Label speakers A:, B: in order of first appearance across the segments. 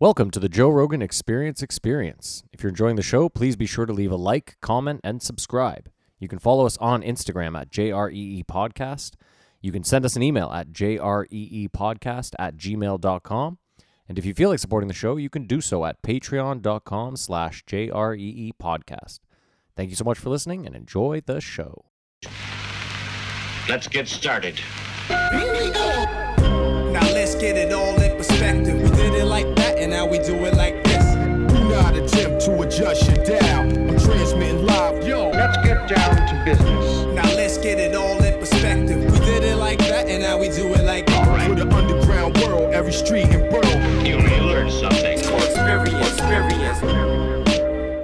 A: Welcome to the Joe Rogan Experience Experience. If you're enjoying the show, please be sure to leave a like, comment, and subscribe. You can follow us on Instagram at JREE E Podcast. You can send us an email at jreepodcast E at gmail.com. And if you feel like supporting the show, you can do so at patreon.com slash JREE E Podcast. Thank you so much for listening and enjoy the show.
B: Let's get started.
C: Now let's get it all in perspective. We did it like that, and now we do it like this.
D: Do not attempt to adjust your dial. I'm transmitting live. Yo,
E: Let's get down to business.
C: Now let's get it all in perspective. We did it like that, and now we do it like this.
D: to the underground world, every street and borough.
B: You may learn something.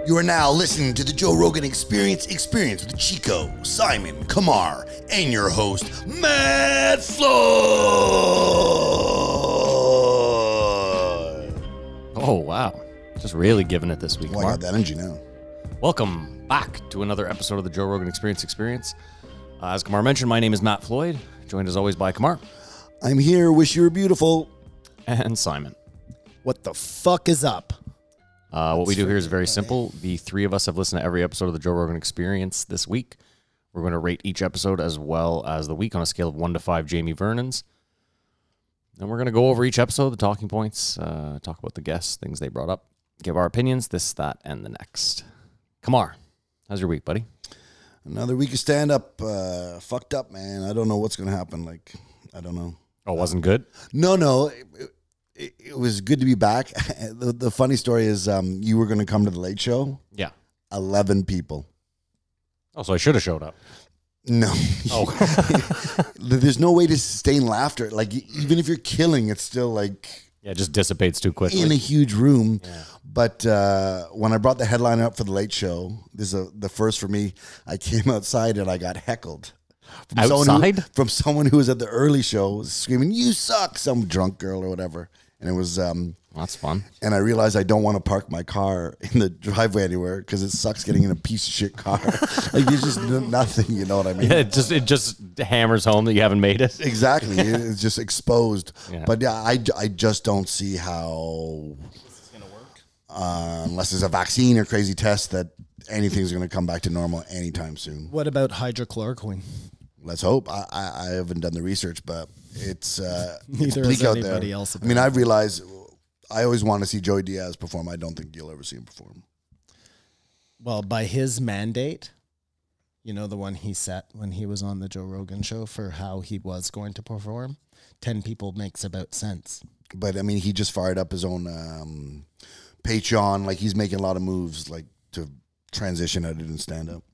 F: You are now listening to the Joe Rogan Experience Experience with Chico, Simon, Kamar, and your host, Matt Floyd.
A: Oh, wow. Just really giving it this week.
F: Well, I
A: Mark.
F: got that energy now.
A: Welcome back to another episode of the Joe Rogan Experience Experience. Uh, as Kamar mentioned, my name is Matt Floyd, joined as always by Kamar
F: I'm here. Wish you were beautiful.
A: and Simon.
G: What the fuck is up?
A: Uh, what we do here is very simple. The three of us have listened to every episode of the Joe Rogan Experience this week. We're going to rate each episode as well as the week on a scale of one to five Jamie Vernon's. And we're going to go over each episode, the talking points, uh, talk about the guests, things they brought up, give our opinions, this, that, and the next. Kamar, how's your week, buddy?
F: Another week of stand up. Uh, fucked up, man. I don't know what's going to happen. Like, I don't know.
A: Oh, wasn't good.
F: No, no. It, it, it was good to be back. the, the funny story is um, you were going to come to the late show.
A: Yeah.
F: 11 people.
A: Oh, so I should have showed up.
F: No.
A: Oh,
F: there's no way to sustain laughter. Like e-, even if you're killing, it's still like
A: yeah, it just dissipates too quickly.
F: in a huge room. But uh, when I brought the headliner up for the late show, this is a, the first for me. I came outside and I got heckled. From Someone who,
A: Outside?
F: from someone who was at the early show screaming, "You suck!" Some drunk girl or whatever, and it was. Um,
A: That's fun.
F: and I realized I don't want to park my car in the driveway anywhere because it sucks getting in a piece of shit car. like there's just n- nothing. You know what I mean?
A: It just it just hammers home that you haven't made it.
F: Exactly. It- It's just exposed.
A: Yeah.
F: But yeah, I, I just don't see how. Uh, unless there's a vaccine or crazy test that anything's going to come back to normal anytime soon.
G: What about hydrochloroquine?
F: Let's hope. I, I, I haven't done the research, but it's, uh, it's
G: Neither
F: bleak
G: has
F: out there.
G: anybody else
F: I mean, I realize I always want to see Joey Diaz perform. I don't think you'll ever see him perform.
G: Well, by his mandate, you know the one he set when he was on the Joe Rogan show for how he was going to perform. Ten people makes about sense.
F: But I mean, he just fired up his own um, Patreon. Like he's making a lot of moves, like to transition out of it and stand up.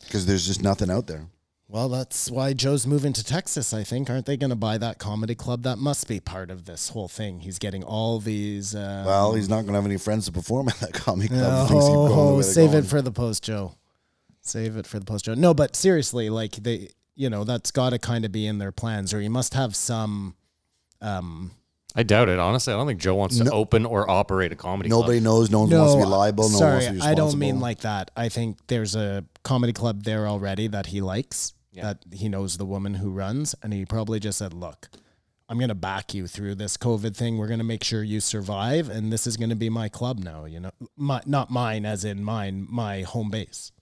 F: Because there's just nothing out there.
G: Well, that's why Joe's moving to Texas, I think. Aren't they going to buy that comedy club? That must be part of this whole thing. He's getting all these. Uh,
F: Well, he's not going to have any friends to perform at that comic club. if things keep going the
G: Oh,
F: way they're
G: save
F: going.
G: it for the post, Joe. Save it for the post, Joe. No, but seriously, like they, you know, that's got to kind of be in their plans, or you must have some. Um,
A: I doubt it. Honestly, I don't think Joe wants to open or operate a comedy.
F: Nobody
A: Club.
F: knows. No one wants to be liable. No one
G: sorry,
F: wants to be
G: I
F: responsible.
G: don't mean like that. I think there's a comedy club there already that he likes. That he knows the woman who runs, and he probably just said, "Look, I'm gonna back you through this COVID thing. We're gonna make sure you survive, and this is gonna be my club now. You know, my not mine as in mine, my home base."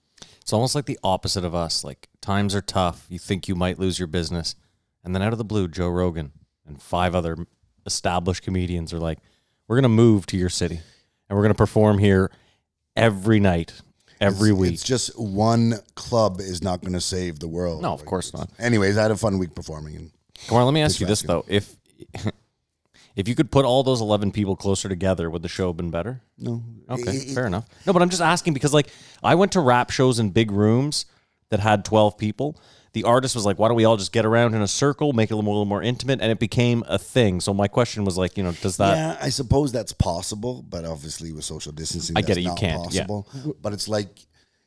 A: It's almost like the opposite of us. Like times are tough. You think you might lose your business, and then out of the blue, Joe Rogan and five other established comedians are like, "We're gonna move to your city, and we're gonna perform here every night, every week."
F: It's just one club is not going to save the world.
A: no, of course not.
F: Anyways, I had a fun week performing. And
A: Kamar, let me ask you this
F: Just
A: though: if if you could put all those eleven people closer together, would the show have been better?
F: no,
A: Okay,
F: It- it-
A: fair enough. No, but I'm just asking because like I went to rap shows in big rooms that had 12 people. The artist was like, "Why don't we all just get around in a circle, make it a little, a little more intimate?" And it became a thing. So my question was like, you know, does that?
F: yeah, I suppose that's possible, but obviously with social distancing,
A: I
F: that's
A: get it, you
F: Not
A: can't, yeah.
F: Possible, But it's like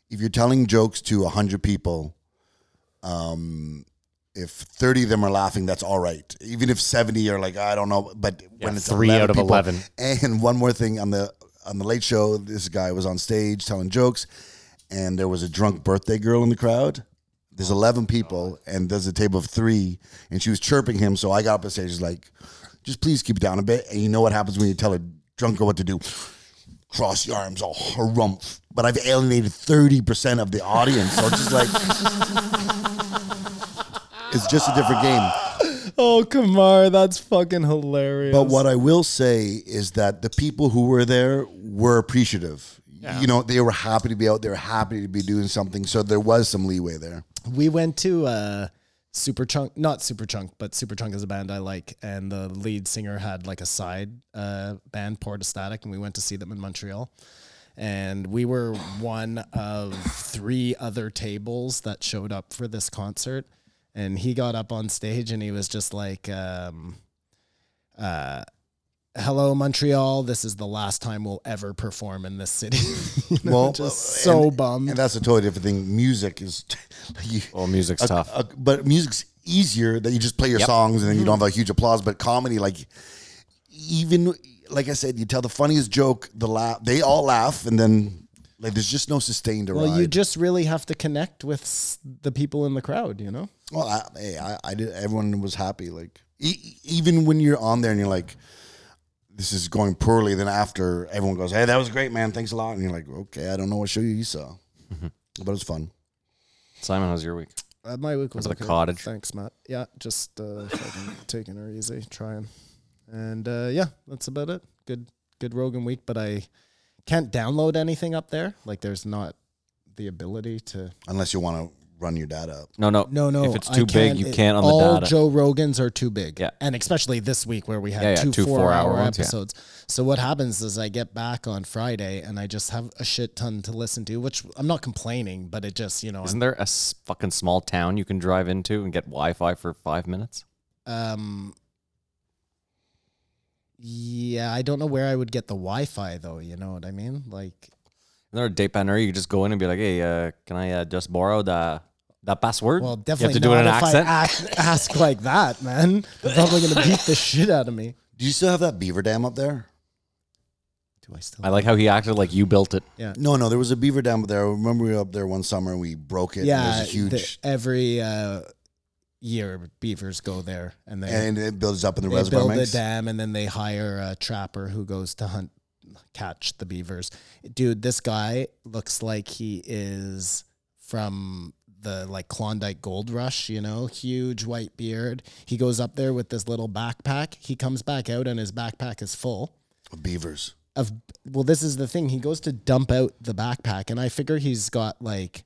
F: if you're telling jokes to hundred people, um, if thirty of them are laughing, that's all right. Even if seventy are like, I don't know, but when it's
A: three
F: 11
A: out of
F: people-
A: 11.
F: And one more thing on the on the late show, this guy was on stage telling jokes, and there was a drunk birthday girl in the crowd. There's
A: Oh
F: 11 people, and there's a table of three, and she was chirping him. So I got up on stage, was like, Just please keep it down a bit. And you know what happens when you tell a drunk girl what to do? Cross your arms all harumph. But I've alienated 30% of the audience. So it's just like, it's just a different game.
G: Oh, Kamar, that's fucking hilarious.
F: But what I will say is that the people who were there were appreciative. You know, they were happy to be out there, happy to be doing something. So there was some leeway there.
G: we went to uh super chunk not super chunk but super chunk is a band i like and the lead singer had like a side uh band portastatic and we went to see them in montreal and we were one of three other tables that showed up for this concert and he got up on stage and he was just like um uh hello montreal this is the last time we'll ever perform in this city You know,
F: Well,
G: just so
F: and-
G: bummed
F: And that's a totally different thing. Music is, you,
A: Oh, music's
F: a-
A: tough.
F: a- but music's easier that you just play your songs and then you don't
G: Mm-hmm.
F: have a huge applause. But comedy, like even like I said, you tell the funniest joke, the laugh, they all laugh, and then like there's just no sustained.
G: Well, you
F: ride.
G: just really have to connect with s- the people in the crowd, you know?
F: Well, I, hey, I, I did. Everyone was happy. Like e- even when you're on there and you're like, this is going poorly. Then after everyone goes, hey, that was great, man. Thanks a lot. And you're like, okay, I don't know what show you saw, but it was fun.
A: Simon, how's your week?
G: Uh, my week was
A: to the
G: okay.
A: cottage.
G: Thanks, Matt. Yeah, just uh, fucking taking her easy, trying, and uh, yeah, that's about it. Good, good Rogan week, but I can't download anything up there. Like, there's not the ability to.
F: Unless you want to run your dad up.
A: No, no,
G: No, no.
A: If it's
G: I
A: too big, you
G: it-
A: can't on
G: all
A: the data.
G: Joe Rogans are too big.
A: Yeah.
G: And especially this week where we had
A: Yeah, yeah,
G: two,
A: two
G: four-hour
A: four-hour ones, yeah.
G: episodes. So what happens is I get back on Friday and I just have a shit ton to listen to, which I'm not complaining, but it just, you know,
A: Isn't there a s- fucking small town you can drive into and get Wi-Fi for five minutes?
G: um yeah, I don't know where I would get the Wi-Fi though. You know what I mean? Like,
A: Isn't there a date banner you could just go in and be like, "Hey, uh, can I uh, just borrow the the password?"
G: well,
A: You
G: definitely
A: have to do it in an
G: not if
A: accent.
G: I ac- ask like that, man. They're probably gonna beat the shit out of me.
F: Do you still have that beaver dam up there?
G: Do I still?
A: I like how he acted like you built it.
G: yeah.
F: No, no, there was a beaver dam up there. I remember we were up there one summer and we broke it. Yeah,
G: yeah,
F: and there's a
G: the-
F: huge,
G: every uh, year beavers go there and they,
F: and it builds up in the
G: they
F: reservoir.
G: build
F: Build
G: a dam and then they hire a trapper who goes to hunt catch the beavers. Dude, this guy looks like he is from the like Klondike Gold Rush, you know, huge white beard. He goes up there with this little backpack. He comes back out and his backpack is full
F: Beavers.
G: of well this is the thing he goes to dump out the backpack and i figure he's got like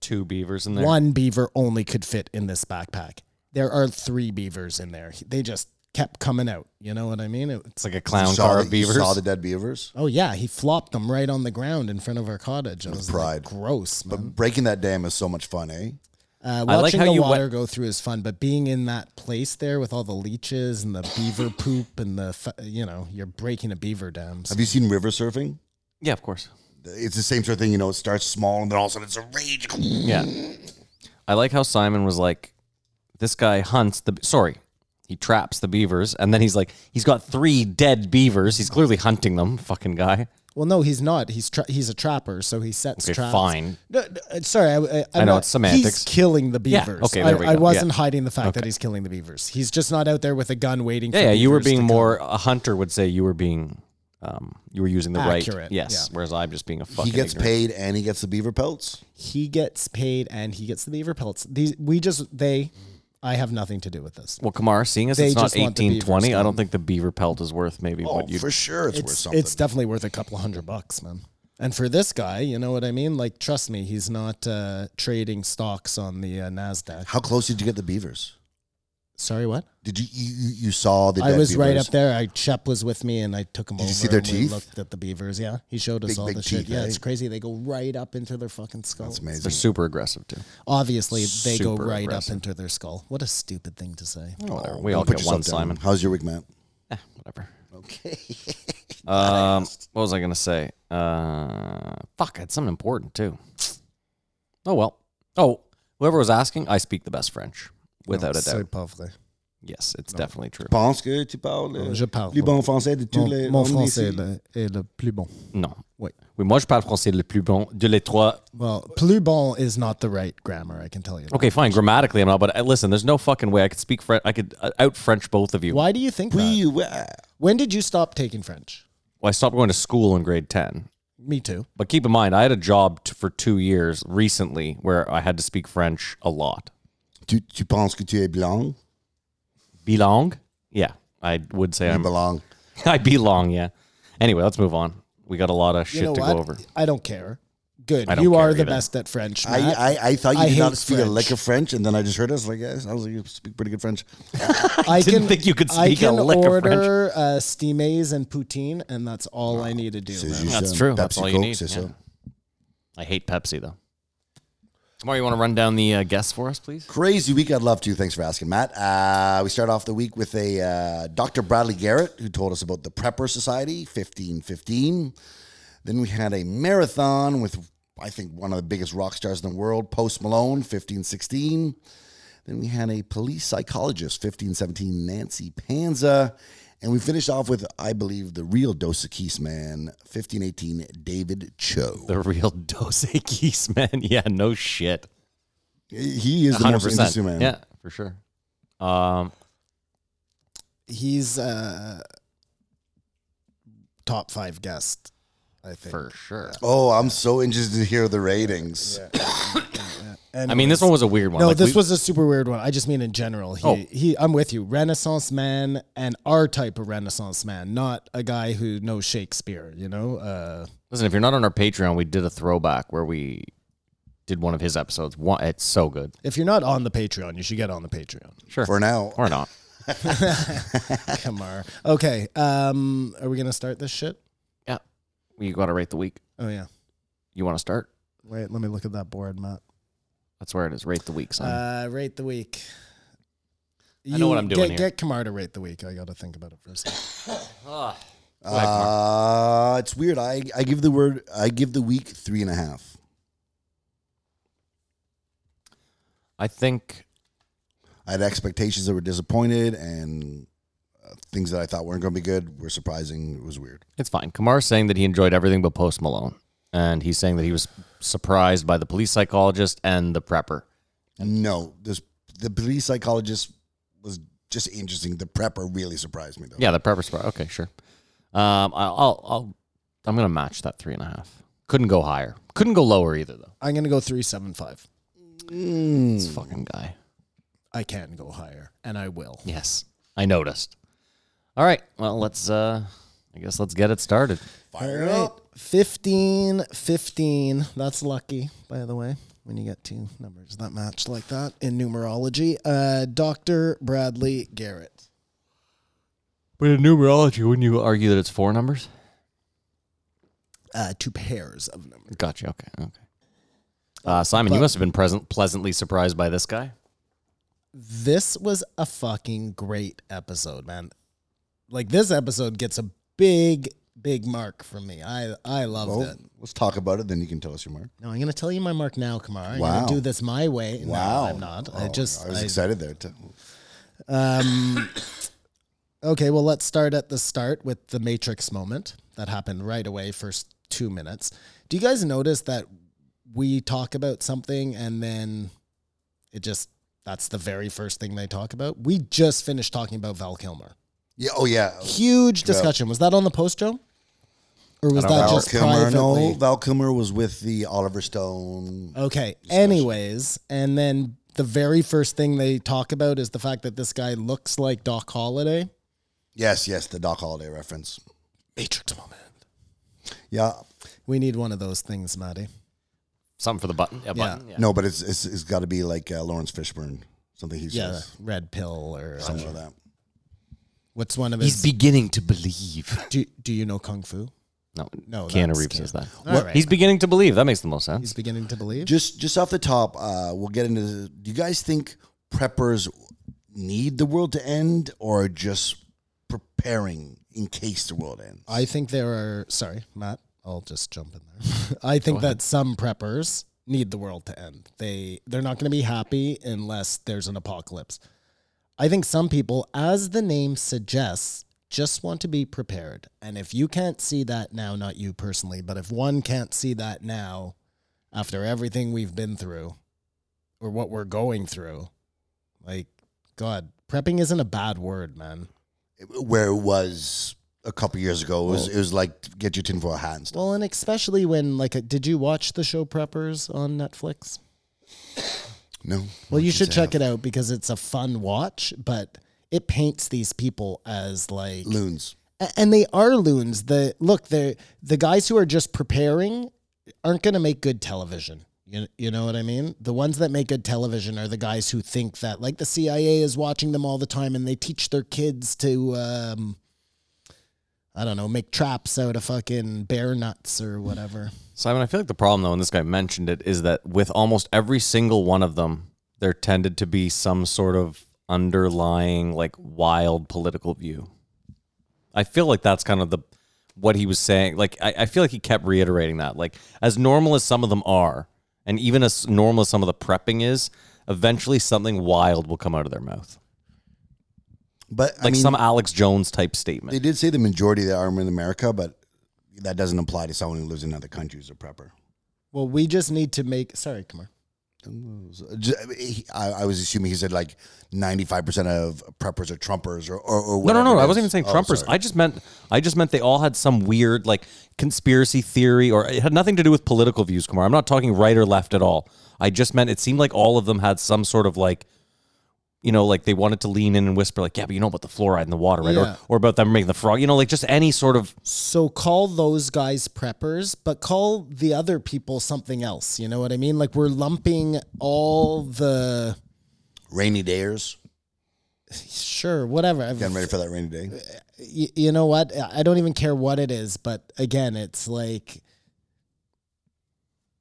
A: Two beavers in there.
G: one beaver only could fit in this backpack. There are three beavers in there. They just kept coming out. You know what I mean? It's
A: It's
G: like,
A: like a
F: You
A: clown
F: saw
A: car
F: the-
A: of
F: you
A: beavers.
F: Saw the dead beavers.
G: oh yeah, he flopped them right on the ground in front of our cottage. I was like,
F: pride.
G: gross, man.
F: Breaking that dam is so much fun, eh?
G: Uh,
A: I like
G: watching
A: how
G: the
A: you went-
G: water go through is fun, but being in that place there with all the leeches and the beaver poop and the, fu- you know, you're breaking a beaver dam. So
F: Have you seen river surfing?
A: yeah, of course.
F: it's the same sort of thing, you know, it starts small and then all of a sudden it's a rage.
A: Yeah. I like how Simon was like, this guy hunts the, sorry, he traps the beavers. And then he's like, he's got three dead beavers. He's clearly hunting them, fucking guy.
G: Well, no, he's not. He's tra- he's a trapper, so he sets
A: Okay,
G: traps.
A: fine.
G: No, no, uh, sorry, I, I, I'm
A: I know,
G: not-
A: it's semantics.
G: He's killing the
A: Yeah,
G: beavers.
A: okay, there
G: I,
A: we
G: I
A: go,
G: wasn't
A: yeah.
G: hiding the fact that he's killing the beavers. He's just not out there with a gun waiting.
A: Yeah,
G: for
A: yeah you were
G: beavers to
A: being
G: come.
A: more, a hunter would say you were being, um, you were using the right.
G: Accurate,
A: Yes.
G: yeah.
A: Whereas I'm just being a fucking.
F: He gets
A: ignorant.
F: paid and he gets the beaver pelts.
G: He gets paid and he gets the beaver pelts. These we just they. I have nothing to do with this.
A: Well, Kamar, seeing as
G: They
A: it's not
G: just want the beavers
A: 1820, I don't
G: gone.
A: think the beaver pelt is worth maybe
F: Oh,
A: what you.
F: for sure it's, worth
G: It's
F: something.
G: it's definitely worth a couple hundred bucks, man. And for this guy, you know what I mean? Like, trust me, he's not uh, trading stocks on the uh, Nasdaq.
F: How close did you get the beavers?
G: Sorry, what?
F: Did you you, you- you saw the
G: I
F: dead
G: was right
F: beavers?
G: up there. I Shep was with me, and I took him
F: Did
G: over.
F: you see their
G: and we
F: teeth?
G: Looked at the beavers. Yeah, he showed us
F: Big,
G: all
F: big
G: the shit.
F: teeth,
G: Yeah,
F: eh?
G: it's crazy. They go right up into their fucking skull.
F: That's
A: They're
F: amazing.
A: super aggressive too.
G: Obviously, they go
A: Super
G: right
A: aggressive.
G: up into their skull. What a stupid thing to say.
F: Oh,
A: Whatever. We all get
F: Put yourself
A: one,
F: down.
A: Simon.
F: How's your week, Matt?
A: Eh, whatever.
F: Okay.
A: Um, what was I gonna say? Uh, fuck, I had something important too. Oh well. Oh, whoever was asking, I speak the best French, without a doubt.
G: Powerfully.
A: Yes, it's definitely true.
F: Pense que tu parles
G: Oh, Je parle.
F: plus bon français de tous
G: Mon,
F: les
G: mon
F: hommes
G: français est
F: d'ici.
G: le, est le plus bon.
A: Non.
G: Oui.
A: Oui, moi je parle français le plus bon de les trois.
G: Well, plus bon is not the right grammar, I can tell you.
A: Okay, fine. Grammatically, I'm not. But uh, listen, there's no fucking way I could speak French. I could uh, out French both of you.
G: Why do you think
F: Oui,
G: that?
F: ouais.
G: When did you stop taking French?
A: Well, I stopped going to school in grade ten.
G: Me too.
A: But keep in mind, I had a job t- for two years recently where I had to speak French a lot.
F: Tu, tu penses que tu es blanc?
A: Belong? Yeah, I would say
F: Tu
A: I'm.
F: belong.
A: I belong. Yeah. Anyway, let's move on. We got a lot of shit
G: You know
A: to
G: what?
A: go over.
G: I don't care. Good.
A: I don't
G: you
A: care
G: are the
A: either.
G: best at French.
F: I,
G: Matt.
F: I, I thought you
G: I
F: did not
G: hate
F: speak a
G: French.
F: lick of French, and then I just heard us like, yes, I was like, you speak pretty good French.
G: I
A: didn't think you could
G: I
A: speak a
G: can
A: lick of French.
G: order uh, steamies and poutine, and that's all I need to do.
F: C'est
G: man.
F: juste
A: That's
F: un
A: true. That's
F: Pepsi
A: all you
F: Coke,
A: need,
F: c'est
A: yeah.
F: ça.
A: I hate Pepsi though. Tomorrow, you want to run down the uh, guests for us, please?
F: Crazy week. I'd love to. Thanks for asking, Matt. Uh, we start off the week with a uh, Dr. Bradley Garrett, who told us about the Prepper Society, 1515. Then we had a marathon with, I think, one of the biggest rock stars in the world, Post Malone, 1516. Then we had a police psychologist, 1517, Nancy Panza. And we finished off with, I believe, the real Dos Equis man, 1518, David Cho.
A: The real Dos Equis, man. Yeah, no shit.
F: He is the
A: Hundred
F: most
A: percent.
F: interesting man.
A: Yeah, for sure. Um,
G: He's uh, top five guest, I think.
A: for sure.
F: Oh, I'm so interested to hear the ratings.
A: I mean, this one was a weird one.
G: No,
A: Like,
G: this
A: we-
G: was a super weird one. I just mean in general. He,
A: Oh.
G: he, I'm with you. Renaissance man and our type of Renaissance man, not a guy who knows Shakespeare. You know, uh,
A: Listen, if you're not on our Patreon, we did a throwback where we did one of his episodes. One- It's so good.
G: if you're not on the Patreon, you should get on the Patreon.
A: Sure.
F: For now.
A: Or not.
G: Kamar. Okay. Um, are we gonna start this shit?
A: Yeah. You got to rate the week.
G: Oh yeah.
A: You want to start?
G: Wait, let me look at that board, Matt.
A: That's where it is. Rate the week, son.
G: Uh, rate the week.
A: I know what I'm doing
G: Get,
A: here.
G: get Kamar to rate the week. I got to think about it for a second.
F: Uh, it's weird. I, I give the word I give the week three and a half.
A: I think
F: I had expectations that were disappointed and uh, things that I thought weren't going to be good were surprising. It was weird.
A: it's fine. Kamar's saying that he enjoyed everything but Post Malone. And he's saying that he was surprised by the police psychologist and the prepper.
F: No, this the police psychologist was just interesting. The prepper really surprised me though.
A: Yeah, the prepper spot. Okay, sure. Um, I- I'll, I'll, I'm gonna match that three and a half. Couldn't go higher. Couldn't go lower either, though.
G: I'm gonna go three seven five.
A: This fucking guy.
G: I can go higher, and I will.
A: Yes, I noticed. All right. Well, let's. Uh, I guess let's get it started.
F: Fire
G: All right. 15 15. That's lucky, by the way, when you get two numbers that match like that in numerology. Uh, Dr. Bradley Garrett.
A: But in numerology, wouldn't you argue that it's four numbers?
G: Uh, two pairs of numbers.
A: Gotcha. Okay. Okay. Uh, Simon, you must have been present, pleasantly surprised by this guy.
G: This was a fucking great episode, man. Like this episode gets a big, big mark from me. I I loved
F: Well,
G: it.
F: let's talk about it. Then you can tell us your mark.
G: No, I'm gonna tell you my mark now, Kamara. I'm
F: Wow.
G: gonna do this my way. No,
F: Wow,
G: I'm not. I
F: Oh,
G: just
F: I was
G: I-
F: excited there. Too.
G: Um, okay, well, let's start at the start with the Matrix moment that happened right away, first two minutes. Do you guys notice that we talk about something and then it just, that's the very first thing they talk about? We just finished talking about Val Kilmer.
F: Yeah. Oh yeah.
G: Huge discussion. Was that on the post, Joe? Or was
A: I don't
G: that
A: know.
F: Val
G: just
F: Kilmer. No,
G: privately?
F: Val Kilmer was with the Oliver Stone.
G: Okay. Anyways, and then the very first thing they talk about is the fact that this guy looks like Doc Holliday.
F: Yes, yes, the Doc Holiday reference.
G: Matrix moment.
F: Yeah.
G: We need one of those things, Maddie.
A: Something for the button. A button. Yeah.
F: No, but it's it's, it's got to be like uh, Lawrence Fishburne, something he
G: Yeah,
F: says,
G: red pill or
F: something like that.
G: what's one of
A: He's
G: his?
A: beginning to believe.
G: do, do you know kung fu?
A: No,
G: No,
A: Keanu
G: that's
A: Reeves is that.
G: All right.
A: He's beginning to believe. That makes the most sense.
G: He's beginning to believe.
F: Just just off the top, uh, we'll get into. The, do you guys think preppers need the world to end, or just preparing in case the world ends?
G: I think there are. Sorry, Matt. I'll just jump in there. I think that some preppers need the world to end. They they're not going to be happy unless there's an apocalypse. I think some people, as the name suggests, just want to be prepared. And if you can't see that now, not you personally, but if one can't see that now, after everything we've been through or what we're going through, like, God, prepping isn't a bad word, man.
F: where it was a couple years ago. It was, it was like get your tinfoil hat and stuff.
G: Well, and especially when, like, uh, did you watch the show Preppers on Netflix?
F: No.
G: Well, you should check it out because it's a fun watch, but it paints these people as like
F: Loons.
G: A- and they are loons. The look, the the guys who are just preparing aren't going to make good television. You, you know what I mean? The ones that make good television are the guys who think that like the CIA is watching them all the time and they teach their kids to um I don't know, make traps out of fucking bear nuts or whatever.
A: Simon, I feel like the problem though, and this guy mentioned it, is that with almost every single one of them, there tended to be some sort of underlying, like wild political view. I feel like that's kind of the what he was saying. Like I, I feel like he kept reiterating that. Like as normal as some of them are, and even as normal as some of the prepping is, eventually something wild will come out of their mouth.
F: But I
A: Like
F: mean,
A: some Alex Jones type
F: they
A: statement.
F: did say the majority of the arm in America, but that doesn't apply to someone who lives in other countries or prepper.
G: Well, we just need to make sorry, come on.
F: So, j- he- I, I was assuming he said like 95% of preppers are Trumpers or, or, or
A: No, no,
F: whatever
A: no.
F: it
A: I
F: is.
A: wasn't even saying
F: Oh,
A: Trumpers.
F: sorry.
A: I just meant I just meant they all had some weird like conspiracy theory or it had nothing to do with political views, Kumar. I'm not talking right or left at all. I just meant it seemed like all of them had some sort of like you know, like they wanted to lean in and whisper, like, yeah, but you know about the fluoride in the water, right?
G: Yeah.
A: Or, or about them making the frog, you know, like just any sort of
G: So call those guys preppers, but call the other people something else. You know what I mean? Like we're lumping all the
F: rainy days.
G: sure, whatever. I've-
F: Getting ready for that rainy day.
G: y- you know what? I don't even care what it is, but again, it's like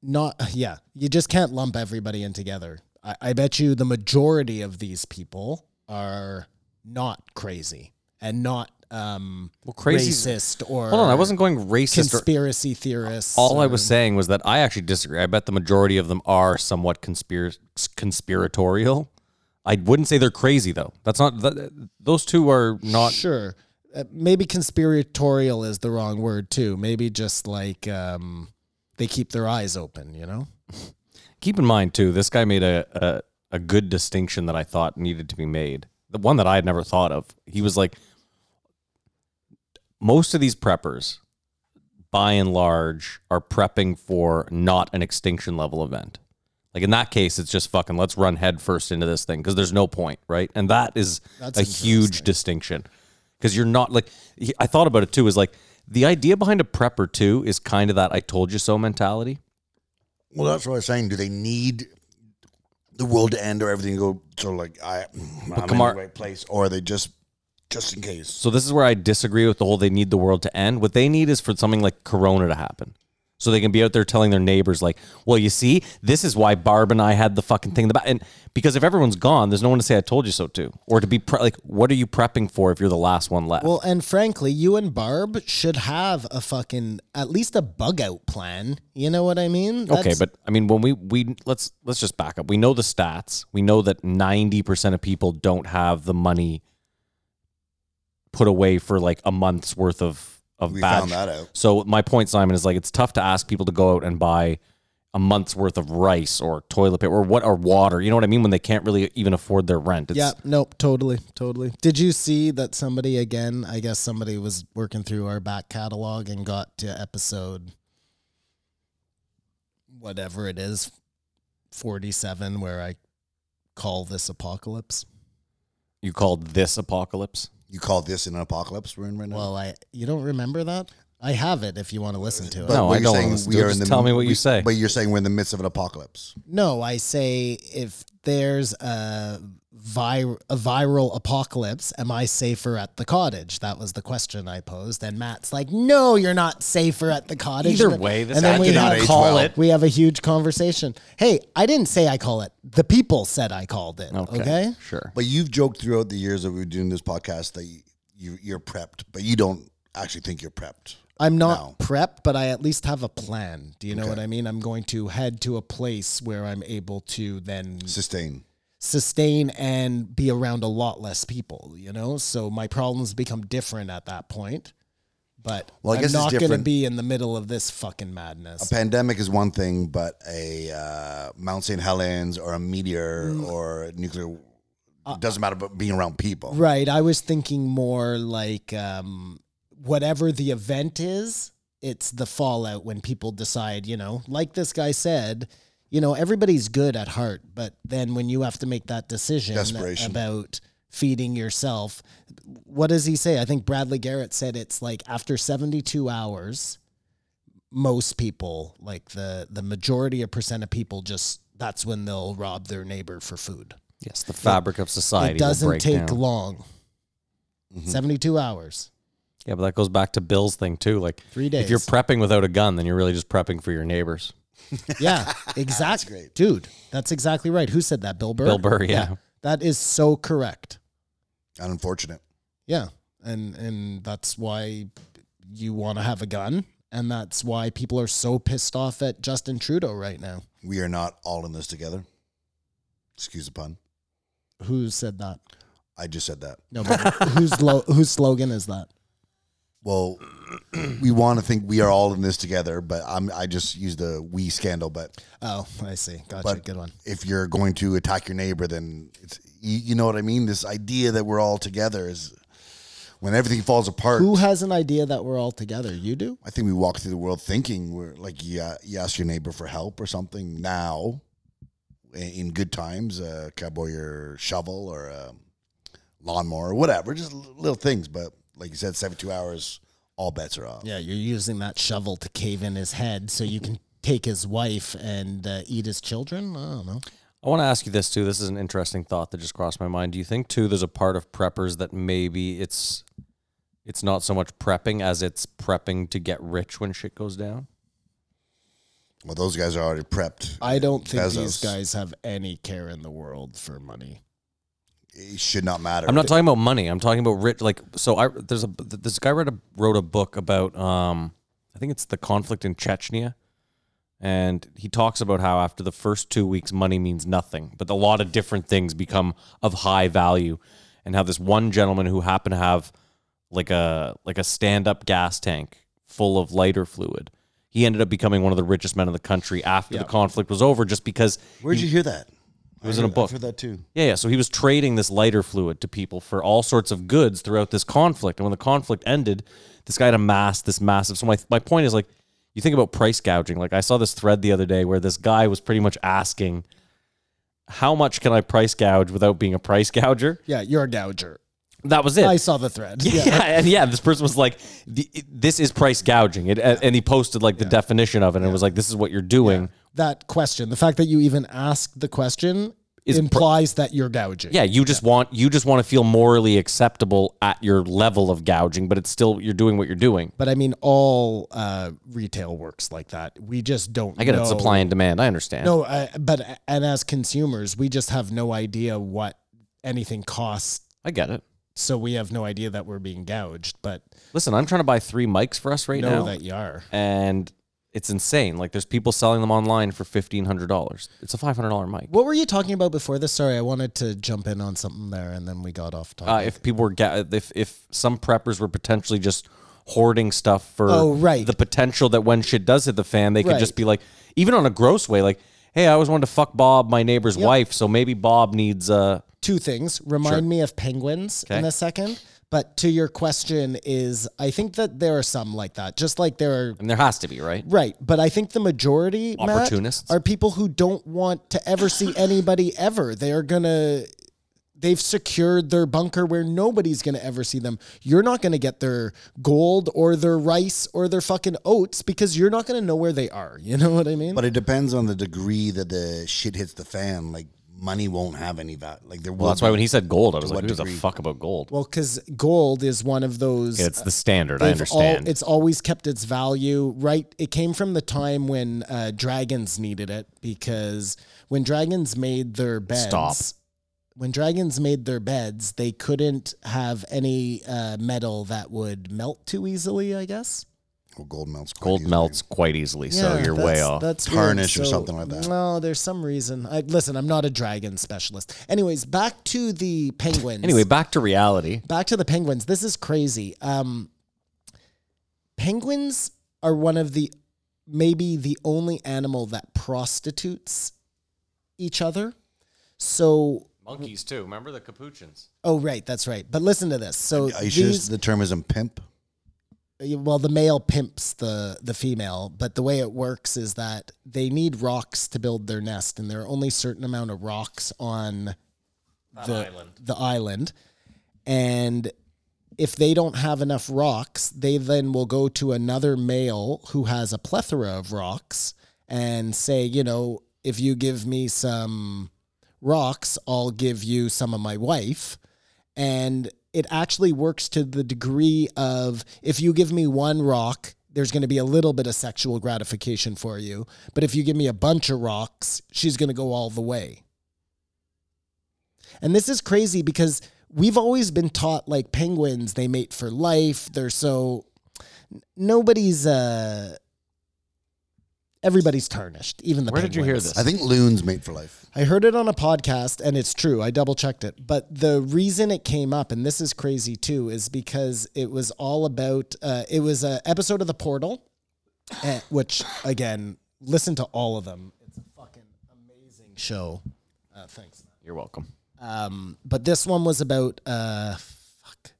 G: not yeah, you just can't lump everybody in together. I, I bet you the majority of these people are not crazy and not um
A: crazy.
G: racist or
A: Hold on, I wasn't going racist or
G: conspiracy theorists.
A: All I
G: or-
A: was saying was that I actually disagree. I bet the majority of them are somewhat conspir- conspiratorial. I wouldn't say they're crazy though. That's not th- those two are not.
G: sure. Uh, maybe conspiratorial is the wrong word too. Maybe just like um, they keep their eyes open, you know.
A: Keep in mind too, this guy made a, a a good distinction that I thought needed to be made. The one that I had never thought of. He was like, most of these preppers, by and large, are prepping for not an extinction level event. Like in that case, it's just fucking let's run headfirst into this thing because there's no point, right? And that is
G: That's
A: a huge distinction because you're not like he- I thought about it too. Is like the idea behind a prepper too is kind of that I told you so mentality.
F: Well, that's what I was saying. Do they need the world to end or everything to go? So, like, I, I'm in
A: Kamar-
F: the right place, or are they just just in case?
A: So this is where I disagree with the whole they need the world to end. What they need is for something like Corona to happen. So they can be out there telling their neighbors, like, well, you see, this is why Barb and I had the fucking thing in the back. And because if everyone's gone, there's no one to say I told you so to. Or to be pre- like, what are you prepping for if you're the last one left?
G: Well, and frankly, you and Barb should have a fucking at least a bug out plan. You know what I mean?
A: okay,
G: That's-
A: but I mean, when we we let's let's just back up. We know the stats. We know that 90% of people don't have the money put away for like a month's worth of of
F: We
A: bad
F: found that out.
A: So my point, Simon, is like it's tough to ask people to go out and buy a month's worth of rice or toilet paper or what or water. You know what I mean? When they can't really even afford their rent. It's,
G: yeah, nope, totally, totally. Did you see that somebody again? I guess somebody was working through our back catalog and got to episode whatever it is, forty-seven, where I call this apocalypse.
A: You called this apocalypse.
F: You call this an apocalypse we're in right now?
G: Well, I you don't remember that? I have it if you want to listen to it.
A: No,
F: what
A: I
F: you're
A: don't
F: saying
A: wanna
F: is
A: listen to it. Just tell me what you
F: we-
A: say.
F: But you're saying we're in the midst of an apocalypse.
G: No, I say if there's a vir- a viral apocalypse, am I safer at the cottage? That was the question I posed, and Matt's like, "No, you're not safer at the cottage."
A: Either way, this
G: and then
A: I
G: we
A: did not
G: have,
F: age Call well. it.
G: We have a huge conversation. Hey, I didn't say I call it. The people said I called it. Okay.
A: Sure.
F: But you've joked throughout the years that we were doing this podcast that you, you you're prepped, but you don't actually think you're prepped.
G: I'm not
F: No.
G: prepped, but I at least have a plan. Do you know what I mean? I'm going to head to a place where I'm able to then
F: Sustain.
G: sustain and be around a lot less people, you know? So my problems become different at that point. But
F: Well, I
G: I'm
F: guess it's
G: not going to
F: different.
G: be in the middle of this fucking madness.
F: Pandemic is one thing, but a uh, Mount St. Helens or a meteor or nuclear doesn't matter. But being around people,
G: Right. I was thinking more like um, whatever the event is, it's the fallout when people decide, you know, like this guy said, you know, everybody's good at heart, but then when you have to make that decision
F: Desperation.
G: about feeding yourself, what does he say? I think Bradley Garrett said it's like after 72 hours, most people, like the the majority of percent of people just that's when they'll rob their neighbor for food
A: Yes, the fabric of society
G: it
A: will
G: doesn't
A: break
G: take
A: down. Mm-hmm.
G: long. 72 hours.
A: Yeah, but that goes back to Bill's thing too. Like
G: Three
A: If you're
G: days.
A: prepping without a gun, then you're really just prepping for your neighbors.
G: Yeah, exactly.
F: great.
G: Dude, that's exactly right. Who said that? Bill Burr?
A: Bill Burr, yeah.
G: That is so correct.
F: unfortunate.
G: Yeah. And and that's why you want to have a gun and that's why people are so pissed off at Justin Trudeau right now.
F: We are not all in this together. Excuse the pun.
G: Who said that?
F: I just said that.
G: No, but whose lo- whose slogan is that?
F: Well, we want to think we are all in this together, but I'm. I just used the we scandal, but
G: Oh, I see. Gotcha.
F: But-
G: Good one.
F: if you're going to attack your neighbor, then it's you, you know what I mean. This idea that we're all together is when everything falls apart.
G: Who has an idea that we're all together? You do?
F: I think we walk through the world thinking we're like you, uh, you ask your neighbor for help or something. Now, i- in good times, a cowboy or shovel or a lawnmower or whatever, just l- little things. But like you said, seventy two hours, all bets are off.
G: Yeah, you're using that shovel to cave in his head so you can take his wife and uh, eat his children. I don't know.
A: I want to ask you this too. This is an interesting thought that just crossed my mind. Do you think too there's a part of preppers that maybe it's it's not so much prepping as it's prepping to get rich when shit goes down?
F: Well, those guys are already prepped.
G: I don't think these
F: Bezos.
G: guys have any care in the world for money.
F: It should not matter.
A: I'm not talking about money. I'm talking about rich. Like so, I there's a this guy read a, wrote a book about um I think it's the conflict in Chechnya, and he talks about how after the first two weeks, money means nothing, but a lot of different things become of high value, and how this one gentleman who happened to have like a like a stand up gas tank full of lighter fluid. He ended up becoming one of the richest men in the country after the conflict was over, just because
F: Where'd you hear that?
A: it was in a
F: I've
A: book.
F: heard that too.
A: Yeah, yeah. So he was trading this lighter fluid to people for all sorts of goods throughout this conflict. And when the conflict ended, this guy had amassed this massive. So my my point is like, you think about price gouging. Like I saw this thread the other day where this guy was pretty much asking, "How much can I price gouge without being a price gouger?"
G: Yeah, you're a gouger.
A: That was it.
G: I saw the thread.
A: yeah, and yeah, this person was like, "The- "This is price gouging," it, and he posted like the definition of it, and it was like, "This is what you're doing."
G: That question, the fact that you even asked the question
A: Is pro-
G: implies that you're gouging.
A: Yeah, you just want you just want to feel morally acceptable at your level of gouging, but it's still you're doing what you're doing.
G: But I mean, all uh, retail works like that. We just don't.
A: I get
G: know.
A: it, supply and demand. I understand.
G: No, I, but and as consumers, we just have no idea what anything costs
A: I get it.
G: so we have no idea that we're being gouged, but
A: Listen, I'm trying to buy three mics for us right
G: know
A: now,
G: that you are.
A: and it's insane. Like there's people selling them online for fifteen hundred dollars. It's a five hundred dollar mic.
G: What were you talking about before this? Sorry, I wanted to jump in on something there, and then we got off topic.
A: Uh, if people were ga- if if some preppers were potentially just hoarding stuff for
G: Oh, right.
A: the potential that when shit does hit the fan, they could
G: Right.
A: just be like, even on a gross way, like, hey, I always wanted to fuck Bob, my neighbor's wife, so maybe Bob needs uh, a.
G: Two things. Remind me of penguins in
A: Okay.
G: a second. But to your question is, I think that there are some like that, just like there are.
A: And there has to be, right?
G: Right, but I think the majority Matt,
A: Opportunists.
G: are people who don't want to ever see anybody ever. They are gonna, they've secured their bunker where nobody's gonna ever see them. You're not gonna get their gold or their rice or their fucking oats because you're not gonna know where they are. You know what I mean?
F: But it depends on the degree that the shit hits the fan. Like money won't have any value. Like there.
A: Well, that's why when he said gold, I was
F: To
A: like,
F: what
A: who the
F: degree?
A: fuck about gold?
G: Well, because gold is one of those.
A: it's the standard. I
G: they've all-
A: understand.
G: it's always kept its value, right? It came from the time when uh, dragons needed it because when dragons made their beds.
A: Stop.
G: When dragons made their beds, they couldn't have any uh, metal that would melt too easily, I guess.
F: Well, gold melts. quite
A: Gold
F: easily.
A: melts quite easily, so
G: Yeah,
A: you're way
G: that's-
A: off.
G: That's
F: Tarnish or something like that.
G: No, there's some reason. I, listen, I'm not a dragon specialist. Anyways, back to the penguins.
A: Anyway, back to reality.
G: back to the penguins. This is crazy. Um, penguins are one of the maybe the only animal that prostitutes each other. So,
A: Monkeys too. Remember the capuchins?
G: oh right, that's right. But listen to this. So
F: Are you sure
G: these-
F: the term isn't pimp?
G: well the male pimps the the female but the way it works is that they need rocks to build their nest and there are only certain amount of rocks on the island. the island and if they don't have enough rocks they then will go to another male who has a plethora of rocks and say you know if you give me some rocks I'll give you some of my wife and it actually works to the degree of if you give me one rock there's going to be a little bit of sexual gratification for you but if you give me a bunch of rocks she's going to go all the way and this is crazy because we've always been taught like penguins they mate for life they're so nobody's uh everybody's tarnished even the
A: Where did you hear
G: penguins.
A: this?
F: I think loons mate for life.
G: I heard it on a podcast and it's true. I double checked it. But the reason it came up, and this is crazy too, is because it was all about, uh, it was an episode of The Portal, eh, which again, listen to all of them. It's a fucking amazing show. Uh, thanks.
A: You're welcome.
G: Um, but this one was about, uh, fuck,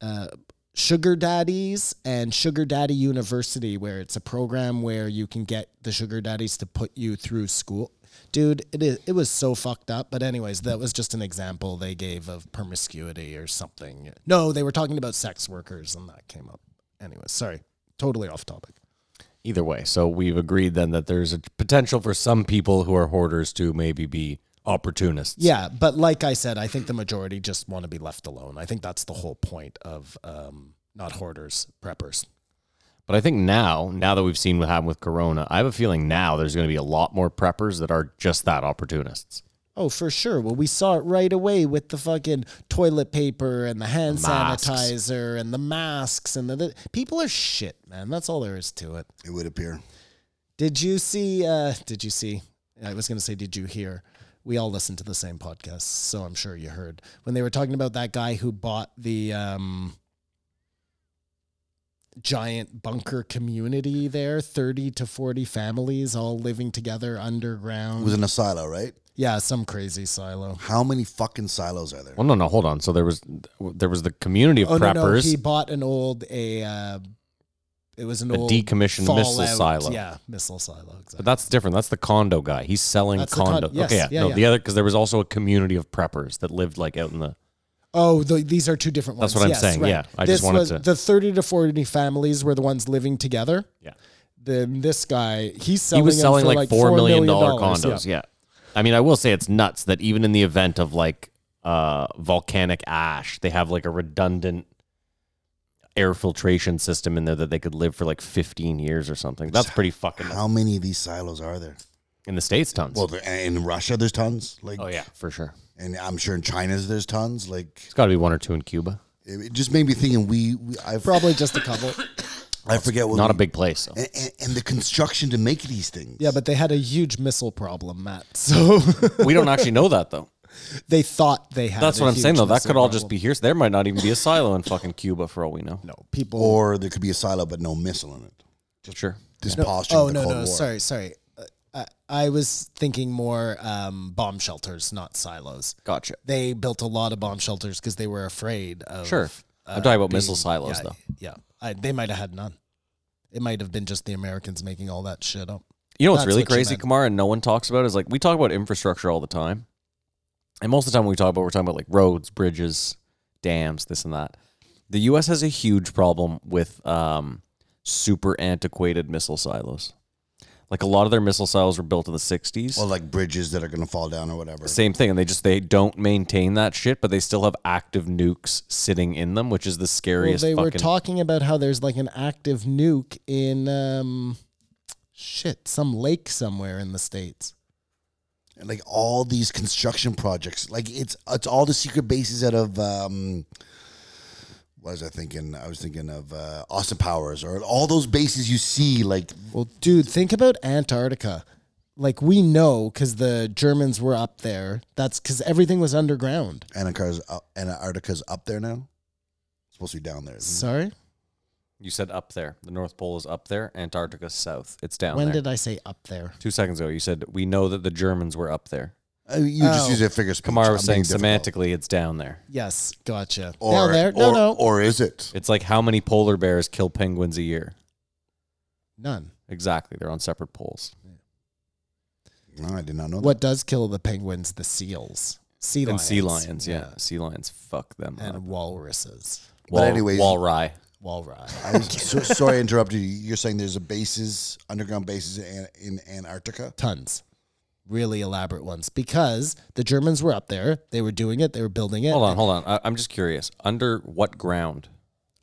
G: uh, sugar daddies and sugar daddy university where it's a program where you can get the sugar daddies to put you through school dude it is, it was so fucked up but anyways that was just an example they gave of promiscuity or something no they were talking about sex workers and that came up anyways sorry totally off topic
A: Either way, so we've agreed then that there's a potential for some people who are hoarders to maybe be opportunists.
G: yeah but like i said i think the majority just want to be left alone i think that's the whole point of um, not hoarders preppers
A: But I think now, now that we've seen what happened with Corona, I have a feeling now there's going to be a lot more preppers that are just that opportunists.
G: Oh, for sure. Well, we saw it right away with the fucking toilet paper and the hand
A: Masks.
G: sanitizer and the masks and the, the people are shit, man. That's all there is to it.
F: It would appear.
G: Did you see? Uh, did you see? I was gonna say, did you hear? We all listen to the same podcast, so I'm sure you heard when they were talking about that guy who bought the um, giant bunker community there, thirty to forty families all living together
F: It
G: underground.
F: was in a silo, right?
G: yeah, some crazy silo.
F: How many fucking silos are there?
A: Well, no, no, hold on. So there was there was the community of
G: Oh
A: preppers.
G: no, no, he bought an old a. Uh, it was an
A: A
G: old
A: decommissioned missile silo.
G: Yeah, missile silo. Exactly.
A: But that's different. That's the condo guy. He's selling
G: That's the con-
A: condo.
G: yes,
A: okay, yeah.
G: yeah,
A: no,
G: yeah.
A: the other because there was also a community of preppers that lived like out in the.
G: oh, the, these are two different ones.
A: That's what I'm
G: Yes,
A: saying,
G: right.
A: yeah. I
G: this
A: just wanted
G: was,
A: to-
G: the thirty to forty families were the ones living together.
A: Yeah.
G: Then this guy, he's
A: He
G: selling.
A: was
G: them
A: selling
G: for
A: like,
G: like
A: four million dollar
G: dollars,
A: condos. Yeah. I mean, I will say it's nuts that even in the event of like uh, volcanic ash, they have like a redundant air filtration system in there that they could live for like 15 years or something. That's pretty fucking nuts.
F: How many of these silos are there?
A: in the states tons.
F: Well, there- in Russia, there's tons. Like,
A: oh yeah, for sure.
F: and I'm sure in China, there's tons. Like,
A: It's got to be one or two in Cuba.
F: it it just made me thinking. We, we I
G: Probably just a couple.
F: I forget what
A: Not a
F: we-
A: big place. So.
F: and, and- and the construction to make these things.
G: yeah, but they had a huge missile problem, Matt. So
A: we don't actually know that though.
G: they thought they had.
A: That's
G: a
A: what I'm
G: huge
A: saying though. That
G: missile
A: could all just
G: problem.
A: be here. there might not even be a silo in fucking Cuba for all we know.
G: no people.
F: or there could be a silo but no missile in it.
A: Sure.
F: This posture.
G: Oh
F: of the
G: no,
F: Cold
G: no,
F: War.
G: sorry, sorry. Uh, I, I was thinking more um, bomb shelters, not silos.
A: Gotcha.
G: They built a lot of bomb shelters because they were afraid of. uh,
A: Sure. I'm talking about
G: being-
A: missile silos
G: yeah,
A: though.
G: Yeah, I, they might have had none. It might have been just the Americans making all that shit up.
A: You know what's
G: That's
A: really
G: what you
A: crazy,
G: meant.
A: Kamara, and no one talks about is like we talk about infrastructure all the time. And most of the time when we talk about we're talking about like roads, bridges, dams, this and that. The US has a huge problem with um, super antiquated missile silos. Like a lot of their missile silos were built in the 60s.
F: Or like bridges that are gonna fall down or whatever.
A: Same thing, and they just they don't maintain that shit, but they still have active nukes sitting in them, which is the
G: Well,
A: scariest.
G: they were
A: fucking-
G: talking about how there's like an active nuke in um, shit, some lake somewhere in the states.
F: And, like all these construction projects. Like it's it's all the secret bases out of um, was I thinking? I was thinking of uh, Austin Powers or all those bases you see, like
G: Well, dude, think about Antarctica. Like we know because the Germans were up there. That's because everything was underground.
F: Antarctica's up, Antarctica's up there now. It's supposed to be down there.
A: Mm-hmm.
F: isn't
G: Sorry,
A: You said up there. The North Pole is up there. Antarctica south. It's down
G: when
A: there.
G: did I say up there?
A: Two seconds ago, you said we know that the Germans were up there.
F: it? Uh, you just
G: Oh.
F: use a figure. of speech.
A: Kamara
F: I'm
A: was saying
F: being difficult.
A: semantically, it's down there.
G: Yes, gotcha.
F: Or,
G: Down there? No,
F: or,
G: no,
F: or is it?
A: It's like how many polar bears kill penguins a year?
G: none.
A: Exactly. They're on separate poles.
F: No, I did not know that.
G: What does kill the penguins? The seals, sea
A: And
G: lions,
A: sea lions, yeah. Sea lions, fuck them.
G: and
A: up.
G: walruses,
A: Wal-
F: anyways-
A: walrye.
G: walrus.
F: I was, so, sorry, I interrupted you. You're saying there's a bases, underground bases in, in Antarctica.
G: tons, really elaborate ones because the Germans were up there. They were doing it. They were building it.
A: Hold on, hold on. I, I'm just curious. Under what ground?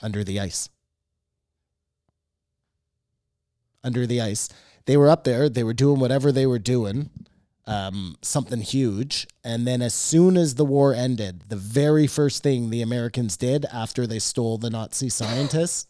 G: under the ice. Under the ice. They were up there, they were doing whatever they were doing, um, something huge. And then, as soon as the war ended, the very first thing the Americans did after they stole the Nazi scientists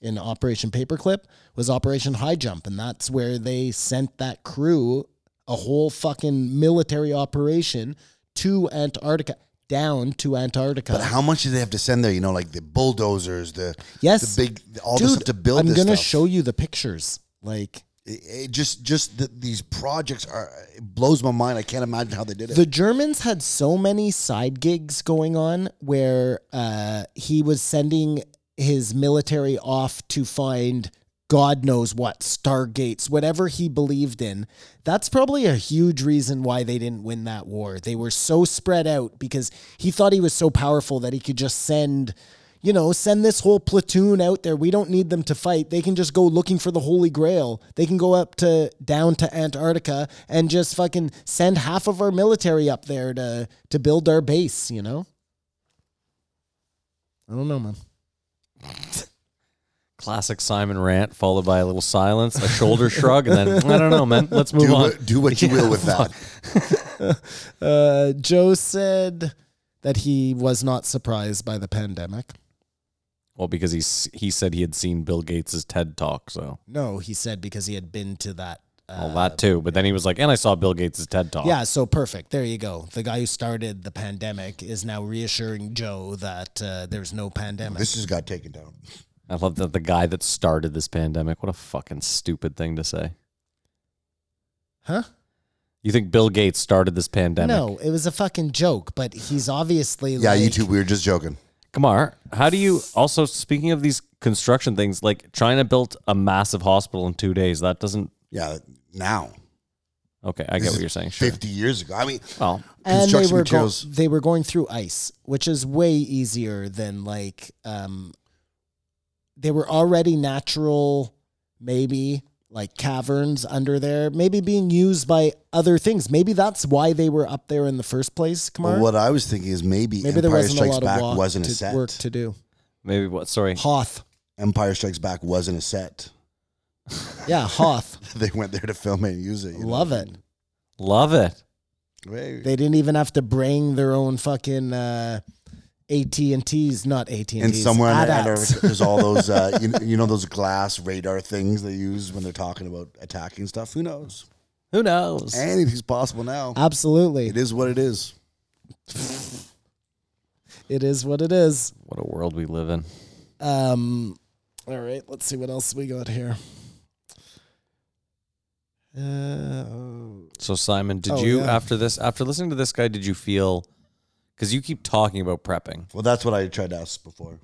G: in Operation Paperclip was Operation High Jump. And that's where they sent that crew, a whole fucking military operation to Antarctica, down to Antarctica.
F: But how much do they have to send there? You know, like the bulldozers, the
G: Yes.
F: the big all
G: Dude,
F: the stuff to build.
G: I'm
F: this
G: gonna
F: stuff.
G: show you the pictures. Like
F: It, it just just the, these projects are it blows my mind. I can't imagine how they did it.
G: the Germans had so many side gigs going on where uh, he was sending his military off to find God knows what stargates, whatever he believed in. That's probably a huge reason why they didn't win that war. They were so spread out because he thought he was so powerful that he could just send. You know, send this whole platoon out there. We don't need them to fight. They can just go looking for the Holy Grail. They can go up to down to Antarctica and just fucking send half of our military up there to to build our base, you know? I don't know, man.
A: Classic Simon rant, followed by a little silence, a shoulder shrug, and then I don't know, man. Let's move
F: do,
A: on.
F: what- do what you will with that.
G: Uh, Joe said that he was not surprised by the pandemic.
A: Well, because he's he said he had seen Bill Gates' TED talk, so
G: No, he said because he had been to that. Uh,
A: all that too. But then he was like, and I saw Bill Gates' TED talk.
G: yeah, so perfect. There you go. The guy who started the pandemic is now reassuring Joe that uh, there's no pandemic.
F: This just got taken down.
A: I love that the guy that started this pandemic. What a fucking stupid thing to say.
G: huh?
A: You think Bill Gates started this pandemic?
G: No, it was a fucking joke, but he's obviously
F: Yeah,
G: like,
F: you two. We were just joking.
A: Kamar, how do you also speaking of these construction things, like China built a massive hospital in two days. That doesn't
F: Yeah, now
A: Okay, I get what you're saying. Sure.
F: fifty years ago. I mean,
A: Well,
G: and they
F: construction
G: were go-
F: materials.
G: they were going through ice, which is way easier than like um they were already natural maybe like caverns under there, maybe being used by other things. Maybe that's why they were up there in the first place, Kamar.
F: what I was thinking is maybe
G: maybe there
F: Empire
G: wasn't a
F: Strikes
G: lot
F: Back
G: of walk
F: wasn't a
G: to-
F: set.
G: work to do.
A: maybe what sorry.
G: Hoth.
F: Empire Strikes Back wasn't a set.
G: Yeah, Hoth.
F: They went there to film it and use it. you know?
G: Love it.
A: Love it.
F: Hey.
G: They didn't even have to bring their own fucking uh, AT and T's, not AT and T's.
F: And somewhere in
G: AT-ATs.
F: Antarctica, there's all those, uh, you, you know, those glass radar things they use when they're talking about attacking stuff. Who knows?
A: Who knows?
F: Anything's possible now.
G: Absolutely,
F: It is what it is.
G: it is what it is.
A: What a world we live in.
G: Um, all right, let's see what else we got here. Uh, oh.
A: So Simon, did
G: Oh,
A: you
G: yeah.
A: after this after listening to this guy, did you feel because you keep talking about prepping.
F: Well, that's what I tried to ask before.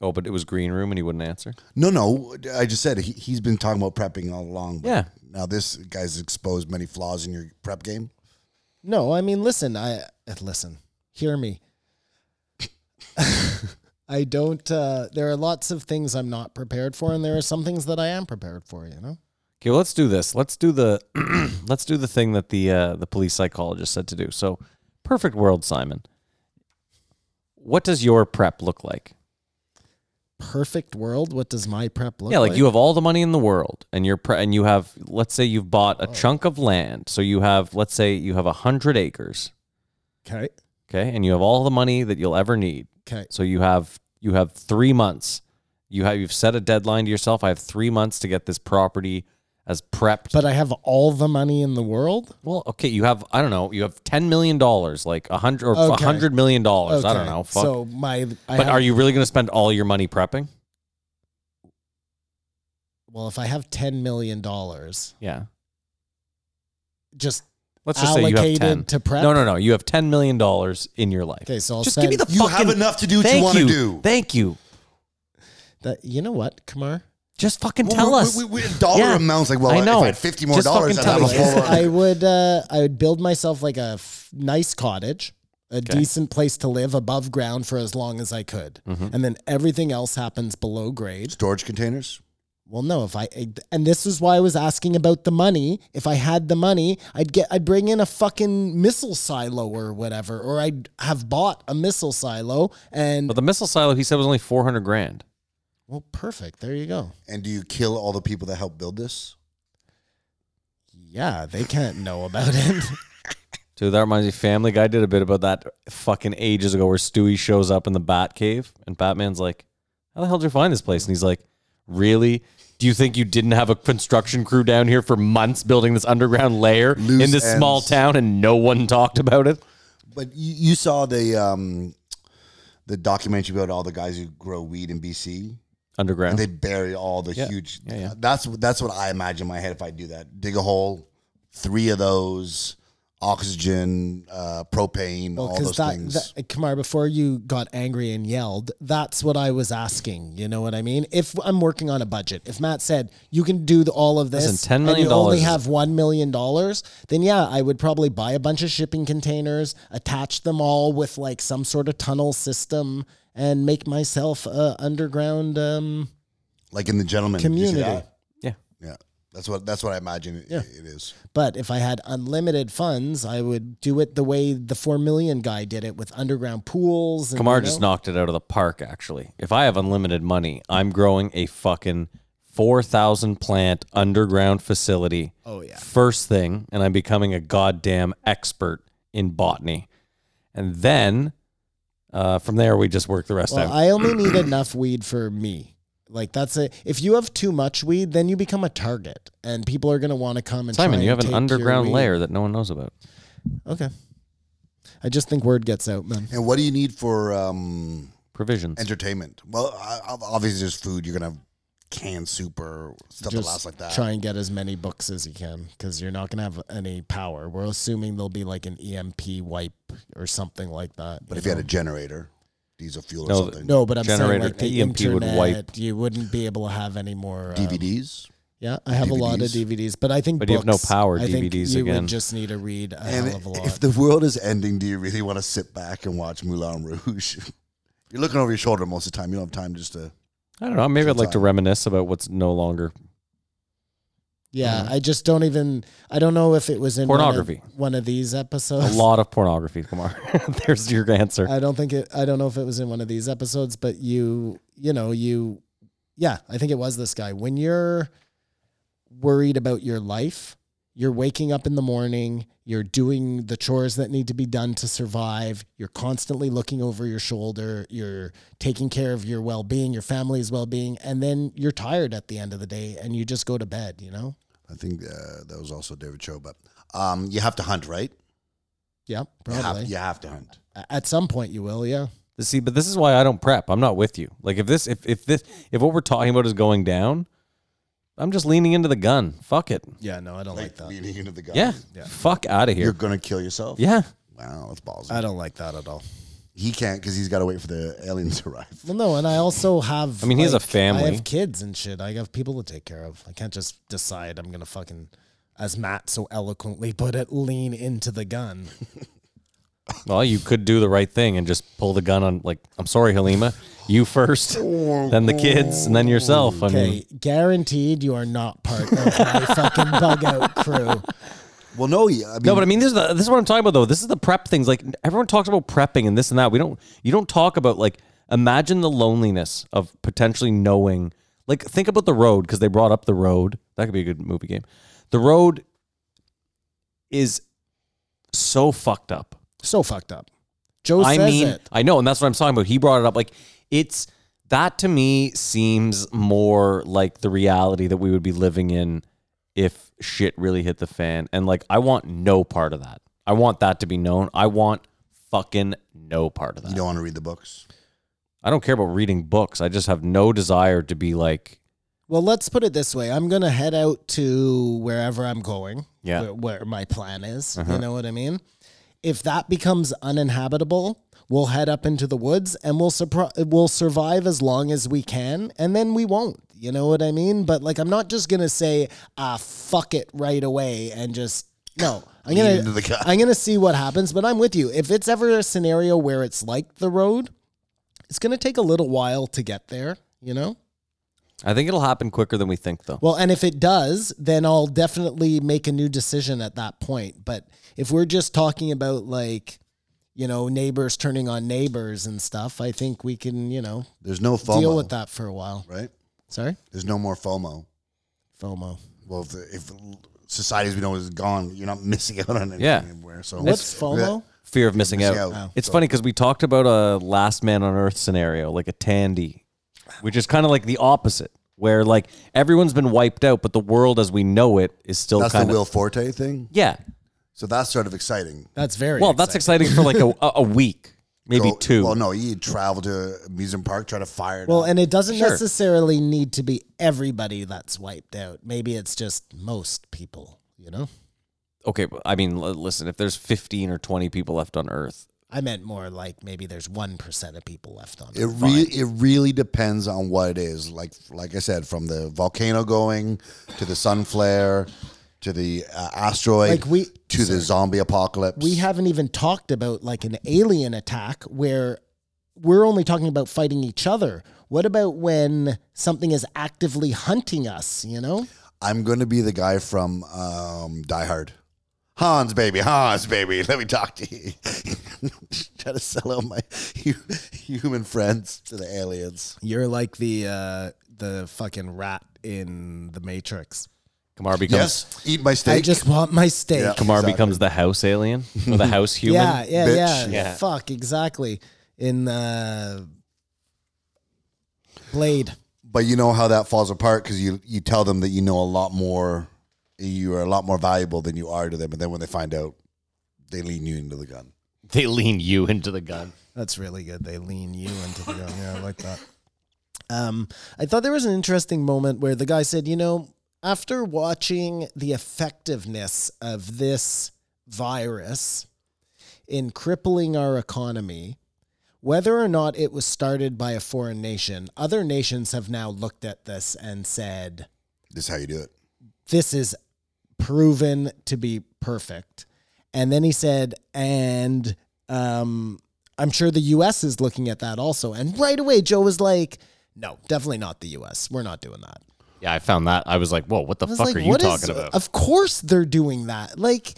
A: Oh, but it was green room and he wouldn't answer.
F: No, no, I just said he, he's been talking about prepping all along. But
A: Yeah.
F: Now this guy's exposed many flaws in your prep game.
G: no, I mean, listen, I uh, listen, hear me. I don't. Uh, there are lots of things I'm not prepared for, and there are some things that I am prepared for. You know.
A: Okay, well, let's do this. Let's do the let's do the thing that the uh, the police psychologist said to do. So, perfect world, Simon. What does your prep look like?
G: perfect world, what does my prep look
A: yeah, like,
G: like?
A: you have all the money in the world, and you're pre- and you have let's say you've bought
G: Oh.
A: a chunk of land. So you have let's say you have a hundred acres,
G: Okay.
A: okay, and you have all the money that you'll ever need.
G: Okay.
A: So you have You have three months. You have you've set a deadline to yourself. I have three months to get this property as prepped.
G: But I have all the money in the world.
A: well, okay, you have I don't know, you have ten million dollars, like a hundred or a
G: Okay.
A: hundred million dollars. I don't
G: Okay,
A: know. Fuck.
G: So my, I
A: but
G: have-
A: are you really going to spend all your money prepping?
G: Well, if I have ten million dollars,
A: Yeah.
G: just
A: Let's just say you have
G: allocated
A: ten.
G: to prep.
A: No, no, no. You have ten million dollars in your life.
G: Okay, so I'll
A: just
G: spend,
A: give me the
F: You
A: fucking.
F: have enough to do what you
A: thank
F: want to do.
A: Thank you.
G: That, you know what, Kamar?
A: Just fucking
F: Well,
A: tell
F: we-
A: us.
F: we- we- dollar
A: Yeah.
F: amounts. Like, well,
A: I know.
F: if I had fifty more
A: Just
F: dollars, I'd
A: fucking
F: have
A: tell
F: a
A: us.
F: full.
G: I would uh, I would build myself like a f- nice cottage, a decent place to live above ground for as long as I could,
A: Mm-hmm.
G: and then everything else happens below grade.
F: storage containers.
G: Well, no, if I and this is why I was asking about the money. If I had the money, I'd get I'd bring in a fucking missile silo or whatever, or I'd have bought a missile silo and
A: But the missile silo, he said, was only four hundred grand.
G: well, perfect. There you go.
F: And do you kill all the people that helped build this?
G: Yeah, they can't know about it.
A: Dude, that reminds me. Family Guy did a bit about that fucking ages ago, where Stewie shows up in the Bat Cave, and Batman's like, "How the hell did you find this place?" And he's like, "Really? Do you think you didn't have a construction crew down here for months building this underground lair
F: Loose
A: in this small
F: ends.
A: town, and no one talked about it?"
F: But you, you saw the um, the documentary about all the guys who grow weed in BC.
A: Underground.
F: They bury all the huge.
A: Yeah, yeah.
F: That's that's what I imagine in my head if I do that. Dig a hole, three of those, oxygen, uh, propane,
G: Well,
F: all those
G: because that,
F: things.
G: that Kamar, before you got angry and yelled, that's what I was asking. You know what I mean? If I'm working on a budget, if Matt said you can do the- all of this,
A: Listen, $10
G: and
A: million
G: you only
A: is-
G: have one million dollars, then yeah, I would probably buy a bunch of shipping containers, attach them all with like some sort of tunnel system, and make myself a underground. Um,
F: like in the gentleman Did you see
G: Community.
F: that?
A: yeah.
F: Yeah, that's what that's what I imagine it,
G: Yeah.
F: it is.
G: but if I had unlimited funds, I would do it the way the four million guy did it with underground pools. And,
A: Kamar
G: you
A: just
G: know?
A: knocked it out of the park, actually. If I have unlimited money, I'm growing a fucking 4,000 plant underground facility. Oh, yeah. First thing, and I'm becoming a goddamn expert in botany. And then uh, from there, we just work the rest
G: Well,
A: out.
G: I only need enough weed for me. Like that's a if you have too much weed, then you become a target, and people are gonna want to come and try
A: Simon,
G: and
A: you have
G: take
A: an
G: your
A: underground
G: weed.
A: layer that no one knows about.
G: Okay, I just think word gets out, man.
F: And what do you need for um,
A: Provisions.
F: entertainment? Well, I- I- obviously there's food. You're gonna have canned soup or stuff that lasts
G: Just
F: like that.
G: try and get as many books as you can because you're not gonna have any power. We're assuming there'll be like an EMP wipe or something like that.
F: But if you had a generator, diesel fuel or
A: No,
F: something,
G: no, but I'm saying
A: generator,
G: like the
A: EMP would
G: internet,
A: wipe.
G: you wouldn't be able to have any more um,
F: DVDs.
G: Yeah, I have a lot of DVDs, but I think
A: But you
G: books,
A: have no power
G: I think
A: DVDs
G: you
A: again.
G: would just need to read a
F: And
G: hell of a lot.
F: if the world is ending, do you really want to sit back and watch Moulin Rouge? You're looking over your shoulder most of the time. You don't have time just to.
A: I don't know. Maybe I'd like to reminisce about what's no longer.
G: yeah, I just don't even. I don't know if it was in one of-
A: Mm-hmm. Pornography.
G: One of, these
A: A
G: episodes.
A: lot of pornography, Kamar. There's your answer.
G: I don't think it. I don't know if it was in one of these episodes, but you, you know, you, yeah, I think it was this guy. When you're worried about your life, you're waking up in the morning, you're doing the chores that need to be done to survive, you're constantly looking over your shoulder, you're taking care of your well being, your family's well being, and then you're tired at the end of the day and you just go to bed, you know?
F: I think uh, that was also David Cho, but um, you have to hunt, right?
G: Yeah,
F: You have-
G: probably.
F: you have to hunt.
G: A- At some point, you will, yeah.
A: See, but this is why I don't prep. I'm not with you. Like if this if if this if what we're talking about is going down, I'm just leaning into the gun. Fuck it.
G: Yeah, no, I don't like,
F: Like leaning into the gun.
A: Yeah. Fuck out of
F: You're
A: here.
F: gonna kill yourself.
A: yeah.
F: Wow, that's balls.
G: I don't like that at all.
F: He can't because he's got to wait for the aliens to arrive.
G: Well, no, and I also have.
A: I mean, he has a
G: I
A: family.
G: have kids and shit. I have people to take care of. I can't just decide I'm gonna fucking, as Matt so eloquently put it, lean into the gun.
A: Well, you could do the right thing and just pull the gun on like I'm sorry, Halima. You first, then the kids, and then yourself. I mean
G: Okay, guaranteed you are not part of my fucking bug out crew.
F: Well, no, yeah, I mean,
A: No, but I mean, this is the, this is what I'm talking about though. This is the prep things. Like everyone talks about prepping and this and that. We don't. You don't talk about like imagine the loneliness of potentially knowing. Like think about the road because they brought up the road. That could be a good movie game. The road is so fucked up.
G: So fucked up. Joe
A: I
G: says
A: mean,
G: it.
A: I know, and that's what I'm talking about. He brought it up. Like It's that to me seems more like the reality that we would be living in if shit really hit the fan. And like, I want no part of that. I want that to be known. I want fucking no part of that.
F: You don't want to read the books.
A: I don't care about reading books. I just have no desire to be like,
G: Well, let's put it this way. I'm going to head out to wherever I'm going,
A: Yeah.
G: where, where my plan is.
F: Uh-huh.
G: You know what I mean? If that becomes uninhabitable, we'll head up into the woods and we'll, surpri- we'll survive as long as we can. And then we won't. You know what I mean? But like, I'm not just going to say, ah, fuck it right away and just. No, I'm
F: Lean
G: gonna
F: into the cut.
G: I'm gonna see what happens, but I'm with you. If it's ever a scenario where it's like the road, it's gonna take a little while to get there. You know,
A: I think it'll happen quicker than we think, though.
G: well, and if it does, then I'll definitely make a new decision at that point. But if we're just talking about like, you know, neighbors turning on neighbors and stuff, I think we can, you know,
F: There's no FOMO,
G: deal with that for a while.
F: right?
G: Sorry?
F: There's no more FOMO.
G: FOMO.
F: Well, if, if society as we know is gone, you're not missing out on anything
A: Yeah.
F: anywhere. So
G: What's FOMO?
A: Fear of missing,
F: Missing
A: out.
G: Oh.
F: out.
A: It's funny because we talked about a last man on earth scenario, like a Tandy, which is kind of like the opposite, where like everyone's been wiped out, but the world as we know it is still
F: That's
A: kind
F: the Will
A: of
F: Forte thing.
A: yeah.
F: So that's sort of exciting.
G: That's very
A: Well, that's exciting for like a, a- a week, maybe
F: Go-
A: two.
F: Well, no, you travel to amusement park, try to fire. it
G: Well,
F: up.
G: and it doesn't
A: Sure.
G: necessarily need to be everybody that's wiped out. Maybe it's just most people, you know?
A: Okay, but I mean, l- listen, if there's fifteen or twenty people left on Earth,
G: I meant more like maybe there's 1% of people left on
F: It
G: Earth.
F: really it really depends on what it is. Like like I said, from the volcano going to the sun flare to the uh, asteroid,
G: Like we-
F: to the zombie apocalypse.
G: we haven't even talked about like an alien attack where we're only talking about fighting each other. What about when something is actively hunting us, you know?
F: I'm going to be the guy from um, Die Hard. Hans, baby, Hans, baby, let me talk to you. Try to sell out my hu- human friends to the aliens.
G: You're like the uh the fucking rat in the Matrix.
A: Kamar becomes
F: Yes, eat my steak.
G: I just want my steak.
F: Yeah.
A: Kamar
F: Exactly.
A: becomes the house alien or the house human.
G: Yeah, yeah,
F: bitch.
G: yeah,
A: Yeah.
G: Fuck, exactly. In uh Blade.
F: but you know how that falls apart because you you tell them that you know a lot more, you are a lot more valuable than you are to them, and then when they find out, they lean you into the gun.
A: They lean you into the gun.
G: That's really good. They lean you into the gun. Yeah, I like that. Um, I thought there was an interesting moment where the guy said, you know, after watching the effectiveness of this virus in crippling our economy, whether or not it was started by a foreign nation, other nations have now looked at this and said,
F: This is how you do it.
G: this is proven to be perfect. And then he said, and um, I'm sure the US is looking at that also. And right away, Joe was like, no, definitely not the US. We're not doing that.
A: Yeah, I found that. I was like, whoa, what the
G: I was
A: fuck
G: like,
A: are you
G: "What is-
A: talking about?
G: Of course they're doing that. Like,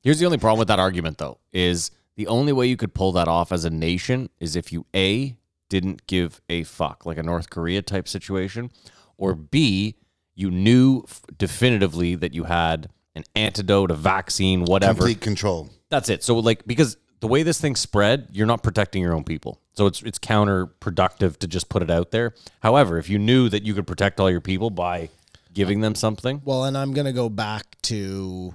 A: Here's the only problem with that argument, though, is the only way you could pull that off as a nation is if you A, didn't give a fuck, like a North Korea type situation, or B, you knew f- definitively that you had an antidote, a vaccine, whatever.
F: Complete control.
A: That's it. So, like, because the way this thing spread, you're not protecting your own people. So it's it's counterproductive to just put it out there. However, if you knew that you could protect all your people by giving them something,
G: well, and I'm going to go back to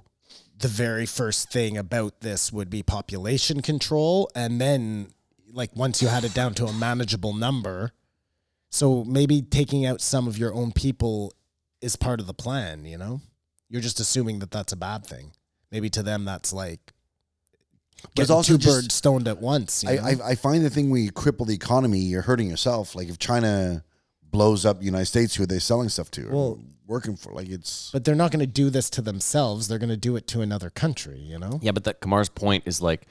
G: the very first thing about this would be population control. And then, like, once you had it down to a manageable number, so maybe taking out some of your own people is part of the plan, you know? You're just assuming that that's a bad thing. Maybe to them, that's like
F: it's
G: getting
F: also
G: two
F: just-
G: birds stoned at once. you
F: I,
G: know?
F: I, I find the thing when you cripple the economy, you're hurting yourself. Like if China blows up the United States, who are they selling stuff to? Or
G: Well-
F: working for like it's
G: but they're not going to do this to themselves. They're going to do it to another country, you know?
A: Yeah, but that Kamar's point is like,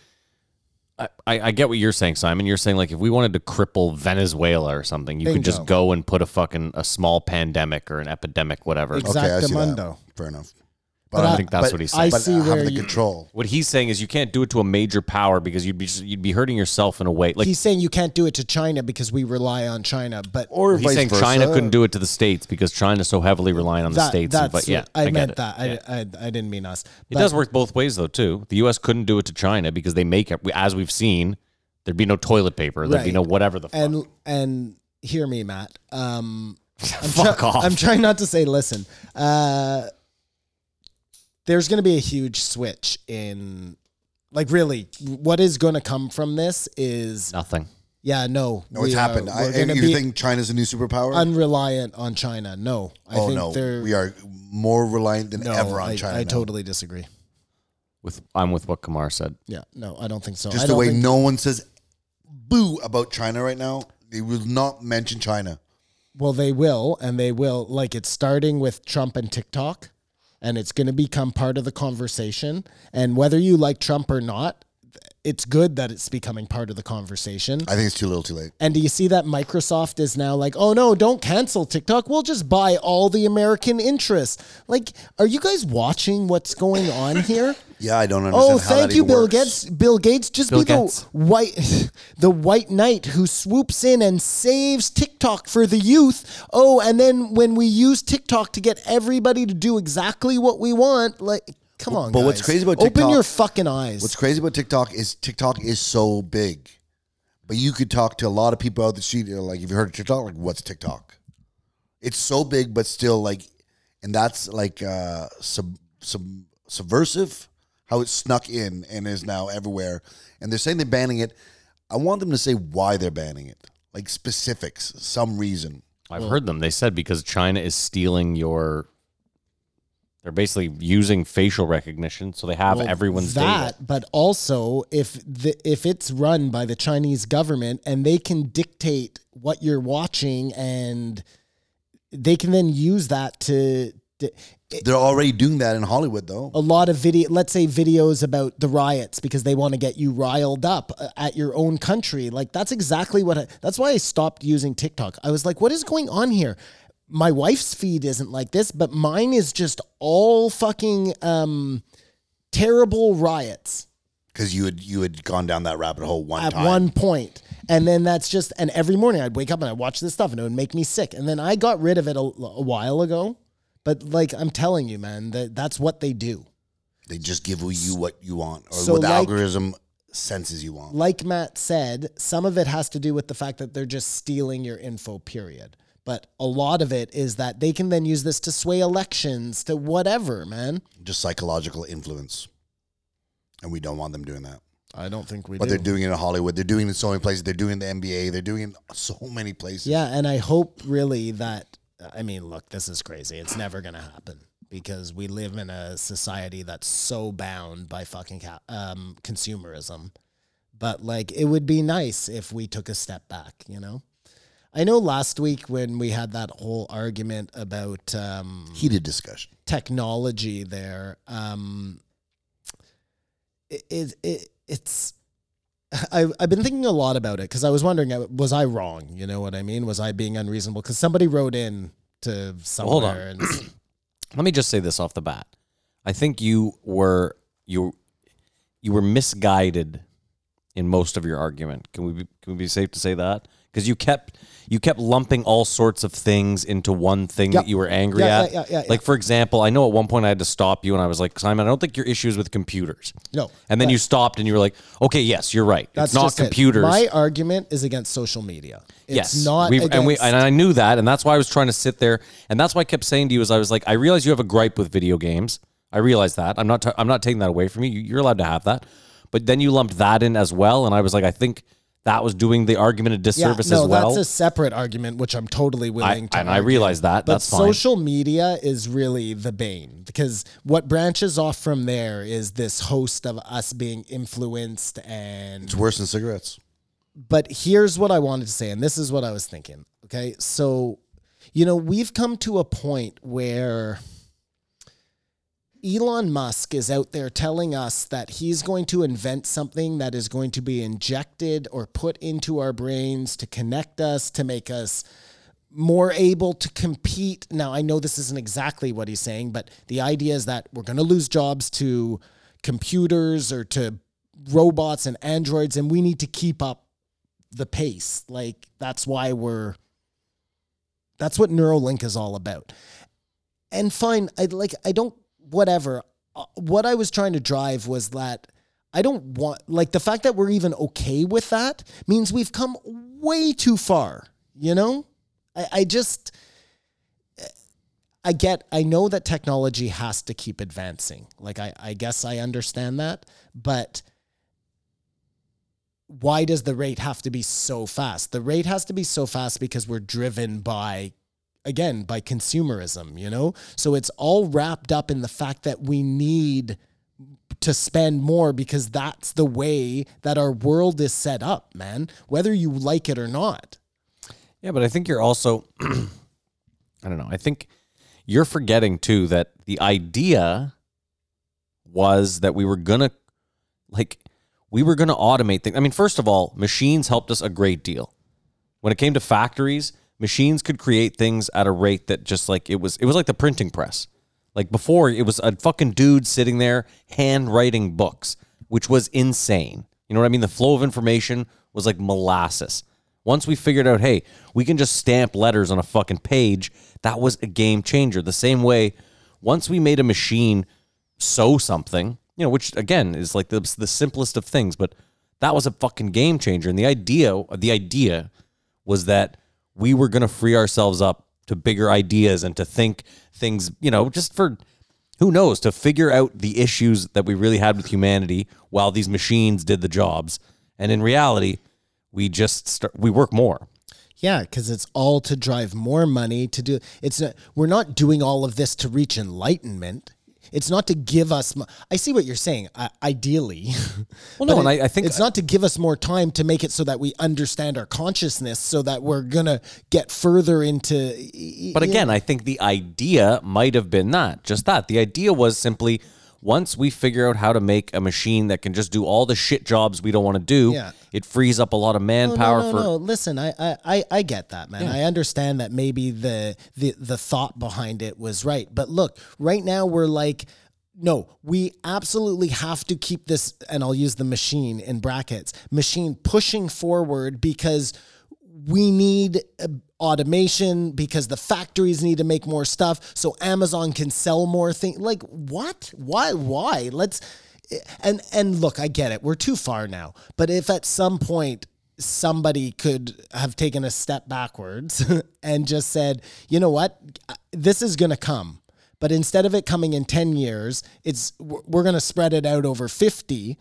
A: I, I, I get what you're saying, Simon. You're saying like if we wanted to cripple Venezuela or something, you could just
G: Bingo.
A: go and put a fucking a small pandemic or an epidemic, whatever.
G: Ex-
F: okay. I see that.
G: Exactamundo.
F: Fair enough.
A: I
G: But
A: don't think that's
F: but
A: what he's
G: I
A: saying.
F: but
G: see
F: have
G: where
F: the
G: you-
F: control.
A: what he's saying is you can't do it to a major power because you'd be you'd be hurting yourself in a way. Like
G: He's saying you can't do it to China because we rely on China, but
F: Or
A: he's
F: vice
A: saying
F: versa.
A: China couldn't do it to the states because China's so heavily reliant on the states. and- but yeah,
G: I,
A: get
G: meant
A: it.
G: that.
A: Yeah.
G: I, I, I didn't mean us.
A: It does work both ways though too. The U.S. couldn't do it to China because they make it, as we've seen, There'd be no toilet paper. There'd be
G: Right.
A: no whatever the fuck.
G: and and hear me, Matt. Um, I'm
A: Fuck off.
G: I'm trying not to say listen. Uh, there's going to be a huge switch in, like, really, what is going to come from this is,
A: Nothing.
G: yeah, no,
F: No, it's
G: we are-
F: happened. I,
G: we're going
F: and
G: to
F: you
G: be
F: think China's a new superpower?
G: unreliant on China. No, I
F: oh
G: think
F: no,
G: they're
F: we are more reliant than
G: no,
F: ever on
G: I,
F: China.
G: I
F: now.
G: totally disagree.
A: With I'm with what Kamar said.
G: Yeah, no, I don't think so. I
F: Just the
G: don't
F: way
G: think-
F: no one says boo about China right now. They will not mention China.
G: Well, they will, and they will. Like it's starting with Trump and TikTok, and it's going to become part of the conversation. And whether you like Trump or not, it's good that it's becoming part of the conversation.
F: I think it's too little, too late.
G: And do you see that Microsoft is now like, oh no, don't cancel TikTok. We'll just buy all the American interests. Like, are you guys watching what's going on here?
F: Yeah, I don't understand.
G: Oh,
F: how
G: thank
F: that
G: you,
F: even
G: Bill
F: works.
G: Gates. Bill Gates, just
A: Bill
G: be
A: Gates.
G: the white, the white knight who swoops in and saves TikTok for the youth. Oh, and then when we use TikTok to get everybody to do exactly what we want, like, come on.
F: but what's
G: guys.
F: crazy about
G: open
F: TikTok-
G: your fucking eyes.
F: What's crazy about TikTok is TikTok is so big, but you could talk to a lot of people out the street. you know, Like, if you heard of TikTok, like, what's TikTok? It's so big, but still like, and that's like uh, sub, sub, subversive. How it snuck in and is now everywhere, and they're saying they're banning it. I want them to say why they're banning it, like specifics, some reason.
A: I've heard them. They said because China is stealing your. They're basically using facial recognition, so they have
G: Well,
A: everyone's
G: that,
A: data.
G: but also if the, if it's run by the Chinese government and they can dictate what you're watching and they can then use that to, to
F: They're already doing that in Hollywood, though.
G: a lot of video let's say videos about the riots because they want to get you riled up uh, at your own country like that's exactly what I, that's why i stopped using tiktok i was like what is going on here my wife's feed isn't like this but mine is just all fucking um terrible riots
F: Because you had you had gone down that rabbit hole one
G: at
F: time.
G: one point. And then that's just, and every morning I'd wake up and I'd watch this stuff and it would make me sick. And then I got rid of it a, a while ago. But like I'm telling you, man, that that's what they do.
F: They just give you what you want, or
G: So
F: what the
G: like-
F: algorithm senses you want.
G: like Matt said, some of it has to do with the fact that they're just stealing your info, period. But a lot of it is that they can then use this to sway elections, to whatever, man.
F: just psychological influence, and we don't want them doing that.
G: I don't think we
F: But they're doing it in Hollywood. They're doing it in so many places. They're doing it in the NBA. They're doing it in so many places.
G: Yeah, and I hope really that, I mean, look, this is crazy. It's never going to happen because we live in a society that's so bound by fucking ca- um, consumerism. But like, it would be nice if we took a step back, you know? I know last week when we had that whole argument about um,
F: Heated discussion.
G: technology there. Um, it, it, it it's I, I've been thinking a lot about it because I was wondering uh, was I wrong? You know what I mean? Was I being unreasonable? Because somebody wrote in to somewhere
A: hold
G: and s-
A: Let me just say this off the bat. I think you were you you were misguided in most of your argument. Can we be, can we be safe to say that? Because you kept you kept lumping all sorts of things into one thing
G: Yeah.
A: that you were angry
G: Yeah,
A: at.
G: yeah, yeah, yeah,
A: like for example, I know at one point I had to stop you, and I was like, Simon, I don't think your issue is with computers.
G: no.
A: And then you stopped and you were like, okay, yes, you're right.
G: That's
A: it's not
G: just it.
A: computers.
G: My argument is against social media. It's
A: yes.
G: not
A: We've- and we
G: against-
A: and I knew that and that's why I was trying to sit there and that's why I kept saying to you is I was like, I realize you have a gripe with video games. I realize that. I'm not i I'm not taking that away from you. you. You're allowed to have that. But then you lumped that in as well and I was like, I think that was doing the argument a disservice
G: no,
A: as well.
G: That's a separate argument, which I'm totally willing to.
A: and I
G: argue.
A: realize that.
G: But
A: That's fine.
G: social media is really the bane because what branches off from there is this host of us being influenced and.
F: It's worse than cigarettes.
G: But here's what I wanted to say, and this is what I was thinking. Okay, so you know we've come to a point where. Elon Musk is out there telling us that he's going to invent something that is going to be injected or put into our brains to connect us, to make us more able to compete. Now, I know this isn't exactly what he's saying, but the idea is that we're going to lose jobs to computers or to robots and androids, and we need to keep up the pace. Like, that's why we're, that's what Neuralink is all about and fine i like i don't whatever Uh, what i was trying to drive was that I don't want like the fact that we're even okay with that means we've come way too far. You know, I, I just I get I know that technology has to keep advancing. Like I, I guess I understand that, but why does the rate have to be so fast? The rate has to be so fast because we're driven by again by consumerism, you know? So it's all wrapped up in the fact that we need to spend more because that's the way that our world is set up, man, whether you like it or not.
A: Yeah, but I think you're also, I don't know, I think you're forgetting too that the idea was that we were going to, like, we were going to automate things. I mean, first of all, machines helped us a great deal. When it came to factories, machines could create things at a rate that just like it was, it was like the printing press. Like before, it was a fucking dude sitting there handwriting books, which was insane. You know what I mean? The flow of information was like molasses. Once we figured out, hey, we can just stamp letters on a fucking page, that was a game changer. The same way, once we made a machine sew something, you know, which again is like the, the simplest of things, but that was a fucking game changer. And the idea, the idea was that we were going to free ourselves up to bigger ideas and to think things, you know, just for who knows, to figure out the issues that we really had with humanity while these machines did the jobs. And in reality, we just start, we work more.
G: Yeah, because it's all to drive more money to do. It's not, we're not doing all of this to reach enlightenment. It's not to give us. mo- I see what you're saying. I, ideally,
A: Well, no,
G: But
A: and
G: it-
A: I, I think
G: it's not to give us more time to make it so that we understand our consciousness, so that we're gonna get further into.
A: But again, I think the idea might have been not just that. The idea was simply once we figure out how to make a machine that can just do all the shit jobs we don't want to do,
G: Yeah.
A: it frees up a lot of manpower
G: no, no,
A: for.
G: no. Listen, I, I, I, I get that, man. I understand that maybe the, the the thought behind it was right, but look, right now we're like, no, we absolutely have to keep this, and I'll use the machine in brackets, machine pushing forward because we need uh, automation because the factories need to make more stuff so Amazon can sell more things. Like what? Why? Why? Let's eh, and and look, I get it. We're too far now. But if at some point somebody could have taken a step backwards and just said, "You know what? Uh, This is going to come." But instead of it coming in 10 years, it's we're we're going to spread it out over 50.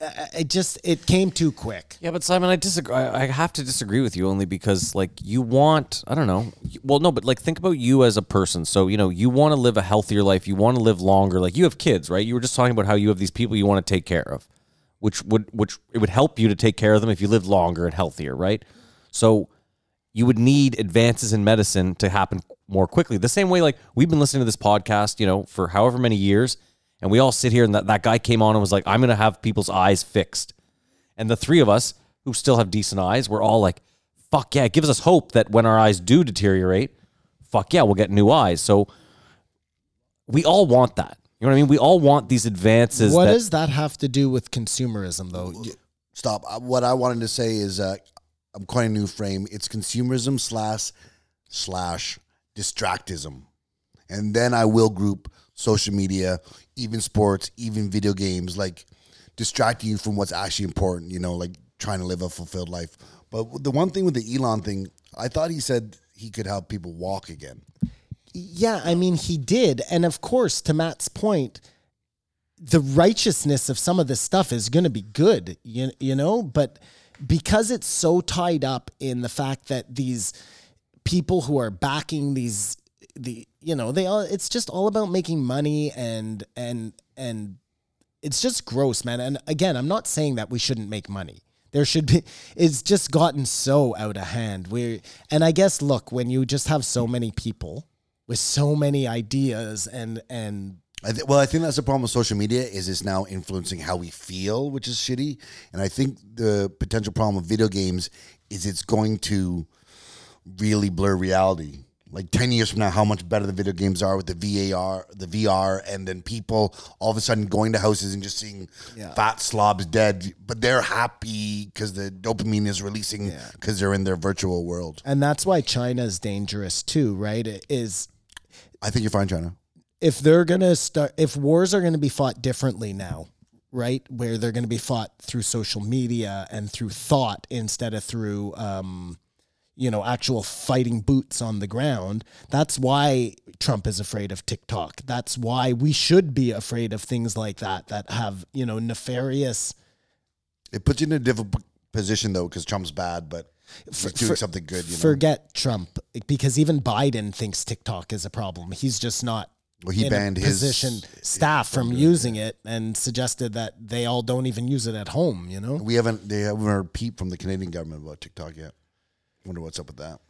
G: Uh, It just it came too quick.
A: Yeah, but Simon, I disagree. I I have to disagree with you only because, like, you want, I don't know. Well, no, but like, think about you as a person. So, you know, you want to live a healthier life. You want to live longer. Like, you have kids, right? You were just talking about how you have these people you want to take care of, which would, which it would help you to take care of them if you lived longer and healthier, right? So, you would need advances in medicine to happen more quickly. The same way, like, we've been listening to this podcast, you know, for however many years, and we all sit here and that, that guy came on and was like, I'm going to have people's eyes fixed. And the three of us who still have decent eyes, we're all like, fuck yeah, it gives us hope that when our eyes do deteriorate, fuck yeah, we'll get new eyes. So we all want that. You know what I mean? We all want these advances.
G: what
A: that,
G: does that have to do with consumerism, though? Y-
F: Stop. Uh, What I wanted to say is uh, I'm coining a new frame. It's consumerism slash slash distractism. And then I will group social media, even sports, even video games, like distracting you from what's actually important, you know, like trying to live a fulfilled life. But the one thing with the Elon thing, I thought he said he could help people walk again.
G: Yeah, I mean, he did. And of course, to Matt's point, the righteousness of some of this stuff is going to be good, you, you know? But because it's so tied up in the fact that these people who are backing these, the, you know, they all, it's just all about making money and, and, and it's just gross, man. And again, I'm not saying that we shouldn't make money. There should be. It's just gotten so out of hand. We and I guess look when you just have so many people with so many ideas and and
F: I th- well, I think that's the problem with social media is it's now influencing how we feel, which is shitty. And I think the potential problem with video games is it's going to really blur reality. Like ten years from now, how much better the video games are with the VAR, the VR, and then people all of a sudden going to houses and just seeing fat slobs dead, but they're happy because the dopamine is releasing because they're in their virtual world.
G: and that's why China's dangerous too, right? It is
F: I think you're fine, China.
G: if they're gonna start if wars are gonna be fought differently now right? Where they're going to be fought through social media and through thought instead of through, um, you know, actual fighting boots on the ground. That's why Trump is afraid of TikTok. That's why we should be afraid of things like that that have, you know, nefarious.
F: It puts you in a difficult position though, because Trump's bad, but he's
G: For-
F: doing
G: for-
F: something good. You know,
G: Forget Trump because even Biden thinks TikTok is a problem. He's just not
F: Well, he
G: in
F: banned
G: a
F: his-
G: position staff from using it and suggested that they all don't even use it at home, you know?
F: we haven't they haven't heard peep from the Canadian government about TikTok yet. Wonder what's up with that.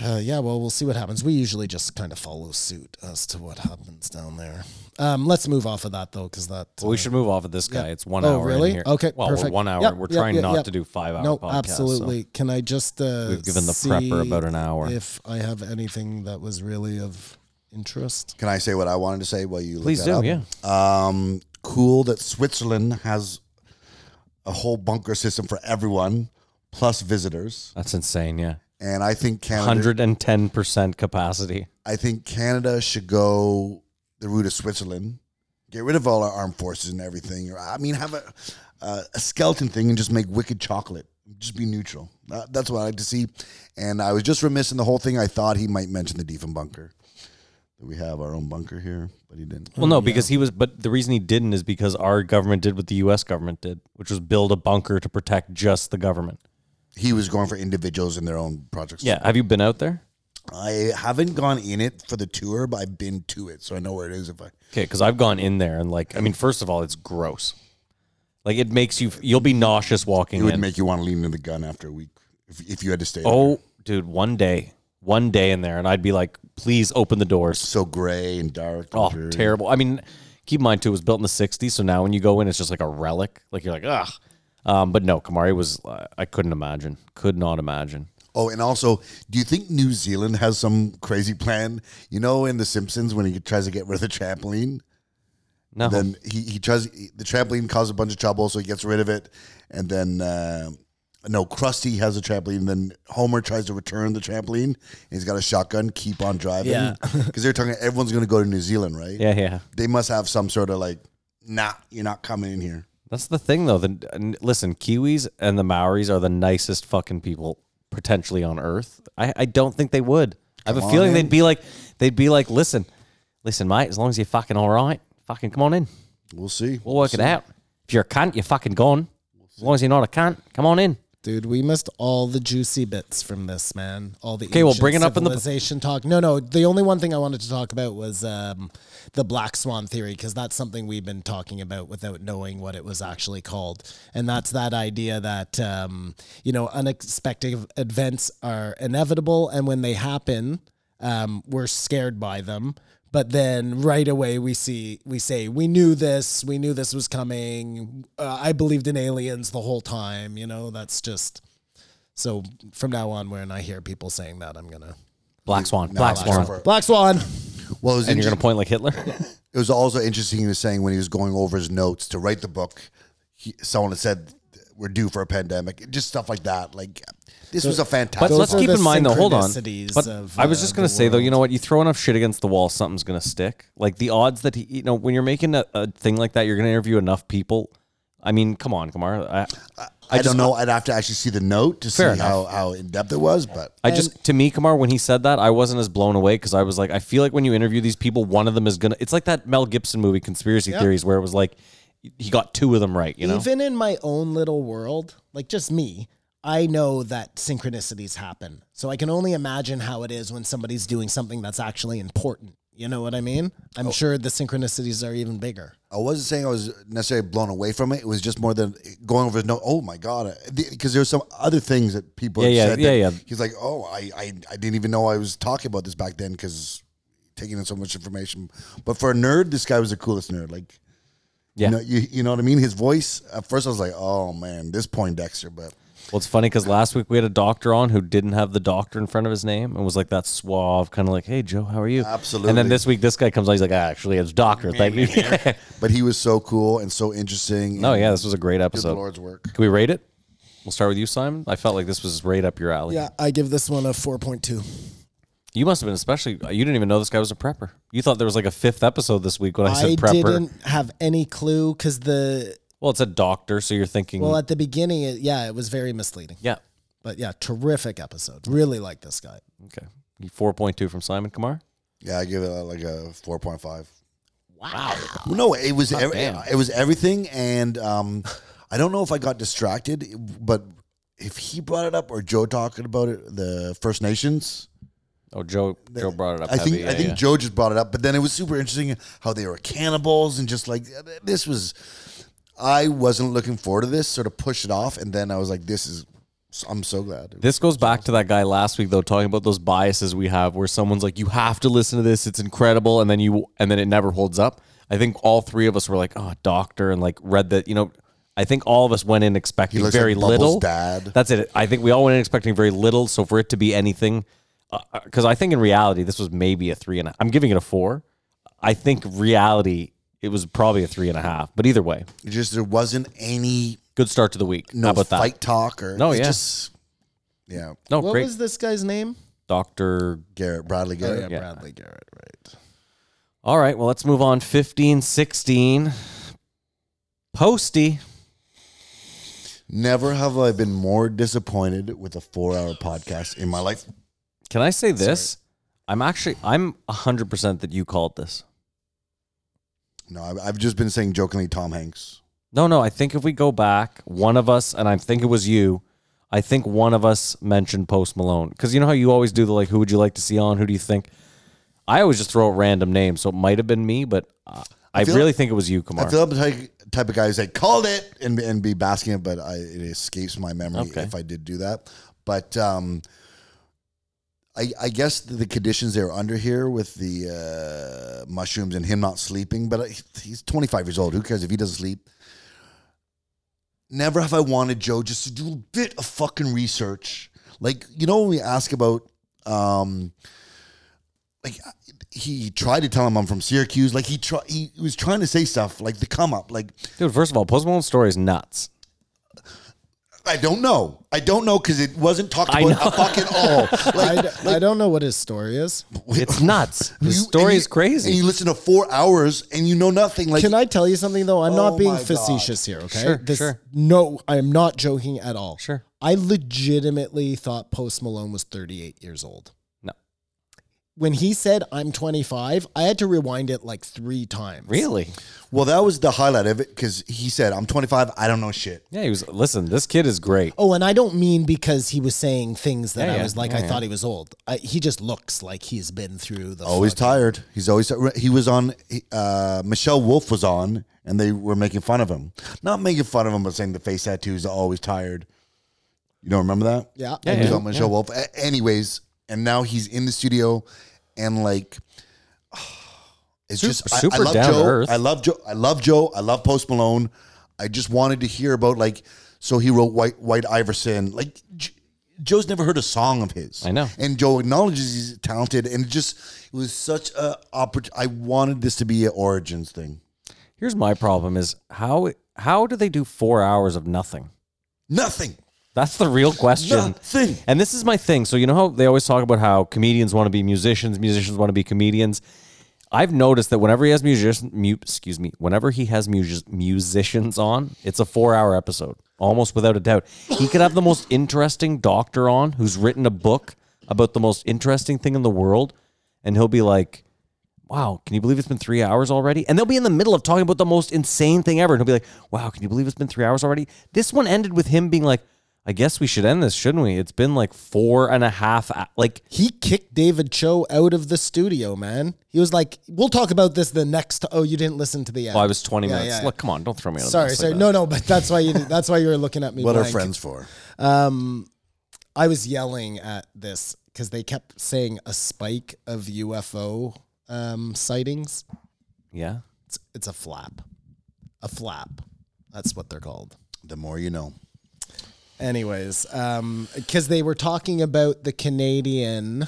G: Uh, yeah, well, we'll see what happens. We usually just kind of follow suit as to what happens down there. Um, let's move off of that though, because that uh,
A: Well, we should move off of this guy. It's one
G: Oh,
A: hour
G: really?
A: in here.
G: Okay,
A: well,
G: perfect.
A: we're one hour.
G: Yep,
A: we're
G: yep,
A: trying
G: yep,
A: not
G: yep.
A: to do five hour.
G: no,
A: podcasts, so-
G: absolutely. Can I just uh,
A: We've given the
G: see
A: prepper about an hour.
G: If I have anything that was really of interest,
F: Can I say what I wanted to say while you look
A: Please
F: that
A: do.
F: up?
A: Yeah.
F: Um, cool that Switzerland has a whole bunker system for everyone plus visitors,
A: That's insane. Yeah.
F: and I think Canada.
A: Hundred and ten percent capacity.
F: I think Canada should go the route of Switzerland, get rid of all our armed forces and everything. Or, I mean, have a uh, a skeleton thing and just make wicked chocolate. Just be neutral. Uh, that's what I like to see. And I was just remiss in the whole thing. I thought he might mention the Defen bunker. That we have our own bunker here, but he didn't.
A: Well,
G: Mm,
A: no, because he was. But the reason he didn't is because our government did what the U.S. government did, which was build a bunker to protect just the government.
F: He was going for individuals in their own projects.
A: Yeah. Have you been out there?
F: I haven't gone in it for the tour, but I've been to it, so I know where it is. If I
A: Okay, because I've gone in there and like, I mean, first of all, it's gross. Like it makes you. You'll be nauseous walking
F: it would
A: in.
F: make you want to lean into the gun after a week if, if you had to stay. there.
A: oh, dude, one day, one day in there, and I'd be like, please open the doors.
F: so gray and dark. and
A: Oh,
F: dreary.
A: terrible. I mean, keep in mind too, it was built in the '60s, so now when you go in, it's just like a relic. Like you're like, ugh. Um, but no, Kamari was. Uh, I couldn't imagine. Could not imagine.
F: Oh, and also, do you think New Zealand has some crazy plan? You know, in The Simpsons, when he tries to get rid of the trampoline,
A: No.
F: then he, he tries the trampoline causes a bunch of trouble, so he gets rid of it, and then uh, no, Krusty has a trampoline. And then Homer tries to return the trampoline, and he's got a shotgun. Keep on driving,
G: Yeah.
F: because they're talking. Everyone's going to go to New Zealand, right?
A: yeah, yeah.
F: They must have some sort of like, nah, you're not coming in here.
A: That's the thing, though. The, n- listen, Kiwis and the Maoris are the nicest fucking people potentially on Earth. I, I don't think they would. I have a
F: Come on
A: feeling
F: in.
A: they'd be like, they'd be like, listen, listen, mate. As long as you're fucking all right, fucking come on in.
F: We'll see.
A: We'll work it out. If you're a cunt, you're fucking gone. As long as you're not a cunt, come on in.
G: dude, we missed all the juicy bits from this man. All the
A: Okay, well,
G: ancient
A: bring it up in the-
G: civilization talk. No, no, the only one thing I wanted to talk about was um, the black swan theory because that's something we've been talking about without knowing what it was actually called, and that's that idea that um, you know unexpected events are inevitable, and when they happen, um, we're scared by them. But then right away we see we say we knew this, we knew this was coming. Uh, I believed in aliens the whole time. You know, that's just so from now on, when I hear people saying that, I'm gonna
A: Black Swan, Black
F: Black
A: Swan.
F: Swan.
G: Black Swan.
F: Well, it was
A: And you're
F: inter-
A: gonna point like Hitler.
F: it was also interesting he was saying when he was going over his notes to write the book he, someone had said we're due for a pandemic just stuff like that like this was a fantastic
A: But let's
G: those are
A: keep
G: the
A: in mind, though. Hold on.
G: synchronicities
A: But
G: of,
A: I was
G: uh,
A: just
G: the
A: gonna say though, you
G: world.
A: know what? You throw enough shit against the wall, something's gonna stick. Like the odds that he, you know, when you're making a, a thing like that, you're gonna interview enough people. I mean, come on, Kamar. I,
F: I,
A: just-
F: don't know I'd have to actually see the note to see
A: Fair enough.
F: how, how in depth it was but
A: I just to me, Kamar, when he said that, I wasn't as blown away because I was like, I feel like when you interview these people, one of them is gonna. It's like that Mel Gibson movie, Conspiracy Theories, where it was like he got two of them right. You know,
G: Even in my own little world, like just me, I know that synchronicities happen. So I can only imagine how it is when somebody's doing something that's actually important. You know what I mean? I'm sure the synchronicities are even bigger.
F: I wasn't saying I was necessarily blown away from it it was just more than going over his note oh my god because there were some other things that people
A: Yeah,
F: had
A: yeah,
F: said
A: yeah,
F: that
A: yeah.
F: he's like oh I, I I didn't even know I was talking about this back then because taking in so much information but for a nerd this guy was the coolest nerd like
A: yeah.
F: You know, you, you know what I mean? His voice, at first I was like, oh man, this Poindexter, but
A: Well, it's funny because last week we had a doctor on who didn't have the doctor in front of his name and was like that suave, kind of like, "Hey, Joe, how are you?" And then
F: Absolutely.
A: this week, this guy comes on. He's like, ah, "Actually, it's doctor." Thank you.
F: but he was so cool and so interesting.
A: oh
F: and
A: yeah, this was a great
F: did the
A: episode.
F: Lord's work.
A: Can we rate it? We'll start with you, Simon. I felt like this was right up your alley.
G: Yeah, I give this one a 4.2.
A: You must have been especially. uh, You didn't even know this guy was a prepper. You thought there was like a fifth episode this week when I said
G: I
A: prepper.
G: didn't have any clue because the
A: Well, it's a doctor, so you're thinking.
G: Well, at the beginning, it, yeah, it was very misleading.
A: Mm. yeah.
G: But yeah, terrific episode. Really like this guy.
A: Okay. 4.2 from Simon Kamar.
F: Yeah, I give it uh, like a four point five.
A: Wow.
F: No, it was ev-
A: damn.
F: it was everything, and um, I don't know if I got distracted, but if he brought it up or Joe talking about it, the First Nations.
A: Oh, Joe Joe brought it up.
F: I
A: heavy.
F: think
A: yeah,
F: I think
A: yeah.
F: Joe just brought it up, but then it was super interesting how they were cannibals and just like this was. I wasn't looking forward to this, sort of pushed it off, and then I was like, "This is." I'm so glad.
A: This goes back to that guy last week though, talking about those biases we have, where someone's like, "You have to listen to this; it's incredible," and then you, and then it never holds up. I think all three of us were like, "Oh, doctor," and like read that. You know, I think all of us went in expecting
F: He looks
A: very
F: like Bubbles'
A: little.
F: dad.
A: That's it. I think we all went in expecting very little. So for it to be anything, because I think in reality this was maybe a three and a, I'm giving it a four. I think reality it was probably a three and a half. But either way,
F: It just there wasn't any
A: good start to the week.
F: no
A: How about
F: fight
A: that?
F: talk or
A: No,
F: it's
A: yeah.
F: just yeah.
A: No,
G: What
A: Oh, great,
G: was this guy's name?
A: Doctor
F: Garrett Bradley
G: Oh,
F: Garrett.
G: yeah,
A: Yeah.
G: Bradley Garrett, right.
A: All right, well, let's move on. 15, 16. Posty.
F: Never have I been more disappointed with a four-hour podcast in my life.
A: Can I say this? I'm actually, I'm 100% that you called this.
F: No, I've, I've just been saying jokingly Tom Hanks.
A: No, no, I think if we go back, one of us, and I think it was you, I think one of us mentioned Post Malone. Because you know how you always do the like, who would you like to see on? Who do you think? I always just throw out random names. So it might have been me, but uh, I,
F: feel-
A: really think it was you, Kamar.
F: I feel I'm the type, type of guy who's like called it and and be basking it, but I, it escapes my memory
A: Okay.
F: if I did do that. But um, I I guess the, the conditions they were under here with the uh, mushrooms and him not sleeping, but I, he's 25 years old. Who cares if he doesn't sleep? Never have I wanted Joe just to do a bit of fucking research. Like you know when we ask about um, like he tried to tell him I'm from Syracuse. Like he try, he was trying to say stuff like the come up. Like
A: Dude, first of all, Post Malone's story is nuts.
F: I don't know. I don't know because it wasn't talked
A: I
F: about
A: know.
F: a fucking all.
G: I,
F: Like,
G: d- I don't know what his story is.
A: It's nuts. The
F: you- and
A: story
F: you-
A: is crazy.
F: And you listen to four hours and you know nothing. Like
G: Can I tell you something though? I'm
F: Oh
G: not being
F: my God.
G: facetious here, okay?
A: Sure, sure.
G: No, I am not joking at all.
A: Sure.
G: I legitimately thought Post Malone was 38 years old.
A: No.
G: When he said I'm 25, I had to rewind it like three times.
A: Really?
F: well, that was the highlight of it because he said I'm 25. I don't know shit.
A: Yeah, he was. Listen, this kid is great.
G: Oh, and I don't mean because he was saying things that
A: Yeah,
G: I
A: yeah,
G: was like,
A: yeah,
G: I
A: yeah.
G: thought he was old. I, he just looks like he's been through the.
A: Oh,
F: Always
G: fuck-
F: tired. He's always he was on. Uh, Michelle Wolf was on, and they were making fun of him. Not making fun of him, but saying the face tattoos are always tired. You don't remember that?
G: Yeah.
A: Yeah,
F: He was
A: yeah.
F: on Michelle Wolf. A- anyways, and now he's in the studio, and like, it's
A: Super-
F: just I- I,
A: super
F: love
A: down to
F: Joe.
A: earth.
F: I love Joe. I love Joe. I love Post Malone. I just wanted to hear about like, so he wrote White White Iverson. Like, J- Joe's never heard a song of his.
A: I know.
F: And Joe acknowledges he's talented, and it just it was such a oppor- I wanted this to be an origins thing.
A: Here's my problem: is how how do they do four hours of nothing?
F: Nothing.
A: That's the real question.
F: Nothing.
A: And this is my thing. So you know how they always talk about how comedians want to be musicians, musicians want to be comedians. I've noticed that whenever he has musicians, mu- excuse me, whenever he has mus- musicians on, it's a four-hour episode, almost without a doubt. He could have the most interesting doctor on, who's written a book about the most interesting thing in the world, and he'll be like, wow, can you believe it's been three hours already? And they'll be in the middle of talking about the most insane thing ever. And he'll be like, wow, can you believe it's been three hours already? This one ended with him being like, I guess we should end this, shouldn't we? It's been like four and a half. hou- Like,
G: He kicked David Cho out of the studio, man. He was like, "We'll talk about this the next." oh, you didn't listen to the. Ad.
A: oh, I was 20
G: Yeah,
A: minutes.
G: yeah, yeah.
A: Look, come on, don't throw me out of
G: Sorry,
A: this
G: sorry.
A: like
G: no,
A: that.
G: no, but that's why you that's why you were looking at me.
F: What are
G: blank. Um,
F: friends for?
G: I was yelling at this because they kept saying a spike of UFO um, sightings.
A: Yeah.
G: It's, it's a flap, a flap. That's what they're called.
F: The more you know.
G: Anyways, because they were talking about the Canadian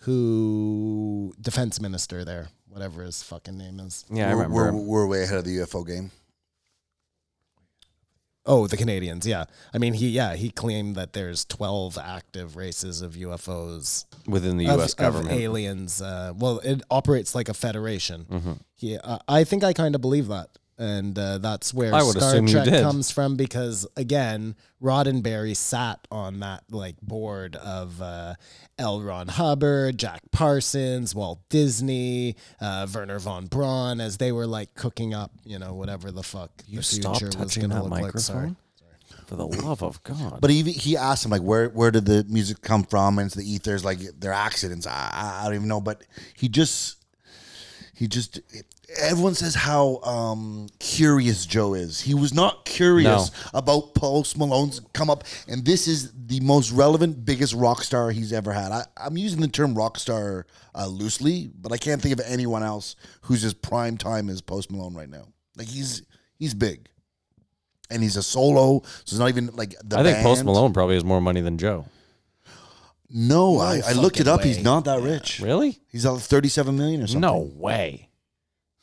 G: who defense minister there, whatever his fucking name is.
A: Yeah, I
F: We're-
A: remember.
F: We're,
A: him.
F: we're way ahead of the UFO game.
G: Oh, the Canadians. Yeah, I mean he. Yeah, he claimed that there's 12 active races of UFOs.
A: Within the
G: of-
A: U.S.
G: of
A: government. Mm-hmm.
G: aliens. Uh, well, it operates like a federation. Yeah, uh, I think I kind of believe that. and uh, that's where
A: I would
G: Star
A: assume you
G: Trek
A: did.
G: comes from because again, Roddenberry sat on that like board of uh, L. Ron Hubbard, Jack Parsons, Walt Disney, uh, Werner von Braun, as they were like cooking up, you know, whatever the fuck
A: You
G: the
A: stop
G: future was
A: touching
G: going to
A: that
G: look like. Sorry.
A: microphone. For the love of God.
F: But even he asked him like, where where did the music come from? And it's the ethers, like their accidents. I- I, I don't even know. But he just he just everyone says how um, curious Joe is. He was not curious about Post Malone's come up, and this is the most relevant, biggest rock star he's ever had. I, I'm using the term rock star uh, loosely, but I can't think of anyone else who's as prime time as Post Malone right now. Like he's he's big. And he's a solo, so it's not even like the
A: I think Post
F: band.
A: Malone probably has more money than Joe.
F: No, I, I looked it
G: fucking
F: up. He's
G: way.
F: not that rich.
A: Really?
F: He's at 37 million or something.
A: No way.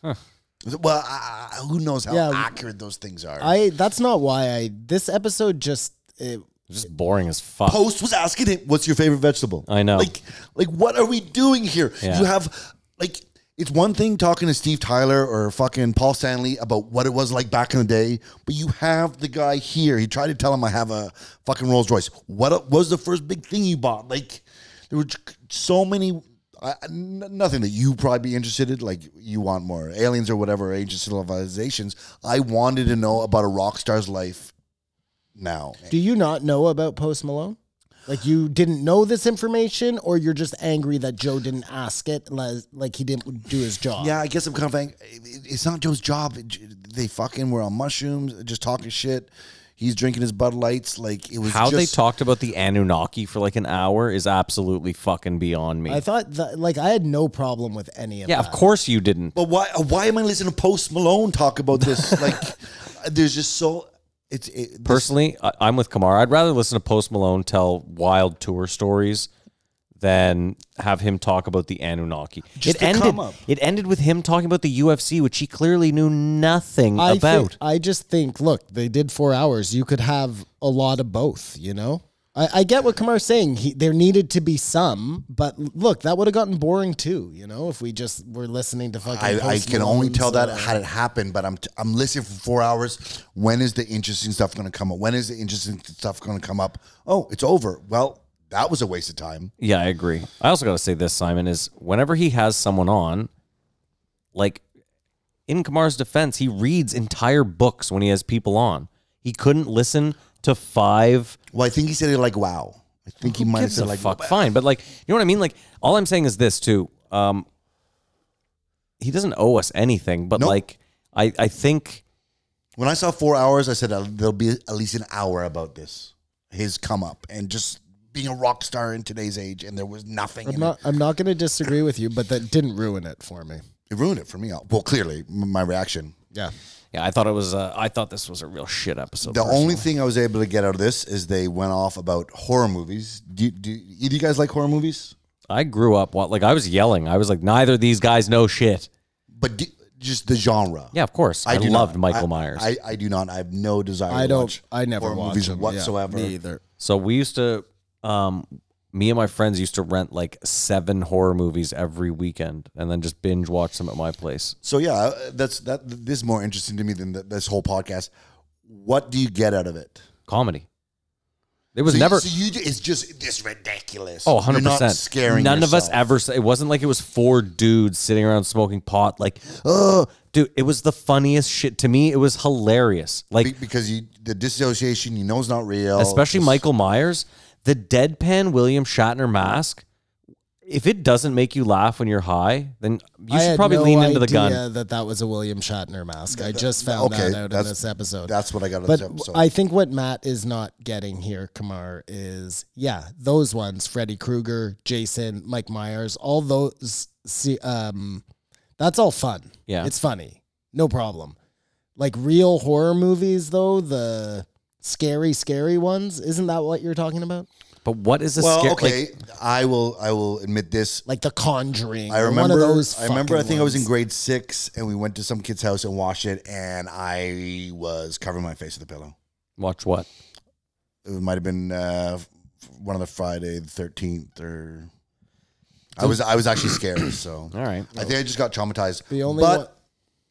F: Well, I, I- who knows how
G: Yeah.
F: accurate those things are.
G: I that's not why I this episode just it,
A: Just boring as fuck.
F: Post was asking him, "What's your favorite vegetable?"
A: I know.
F: Like, like what are we doing here?
A: Yeah.
F: You have like it's one thing talking to Steve Tyler or fucking Paul Stanley about what it was like back in the day, but you have the guy here. He tried to tell him I have a fucking Rolls Royce. What was the first big thing you bought? Like there were so many I- I- n- nothing that you probably be interested in. Like you want more aliens or whatever ancient civilizations. I wanted to know about a rock star's life now.
G: do you not know about Post Malone? Like you didn't know this information or you're just angry that Joe didn't ask it like like he didn't do his job.
F: Yeah, I guess I'm kind of like, it- it's not Joe's job. It- They fucking were on mushrooms, just talking shit. He's drinking his Bud Lights. Like it was
A: How they
F: just-
A: talked about the Anunnaki for like an hour is absolutely fucking beyond me.
G: I thought that like I had no problem with any of
A: yeah,
G: that.
A: of course you didn't.
F: But why? Why am I listening to Post Malone talk about this? like, there's just so it's it, this-
A: Personally, I, I'm with Kamara. I'd rather listen to Post Malone tell wild tour stories than have him talk about the Anunnaki.
F: Just
A: it
F: the
A: ended.
F: come up.
A: It ended with him talking about the UFC, which he clearly knew nothing
G: I
A: about.
G: Think, I just think, look, they did four hours. You could have a lot of both, you know? I, I get what Kamar's saying. He, there needed to be some, but look, that would have gotten boring too, you know, if we just were listening to fucking.
F: I, I
G: Post
F: can only
G: Malone's,
F: tell that
G: uh,
F: had it happened, but I'm t- I'm listening for four hours. When is the interesting stuff going to come up? When is the interesting stuff going to come up? Oh, it's over. Well, that was a waste of time.
A: Yeah, I agree. I also got to say this, Simon, is whenever he has someone on, like in Kamar's defense, he reads entire books when he has people on. He couldn't listen to five.
F: Well, I think he said it like wow. I think he might have
A: Gives a
F: said like
A: fuck, fine, but like, you know what I mean? Like, all I'm saying is this too. Um, he doesn't owe us anything, but
F: Nope.
A: like, I I think
F: When I saw four hours, I said uh, there'll be at least an hour about this, his come up, and just being a rock star in today's age. And there was nothing.
G: I'm
F: in
G: not, I'm not going to disagree with you, but that didn't ruin it for me.
F: it. it ruined it for me. Well, clearly, m- my reaction.
G: Yeah.
A: yeah, I thought it was. Uh, I thought this was a real shit episode.
F: The
A: personally.
F: only thing I was able to get out of this is they went off about horror movies. Do, do either of you guys like horror movies?
A: I grew up wa- like I was yelling. I was like, neither of these guys know shit.
F: But do, just the genre.
A: Yeah, of course. I,
F: do
A: loved
F: not.
A: Michael
F: I-
A: Myers.
F: I, I do not. I have no desire.
G: I
F: to
G: don't,
F: Watch
G: I never
F: horror
G: watched
F: movies
G: them. Yeah,
F: whatsoever.
G: me either.
A: So we used to, um, me and my friends used to rent like seven horror movies every weekend and then just binge watch them at my place.
F: So yeah, uh, that's that. This is more interesting to me than th- this whole podcast. What do you get out of it?
A: Comedy. It was
F: So you-
A: never.
F: so you, it's just this ridiculous.
A: Oh, 100%.
F: You're not scaring.
A: None of us
F: yourself.
A: ever. sa- It wasn't like it was four dudes sitting around smoking pot, like, oh, dude, it was the funniest shit. To me, it was hilarious. Like,
F: Be- because you the dissociation you know is not real.
A: especially
F: Just-
A: Michael Myers, the deadpan William Shatner mask. If it doesn't make you laugh when you're high, then you
G: I
A: should
G: had
A: probably
G: no
A: lean into the
G: idea
A: gun.
G: That that was a William Shatner mask. I just found
F: okay,
G: that out in
F: that's-
G: this episode.
F: That's what I got out of
G: But
F: this episode.
G: I think what Matt is not getting here, Kamar, is yeah, those ones: Freddy Krueger, Jason, Mike Myers, all those. See, um, that's all fun.
A: Yeah.
G: it's funny, no problem. Like real horror movies, though the scary, scary ones. Isn't that what you're talking about?
A: But what is a
F: well,
A: scare? like,
F: okay, I will. I will admit this.
G: Like The Conjuring.
F: I
G: or
F: remember.
G: one of those.
F: I remember. I
G: fucking
F: think I was in
G: ones.
F: grade six, and we went to some kid's house and watched it, and I was covering my face with a pillow.
A: Watch what?
F: It might have been uh, f- one of the Friday the thirteenth, or I was. I was actually scared. So
A: All right.
F: I think I just got traumatized.
G: The only
F: but,
G: one-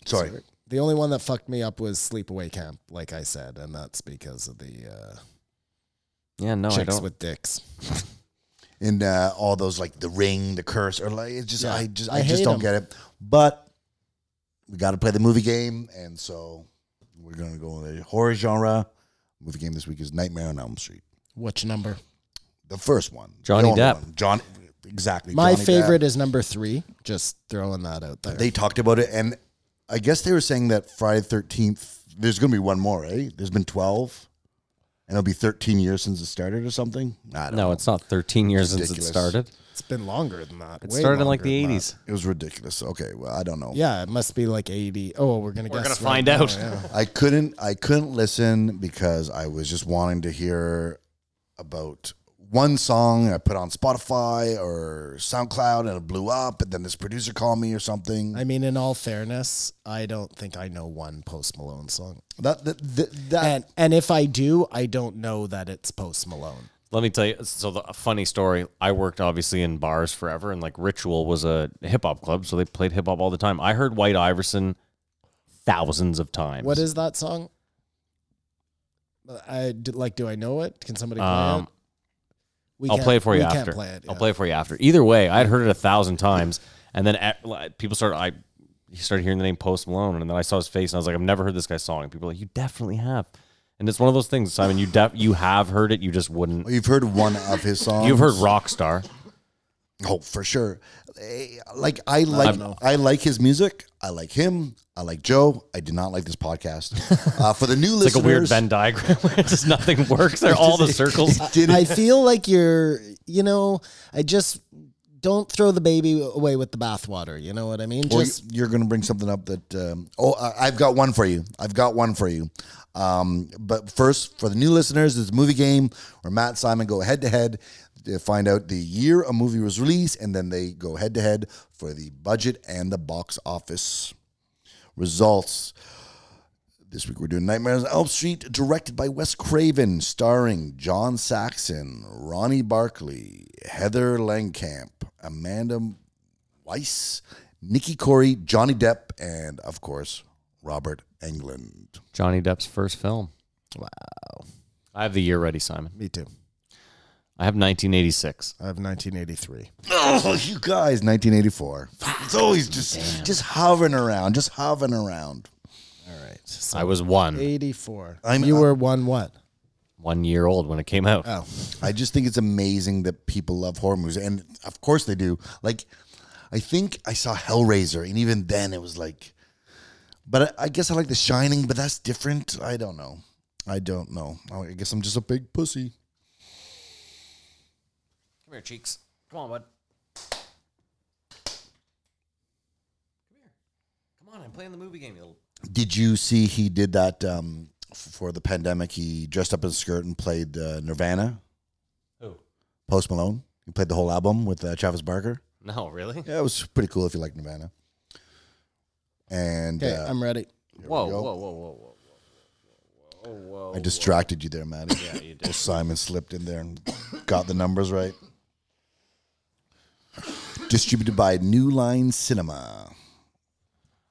F: Sorry.
G: The only one that fucked me up was Sleepaway Camp, like I said, and that's because of the uh,
A: Yeah, no, I
G: chicks
A: don't.
G: with dicks.
F: and uh, all those like the ring, the curse, or like it's just
G: Yeah.
F: I just
G: I
F: I, just
G: hate
F: don't
G: 'em.
F: get it. But we got to play the movie game, and so we're gonna go in the horror genre. Movie game this week is Nightmare on Elm Street,
G: Which number?
F: the first one, the
A: Johnny
F: only
A: Depp.
F: one. John, exactly.
G: My
F: Johnny Depp.
G: favorite is number three. Just throwing that out there.
F: They talked about it, and I guess they were saying that Friday Thirteenth. There's gonna be one more, eh? There's been twelve, and it'll be thirteen years since it started, or something. I don't know.
A: No, it's not 13 years since
F: Ridiculous.
A: it started.
G: it's been longer than that.
A: It
G: way
A: started in like
G: longer
A: the
G: than that.
A: 80s.
F: It was ridiculous. Okay, well, I don't know.
G: Yeah, it must be like 80. Oh, we're going to
A: We're
G: guess.
A: gonna
G: right
A: find
G: now,
A: out.
G: yeah.
F: I couldn't I couldn't listen because I was just wanting to hear about one song I put on Spotify or SoundCloud and it blew up and then this producer called me or something.
G: I mean, in all fairness, I don't think I know one Post Malone song.
F: that that, that, that
G: and and if I do, I don't know that it's Post Malone.
A: Let me tell you. So, the a funny story I worked obviously in bars forever, and like Ritual was a hip hop club, so they played hip hop all the time. I heard White Iverson thousands of times.
G: What is that song? I d- like. Do I know it? Can somebody play
A: Um,
G: it? We
A: I'll
G: can't-
A: play it for you
G: we
A: after.
G: Can't play it.
A: I'll
G: yeah.
A: play it for you after. Either way, I'd heard it a thousand times, and then at, like, people started. I he started hearing the name Post Malone, and then I saw his face, and I was like, I've never heard this guy's song. And people were like, you definitely have. And it's one of those things, Simon. You def- you have heard it. You just wouldn't.
F: you've heard one of his songs.
A: You've heard Rockstar.
F: Oh, for sure. Eh, Like I like I like his music. I like him. I like Joe. I do not like this podcast. Uh, for the new
A: It's
F: listeners,
A: like a weird Venn diagram where just nothing works. They're all the circles.
G: I feel like you're. You know, I just don't throw the baby away with the bathwater. You know what I mean?
F: Well,
G: Just
F: you're going to bring something up that. Um, oh, I, I've got one for you. I've got one for you. Um, but first, for the new listeners, it's a movie game where Matt and Simon go head to head to find out the year a movie was released, and then they go head to head for the budget and the box office results. This week we're doing Nightmares on Elm Street, directed by Wes Craven, starring John Saxon, Ronnie Barkley, Heather Langkamp, Amanda Weiss, Nikki Corey, Johnny Depp, and of course Robert Englund.
A: Johnny Depp's first film.
G: wow.
A: I have the year ready, Simon.
G: Me too.
A: I have 1986.
G: I have 1983.
F: Oh, you guys, 1984. It's always just just hovering around, just hovering around.
G: All right. So
A: I was one,
G: 84.
F: I'm-
G: you
F: I'm-
G: were one what?
A: one year old when it came out.
G: Oh,
F: I just think it's amazing that people love horror movies, and of course they do. Like, I think I saw Hellraiser, and even then it was like, but I, I guess I like The Shining, but that's different. I don't know. I don't know. I guess I'm just a big pussy.
A: Come here, cheeks. Come on, bud. Come here. Come on, I'm playing the movie game. you
F: Did you see he did that um, f- for the pandemic? He dressed up in a skirt and played uh, Nirvana,
A: Little...
F: Post Malone. He played the whole album with uh, Travis Barker.
A: Oh, no, really?
F: Yeah, it was pretty cool if you like Nirvana. And
G: okay.
F: uh,
G: I'm ready.
A: Whoa, whoa,
F: go.
A: whoa, whoa, whoa, whoa, whoa.
F: I distracted you there, Maddie.
A: Yeah, you did.
F: Well, Simon slipped in there and got the numbers right. Distributed by New Line Cinema.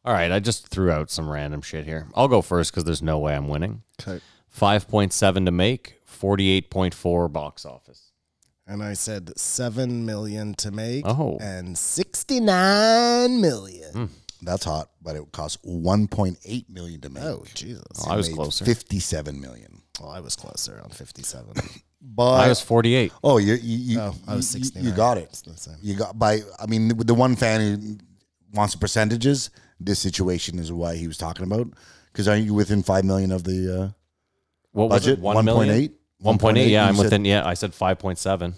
A: All right, I just threw out some random shit here. I'll go first because there's no way I'm winning.
G: Okay.
A: 5.7 to make, 48.4 box office.
G: And I said 7 million to make
A: Oh. Hmm.
G: and 69 million.
F: That's hot, but it cost 1.8 million to make.
G: Oh, Jesus.
A: I was
F: Made
A: closer.
F: 57 million.
G: Well, I was closer on 57.
F: But
A: I was 48.
F: Oh, you you, you
G: Oh, I was
F: you-
G: 69.
F: You got
G: It's
F: it.
G: the same.
F: You got by. I mean, the, the one fan who wants the percentages. This situation is why he was talking about. Because aren't you within five million of the uh,
A: What was
F: budget?
A: it? 1 million?
F: 1.8?
A: 1.8, yeah,
F: You
A: I'm
F: said
A: within. Yeah, I said 5.7.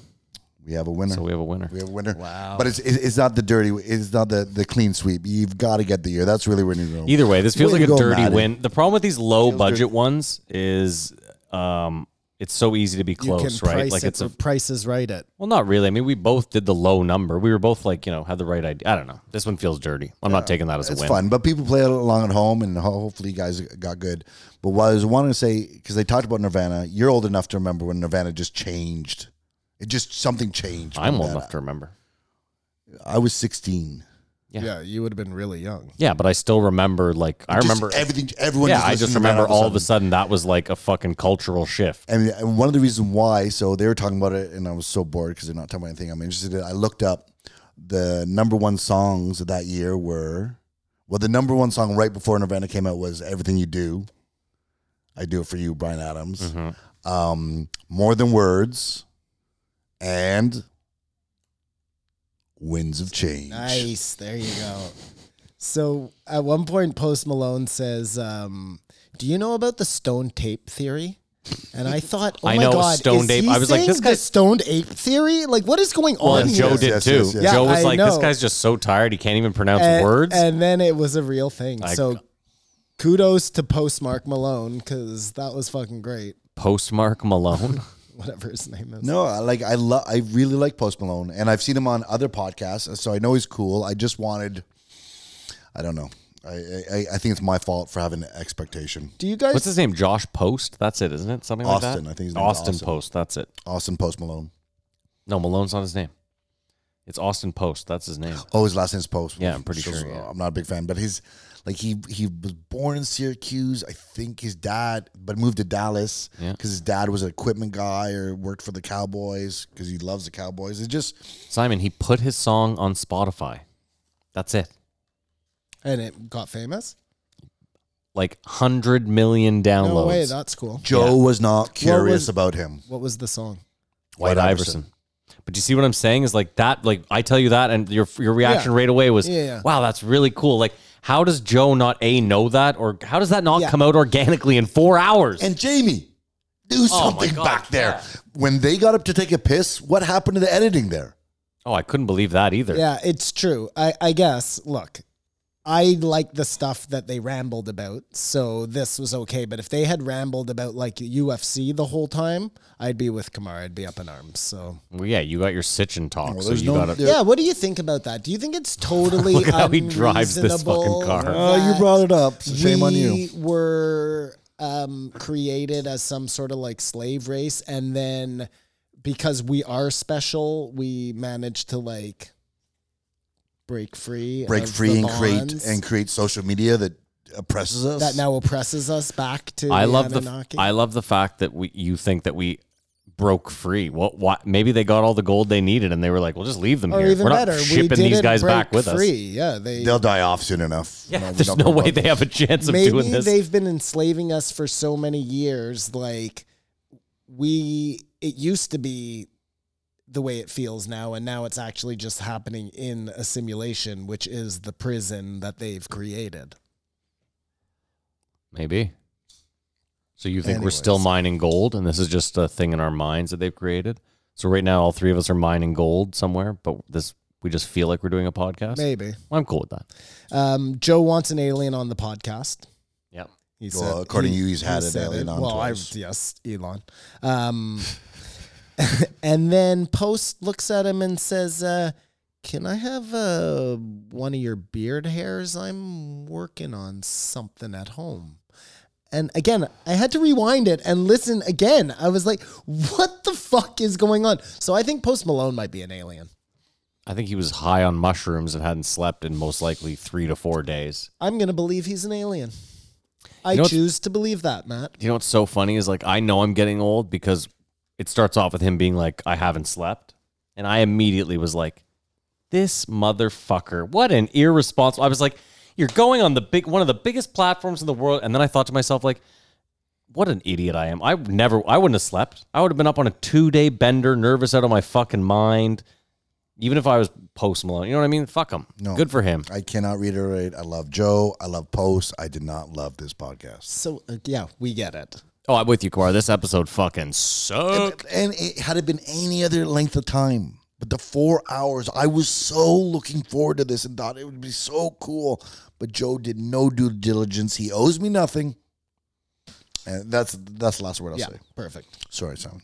F: We have a winner.
A: So we have a winner.
F: we have a winner.
G: Wow.
F: But it's it's it's not the dirty. It's not the, the clean sweep. You've got to get the year. That's really where you go.
A: Either way, this feels
F: Way
A: like
F: to
A: a
F: go,
A: dirty
F: Maddie.
A: win. The problem with these low budget ones is um, it's so easy to be
G: you can
A: close, right?
G: price
A: Like
G: it,
A: it's a
G: prices right at.
A: well, not really. I mean, we both did the low number. We were both like, you know, had the right idea. I don't know. This one feels dirty. I'm not taking that as a
F: It's
A: win.
F: fun, but people play it along at home, and ho- hopefully, you guys got good. But what I was wanting to say, because they talked about Nirvana, you're old enough to remember when Nirvana just changed. It just something changed.
A: I'm
F: when
A: old
F: that-
A: enough to remember.
F: I was 16.
G: Yeah, you would have been really young.
A: Yeah, but I still remember like I
F: Just
A: remember
F: everything. Everyone.
A: Yeah,
F: just
A: I just
F: listened to that
A: remember all of a
F: sudden.
A: sudden that was like a fucking cultural shift.
F: And, and one of the reasons why, so they were talking about it, and I was so bored because they're not talking about anything I'm interested in. I looked up the number one songs of that year were, well, the number one song right before Nirvana came out was "Everything You Do." I do it for you, Brian Adams.
A: Mm-hmm.
F: Um, More than words, and Winds of Change.
G: Nice. There you go. So at one point, Post Malone says, um, "Do you know about the stone tape theory?" And I thought, "Oh
A: I
G: my
A: know,
G: god,
A: stone
G: is
A: ape.
G: he
A: I was like,
G: saying
A: this
G: the
A: guy-
G: stoned ape theory. Like, what is going
A: Well,
G: on
A: and
G: here?"
A: Joe
F: Yes,
A: did
F: yes,
A: too.
F: yes, yes.
A: Joe
G: Yeah,
A: was
G: I
A: like, "This
G: know.
A: guy's just so tired; he can't even pronounce
G: and,
A: words."
G: and then it was a real thing.
A: I-
G: so kudos to Postmark Malone because that was fucking great.
A: Postmark Malone.
G: Whatever his name is.
F: No, I like I love I really like Post Malone, and I've seen him on other podcasts, so I know he's cool. I just wanted, I don't know. I I, I think it's my fault for having an expectation.
G: Do you guys?
A: What's his name? Josh Post. That's it, isn't it? Something like
F: Austin,
A: that.
F: I think his name is
A: Austin,
F: Austin.
A: Post. That's it.
F: Austin Post Malone.
A: No, Malone's not his name. It's Austin Post. That's his name.
F: Oh, his last name's Post.
A: Yeah, I'm pretty
F: So-
A: sure,
F: so
A: yeah.
F: I'm not a big fan, but his like he he was born in Syracuse. I think his dad, but moved to Dallas because
A: Yeah.
F: his dad was an equipment guy or worked for the Cowboys because he loves the Cowboys. It just
A: Simon. He put his song on Spotify. That's it.
G: and it got famous.
A: Like hundred million downloads.
G: No way. That's cool.
F: Joe was not curious
G: was-
F: about him.
G: What was the song?
A: White,
F: White
A: Iverson.
F: Iverson.
A: But you see what I'm saying is like that. Like I tell you that, and your your reaction
G: Yeah.
A: right away was,
G: Yeah, yeah.
A: "Wow, that's really cool." Like, how does Joe not a know that, or how does that not
G: Yeah.
A: come out organically in four hours?
F: and Jamie do
A: Oh my
F: something
A: God,
F: back there.
A: yeah.
F: When they got up to take a piss, what happened to the editing there?
A: oh, I couldn't believe that either.
G: Yeah, it's true. I, I guess. Look, I like the stuff that they rambled about, so this was okay. But if they had rambled about like UFC the whole time, I'd be with Kamara. I'd be up in arms. So
A: Well, yeah, you got your Sitchin talk,
F: Well,
A: so
F: there's
A: you
F: no-
A: got it.
F: there-
G: yeah, what do you think about that? Do you think it's totally
A: Look how he drives this
G: unreasonable
A: fucking car.
F: Oh, you
G: that
F: brought it up. So shame on
G: we
F: you.
G: were um, created as some sort of like slave race, and then because we are special, we managed to like break free,
F: Break
G: of
F: free
G: the
F: and create
G: bonds
F: and create social media that oppresses us.
G: that now oppresses us back to
A: I
G: the
A: love the
G: Anunnaki.
A: I love the fact that we you think that we broke free. What what? Maybe they got all the gold they needed, and they were like, "Well, just leave them
G: or
A: here.
G: even
A: we're not
G: better, we
A: shipping
G: didn't
A: these guys
G: break
A: back with
G: free.
A: us."
G: Yeah, they
F: they'll die off soon enough.
A: Yeah,
F: No, we
A: there's
F: don't
A: no
F: care
A: way
F: about
A: they have a chance of
G: maybe
A: doing this.
G: they've been enslaving us for so many years like we it used to be the way it feels now and now it's actually just happening in a simulation which is the prison that they've created
A: Maybe. So you think we're still mining gold, and this is just a thing in our minds that they've created? So right now, all three of us are mining gold somewhere, but this we just feel like we're doing a podcast.
G: maybe
A: Well, I'm cool with that.
G: um, joe wants an alien on the podcast
A: Yeah.
G: he
F: Well, according to you, he's had an
G: said
F: alien
G: it.
F: on
G: well
F: twice.
G: I, yes elon um, and then post looks at him and says uh, can i have uh, one of your beard hairs i'm working on something at home and again i had to rewind it and listen again i was like what the fuck is going on so i think post malone might be an alien
A: I think he was high on mushrooms and hadn't slept in most likely three to four days.
G: i'm gonna believe he's an alien i
A: know what's-
G: choose to believe that matt
A: You know what's so funny is like I know I'm getting old because it starts off with him being like, I haven't slept. And I immediately was like, This motherfucker, what an irresponsible I was like, You're going on the big one of the biggest platforms in the world. And then I thought to myself, like, what an idiot I am. I would never I wouldn't have slept. I would have been up on a two day bender, nervous out of my fucking mind. Even if I was post Malone. You know what I mean? Fuck him.
F: No.
A: Good for him.
F: I cannot reiterate. I love Joe. I love Post. I did not love this podcast.
G: so uh, yeah we get it
A: Oh, I'm with you, Kamara. This episode fucking sucked.
F: And it, had it been any other length of time, but the four hours, I was so looking forward to this and thought it would be so cool. But Joe did no due diligence. He owes me nothing. And that's that's the last word I'll
G: yeah
F: say.
G: perfect
F: Sorry, Simon.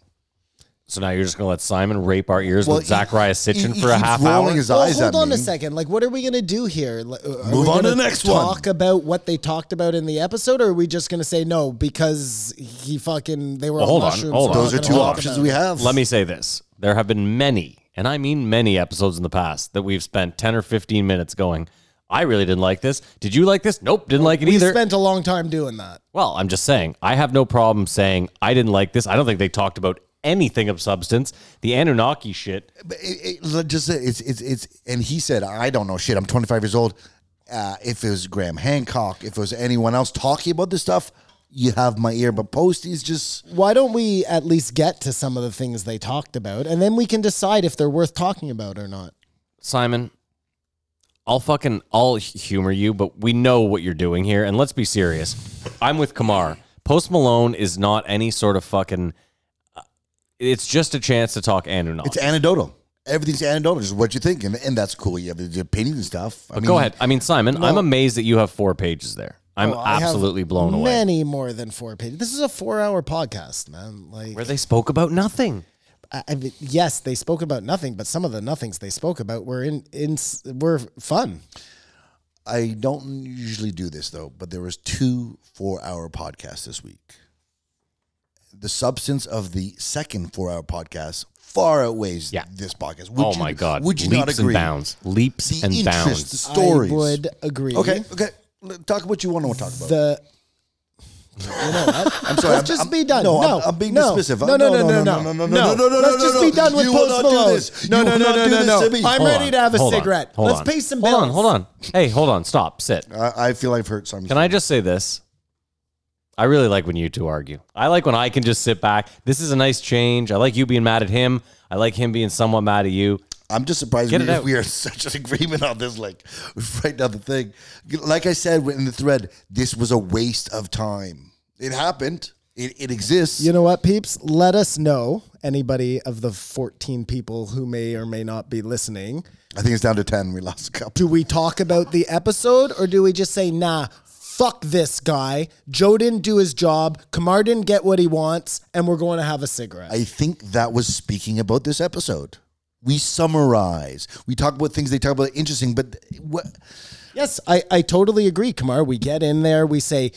A: So now you're just gonna let Simon rape our ears
F: Well,
A: with
F: he-
A: Zachariah Sitchin
F: he-
A: for a
F: he
A: half
F: keeps
A: hour?
F: rolling his
G: Well,
F: eyes
G: hold
F: at
G: on
F: me.
G: a second. Like, what are we gonna do here? Like, uh, are
F: Move
G: we
F: on to
G: gonna
F: the next
G: talk
F: one.
G: Talk about what they talked about in the episode, or are we just gonna say no because he fucking they were
A: Well,
G: all
A: hold on,
G: mushrooms?
A: hold
G: we're
A: on.
G: not
F: Those are
G: gonna
F: two
G: talk
F: options
G: about
F: we
G: it.
F: have.
A: Let me say this: there have been many and I mean many episodes in the past that we've spent 10 or 15 minutes going, I really didn't like this. Did you like this? Nope, didn't like it
G: We
A: either.
G: spent a long time doing that.
A: Well, I'm just saying, I have no problem saying I didn't like this. I don't think they talked about anything of substance. The Anunnaki shit.
F: But it, it, let- just say it's it's it's and he said I don't know shit. I'm 25 years old. Uh, if it was Graham Hancock, if it was anyone else talking about this stuff, you have my ear. But Posty's just
G: Why don't we at least get to some of the things they talked about and then we can decide if they're worth talking about or not?
A: Simon, I'll fucking I'll humor you, but we know what you're doing here, and let's be serious. I'm with Kamar. Post Malone is not any sort of fucking. uh, It's just a chance to talk Anunnaki.
F: it's anecdotal. Everything's anecdotal. Just what you think, and, and that's cool. You have the opinions and stuff. I
A: but go ahead. I mean, Simon, I'm amazed that you have four pages there. I'm
G: Oh, I have
A: absolutely blown away.
G: Many more than four pages. This is a four-hour podcast, man. Like,
A: Where they spoke about nothing.
G: I, I mean, yes, they spoke about nothing, but some of the nothings they spoke about were in, in were fun.
F: I don't usually do this though, but there was two four-hour podcasts this week. The substance of the second four-hour podcast far outweighs
A: Yeah.
F: this podcast. Would
A: Oh
F: you-
A: my god!
F: Would you
A: Leaps
F: not agree?
A: and bounds. Leaps
F: The
A: and
F: interest, the
A: bounds.
F: stories.
G: I would agree.
F: Okay, okay. L- Talk what you want to talk about.
G: The you know what? I'm
F: sorry,
G: Let's
F: I'm-
G: just
F: I'm-
G: be done.
F: no,
G: No,
F: I'm- I'm being
G: no,
F: dismissive.
G: No, no, no, no, no, no, no, no, no,
F: no,
G: Let's
F: no,
G: just
F: no,
G: be
F: no.
G: done with
F: You will not
G: Post
F: do
G: Malone.
F: this.
G: No,
F: You
G: no,
F: will
G: no,
F: not
G: no,
F: do
G: no,
F: this to me.
G: no. I'm
F: Hold
G: ready to have a
A: Hold on,
G: cigarette.
A: hold
G: Let's
A: on.
G: pay some
A: Hold
G: bills.
A: on, hold on. Hey, hold on. Stop. Sit.
F: I, I feel I've hurt some.
A: Can I just say this? I really like when you two argue. I like when I can just sit back. This is a nice change. I like you being mad at him. I like him being somewhat mad at you.
F: I'm just surprised
A: Get
F: we,
A: it out.
F: we are in such an agreement on this. Like right now, the thing, like I said in the thread, this was a waste of time. It happened. It, it exists.
G: You know what, peeps? Let us know anybody of the 14 people who may or may not be listening.
F: I think it's down to ten. We lost a couple.
G: Do we talk about the episode or do we just say, nah, fuck this guy? Joe didn't do his job. Kamar didn't get what he wants, and we're going to have a cigarette.
F: I think that was speaking about this episode. We summarize. We talk about things they talk about interesting, but what
G: Yes, I, I totally agree, Kamar. We get in there, we say,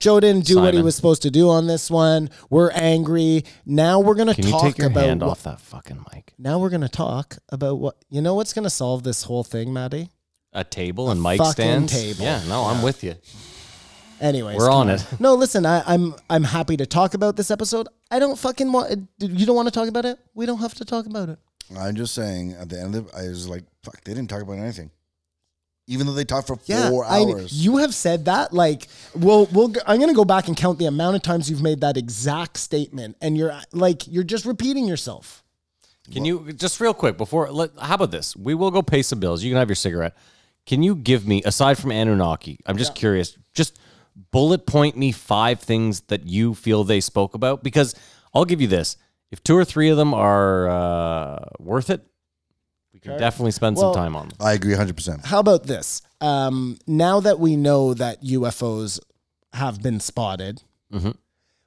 G: Joe didn't do what he
A: Simon.
G: was supposed to do on this one. We're angry. Now we're gonna
A: Can you
G: talk
A: take your
G: about
A: hand
G: what,
A: off that fucking mic?
G: now we're gonna talk about what you know what's gonna solve this whole thing, Maddie?
A: A table and mic
G: fucking
A: stands.
G: table.
A: Yeah, no, I'm with you.
G: Anyways,
A: We're on
G: Kamar.
A: it.
G: No, listen, I, I'm I'm happy to talk about this episode. I don't fucking want you don't want to talk about it? We don't have to talk about it.
F: I'm just saying. At the end of, I was like, fuck. They didn't talk about anything, even though they talked for
G: Yeah,
F: four
G: I-
F: hours.
G: you have said that. Like, well, we'll. g- I'm gonna go back and count the amount of times you've made that exact statement, and you're like, you're just repeating yourself.
A: Can you just real quick before? Let, how about this? We will go pay some bills. You can have your cigarette. Can you give me, aside from Anunnaki, I'm just curious, just bullet point me five things that you feel they spoke about? Because I'll give you this: if two or three of them are uh, worth it, we can definitely spend
G: Well-
A: some time on them.
F: I agree 100. percent
G: How about this? Um, now that we know that UFOs have been spotted,
A: Mm-hmm.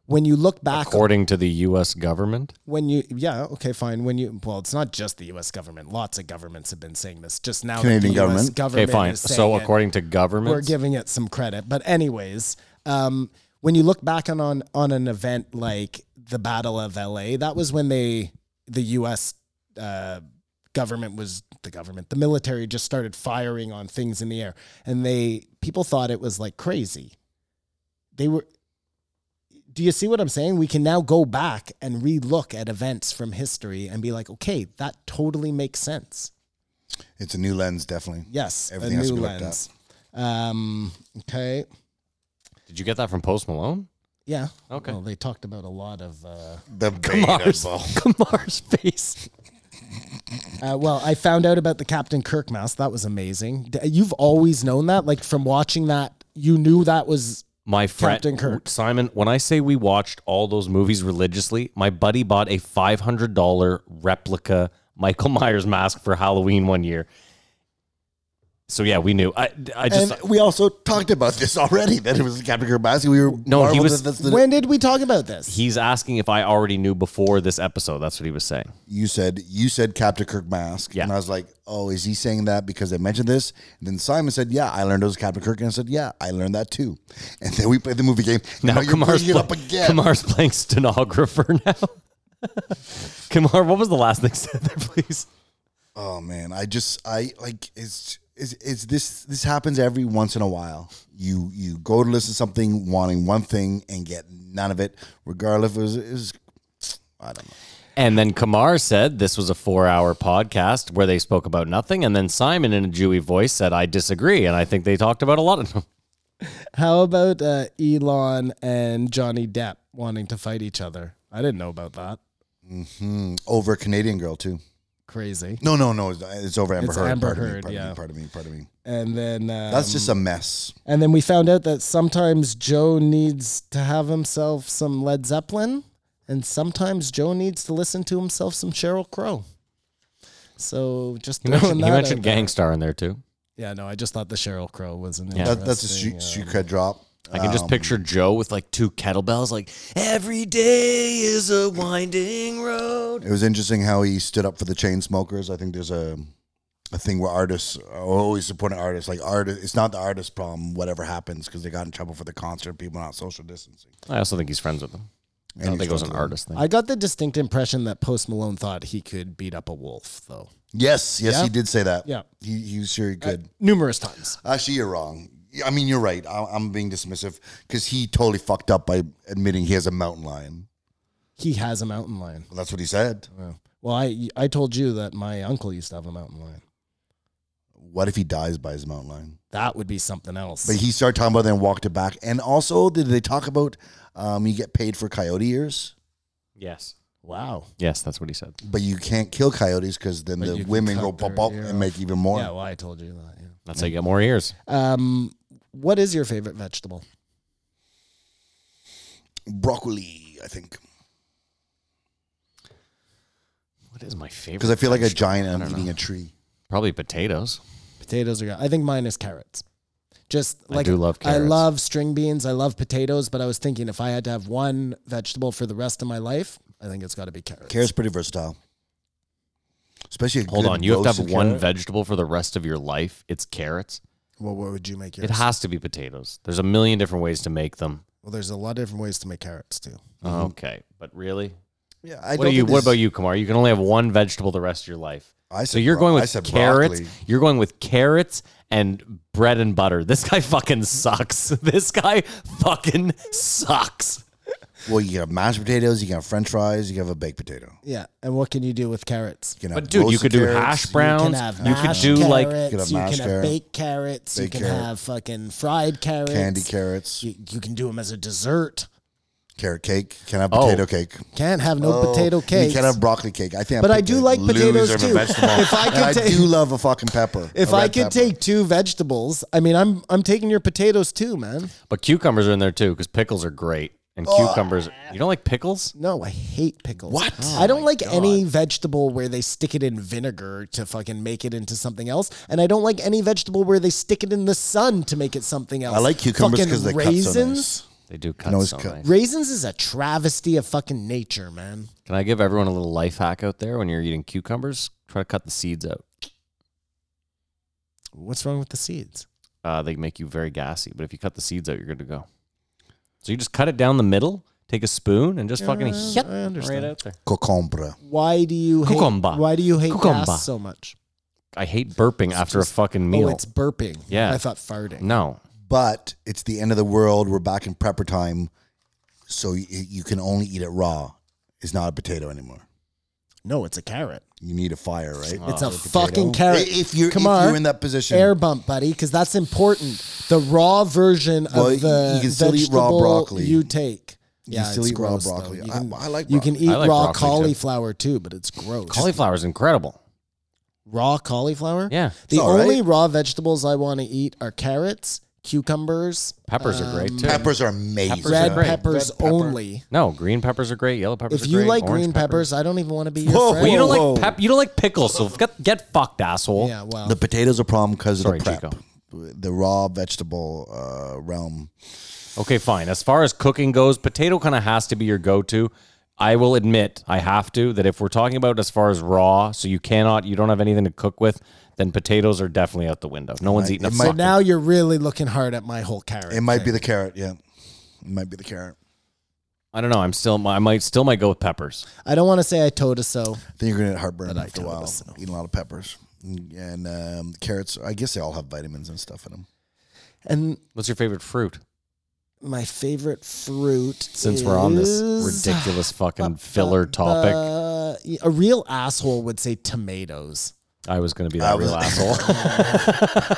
G: when you look back,
A: According to the U.S. government,
G: when you yeah, okay, fine. When you well, it's not just the U.S. government. Lots of governments have been saying this. Just now, that
F: Canadian
G: the US
F: government. Okay,
A: okay,
G: government
A: fine.
G: is
A: So
G: saying it.
A: according to
G: we're
A: government,
G: giving it some credit. But anyways, um, when you look back on, on on an event like the Battle of LA, that was when they the U.S. Uh, government was the government, the military just started firing on things in the air, and they people thought it was like crazy. They were. Do you see what I'm saying? We can now go back and relook at events from history and be like, okay, that totally makes sense.
F: It's a new lens, definitely.
G: Yes,
F: Everything
G: a
F: has
G: new
F: to be looked
G: lens. Um, okay.
A: did you get that from Post Malone?
G: Yeah.
A: Okay.
G: Well, they talked about a lot of. Uh,
F: The Kamar's.
A: Kamar's face.
G: uh, well, I found out about the Captain Kirk mask. That was amazing. D- You've always known that, like from watching that, you knew that was.
A: My friend
G: Captain Kirk.
A: Simon, when I say we watched all those movies religiously, my buddy bought a $500 replica Michael Myers mask for Halloween one year. So yeah, we knew. I I just
F: And we also talked about this already. That it was Captain Kirk Bassey. We were
A: No, he
F: marveled
A: was-
F: that that's the-
G: when did we talk about this?
A: he's asking if I already knew before this episode. That's what he was saying.
F: you said you said Captain Kirk mask,
A: Yeah.
F: and I was like, oh, is he saying that because they mentioned this? And then Simon said, yeah, I learned it was Captain Kirk, and I said, yeah, I learned that too. And then we played the movie game. and
A: Now
F: you're
A: Kamar's,
F: bringing it
A: play-
F: up again.
A: Kamar's playing stenographer now. Kamar, what was the last thing said there, please?
F: Oh man, I just I like it's is it's this this happens every once in a while. You you go to listen to something wanting one thing and get none of it, regardless of it was, it was I don't know.
A: And then Kamar said this was a four hour podcast where they spoke about nothing. And then Simon, in a Jewy voice, said, I disagree. And I think they talked about a lot of them.
G: How about uh, Elon and Johnny Depp wanting to fight each other? I didn't know about that.
F: Over a Canadian girl too.
G: Crazy.
F: No, no, no. It's, it's over Amber
G: It's
F: Heard.
G: Amber
F: pardon me,
G: Heard,
F: pardon
G: yeah.
F: Me, pardon me. Pardon me.
G: And then uh,
F: That's just a mess.
G: and then we found out that sometimes Joe needs to have himself some Led Zeppelin, and sometimes Joe needs to listen to himself some Cheryl Crow. So just
A: He
G: throwing
A: mentioned,
G: that
A: he
G: out
A: mentioned
G: there.
A: Gangstar in there, too.
G: Yeah, no, I just thought the Cheryl Crow was an
F: That, that's a street,
G: interesting, uh,
F: street cred drop.
A: I can
F: Um,
A: just picture Joe with like two kettlebells, like, every day is a winding road.
F: Um, It was interesting how he stood up for the chain smokers. I think there's a a thing where artists are always supporting artists. Like art, it's not the artist problem. Whatever happens, because they got in trouble for the concert, people not social distancing.
A: I also think he's friends with them. I don't
F: he's
A: think it was
F: friends
A: an
F: with
A: artist thing.
G: I got the distinct impression that Post Malone thought he could beat up a wolf, though.
F: Yes, yes,
G: Yeah.
F: he did say that.
G: Yeah.
F: he, he was sure he could.
G: Numerous times.
F: Actually, you're wrong. I mean, you're right. I, I'm being dismissive because he totally fucked up by admitting he has a mountain lion.
G: He has a mountain lion.
F: Well, that's what he said.
G: Well, I I told you that my uncle used to have a mountain lion.
F: What if he dies by his mountain lion?
G: That would be something else.
F: But he started talking about that and walked it back. And also, did they talk about um, you get paid for coyote ears?
A: yes.
G: wow.
A: Yes, that's what he said.
F: But you can't kill coyotes because then
G: But you
F: the
G: can
F: women
G: cut
F: go
G: their
F: pop up
G: ear
F: and
G: off.
F: make even more.
G: Yeah, well, I told you that. Yeah.
A: That's how you get more ears.
G: Um, what is your favorite vegetable?
F: Broccoli, I think.
A: What is my favorite?
F: Because I feel like a
A: vegetable?
F: giant and
A: I
F: I'm
A: don't
F: eating
A: know.
F: a tree.
A: Probably potatoes.
G: Potatoes are. good. I think mine is carrots. Just
A: I
G: like
A: do love
G: I
A: carrots.
G: love string beans. I love potatoes. But I was thinking if I had to have one vegetable for the rest of my life, I think it's got to be carrots.
F: Carrot's pretty versatile. Especially a
A: Hold
F: good
A: on. You have to have
F: roasted
A: one
F: carrot.
A: vegetable for the rest of your life. It's carrots.
G: Well, what would you make yours?
A: It has to be potatoes. There's a million different ways to make them.
G: well, there's a lot of different ways to make carrots too.
A: Okay, but really,
F: Yeah, Mm-hmm. I
A: what
F: don't
A: do you?
F: think
A: What
F: this-
A: about you, Kamar? You can only have one vegetable the rest of your life.
F: I
A: so
F: said
A: you're
F: bro-
A: going
F: I
A: with
F: said
A: carrots.
F: broccoli.
A: You're going with carrots and bread and butter. This guy fucking sucks. This guy fucking sucks.
F: Well, you can have mashed potatoes, you can have french fries, you can have a baked potato.
G: Yeah, and what can you do with carrots?
F: You can have
A: But dude, you
F: roasted
A: could do
F: carrots,
A: hash
F: you-
A: browns.
G: You can have
A: You could
G: mashed
A: do like
G: carrots,
F: You can have
G: you
F: mashed
G: can have
F: carrot,
G: baked carrots. you
F: baked
G: can
F: carrot.
G: have fucking fried carrots.
F: Candy carrots,
G: You, you can do them as a dessert.
F: carrot cake. Can I have
A: Oh.
F: potato cake?
G: Can't have no
F: Oh,
G: potato cake.
F: You can have broccoli cake. I think,
G: But I
F: picked
G: do
F: a
G: like potatoes,
F: loser of a
G: too.
F: vegetable.
G: If I
F: And
G: could take-
F: do love a fucking pepper.
G: If
F: a
G: I
F: red
G: could
F: pepper.
G: take two vegetables, I mean, I'm I'm taking your potatoes too, man.
A: But cucumbers are in there too because pickles are great. And
F: Oh.
A: cucumbers, you don't like pickles?
G: No, I hate pickles.
F: What?
G: I don't like any vegetable where they stick it in vinegar to fucking make it into something else, and I don't like any vegetable where they stick it in the sun to make it something else.
F: I like cucumbers
G: Fucking
F: because they cut so
G: raisins.
F: nice.
A: They do cut
F: No, it's
A: so
F: cut.
A: nice.
G: Raisins is a travesty of fucking nature, man.
A: Can I give everyone a little life hack out there when you're eating cucumbers? Try to cut the seeds out.
G: What's wrong with the seeds?
A: Uh, they make you very gassy, but if you cut the seeds out, you're good to go. So you just cut it down the middle, take a spoon, and just fucking hit
G: Uh, I understand.
A: right out there.
F: Cucumber.
G: Why do you hate,
A: Cucumber.
G: Why do you hate
A: Cucumber.
G: gas so much?
A: I hate burping after a fucking meal.
G: Oh, it's burping.
A: Yeah.
G: I thought farting.
A: no,
F: But it's the end of the world. We're back in prepper time, so you, you can only eat it raw. It's not a potato anymore.
G: No, it's a carrot.
F: You need a fire, right?
G: It's
A: Oh,
G: a fucking carrot.
F: If you're- if
G: Kamar,
F: you're in that position.
G: air bump, buddy, because that's important. The raw version
F: Well,
G: of the
F: you can still eat raw
G: vegetable
F: broccoli.
G: you take.
F: You still
G: it's
F: eat raw
G: gross, though.
F: broccoli.
G: You
F: I-
G: can,
F: I like
G: You can
F: broccoli.
G: eat
A: I like
G: raw
A: broccoli, too.
G: cauliflower too, but it's gross.
A: cauliflower is incredible.
G: raw cauliflower.
A: Yeah.
G: The
F: It's all
G: only
F: right.
G: raw vegetables I want to eat are carrots, cucumbers,
A: Peppers are great too.
F: Peppers are amazing.
A: Peppers
G: red
A: are great.
G: peppers
F: Red pepper.
G: only.
A: No, green peppers are great. Yellow peppers.
G: If
A: are
G: you
A: great,
G: like
A: orange
G: green peppers, I don't even want to be your
F: Whoa,
G: friend.
A: well, you don't
F: Whoa.
A: like pep. You don't like pickles, so get get fucked, asshole.
G: yeah, well,
F: The potatoes are problem because of
A: Sorry,
F: the prep.
A: Chico.
F: The raw vegetable uh, realm.
A: Okay, fine. As far as cooking goes, potato kind of has to be your go-to. I will admit, I have to that if we're talking about as far as raw, so you cannot, you don't have anything to cook with, then potatoes are definitely out the window. No one's eating a
F: it might-
G: so
A: fucking.
G: now you're really looking hard at my whole carrot.
F: It might be the carrot. Yeah, it might be the carrot.
A: I don't know. I'm still. I might still might go with peppers.
G: I don't want to say I told us so.
F: Then you're gonna get heartburn after a
G: told
F: while.
G: us so.
F: Eating a lot of peppers and um, carrots. I guess they all have vitamins and stuff in them.
G: And
A: What's your favorite fruit?
G: my favorite fruit.
A: Since we're on this
G: is-
A: ridiculous fucking filler topic,
G: Uh, a real asshole would say tomatoes.
A: I was gonna be that
F: was-
A: real asshole.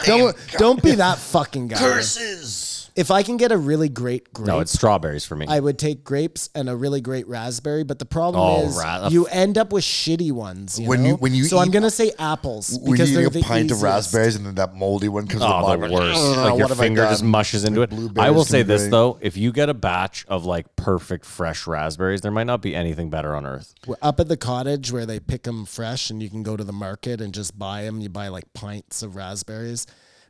G: Don't don't be that fucking guy.
F: Curses.
G: If I can get a really great grape,
A: no, it's strawberries for me.
G: I would take grapes and a really great raspberry. But the problem
A: Oh,
G: is
A: ra-
G: you end up with shitty ones.
F: When
G: know?
F: you- when you
G: so I'm
F: eat-
G: gonna say apples
F: When you
G: because
F: eat
G: they're
F: a
G: the
F: pint
G: easiest.
F: of raspberries and then that moldy one comes
A: Oh,
F: out
A: the
F: the
A: worst. Like your finger just mushes into it. I will say this though: if you get a batch of like perfect fresh raspberries, there might not be anything better on earth.
G: We're up at the cottage where they pick them fresh, and you can go to the market and just buy them. You buy like pints of raspberries.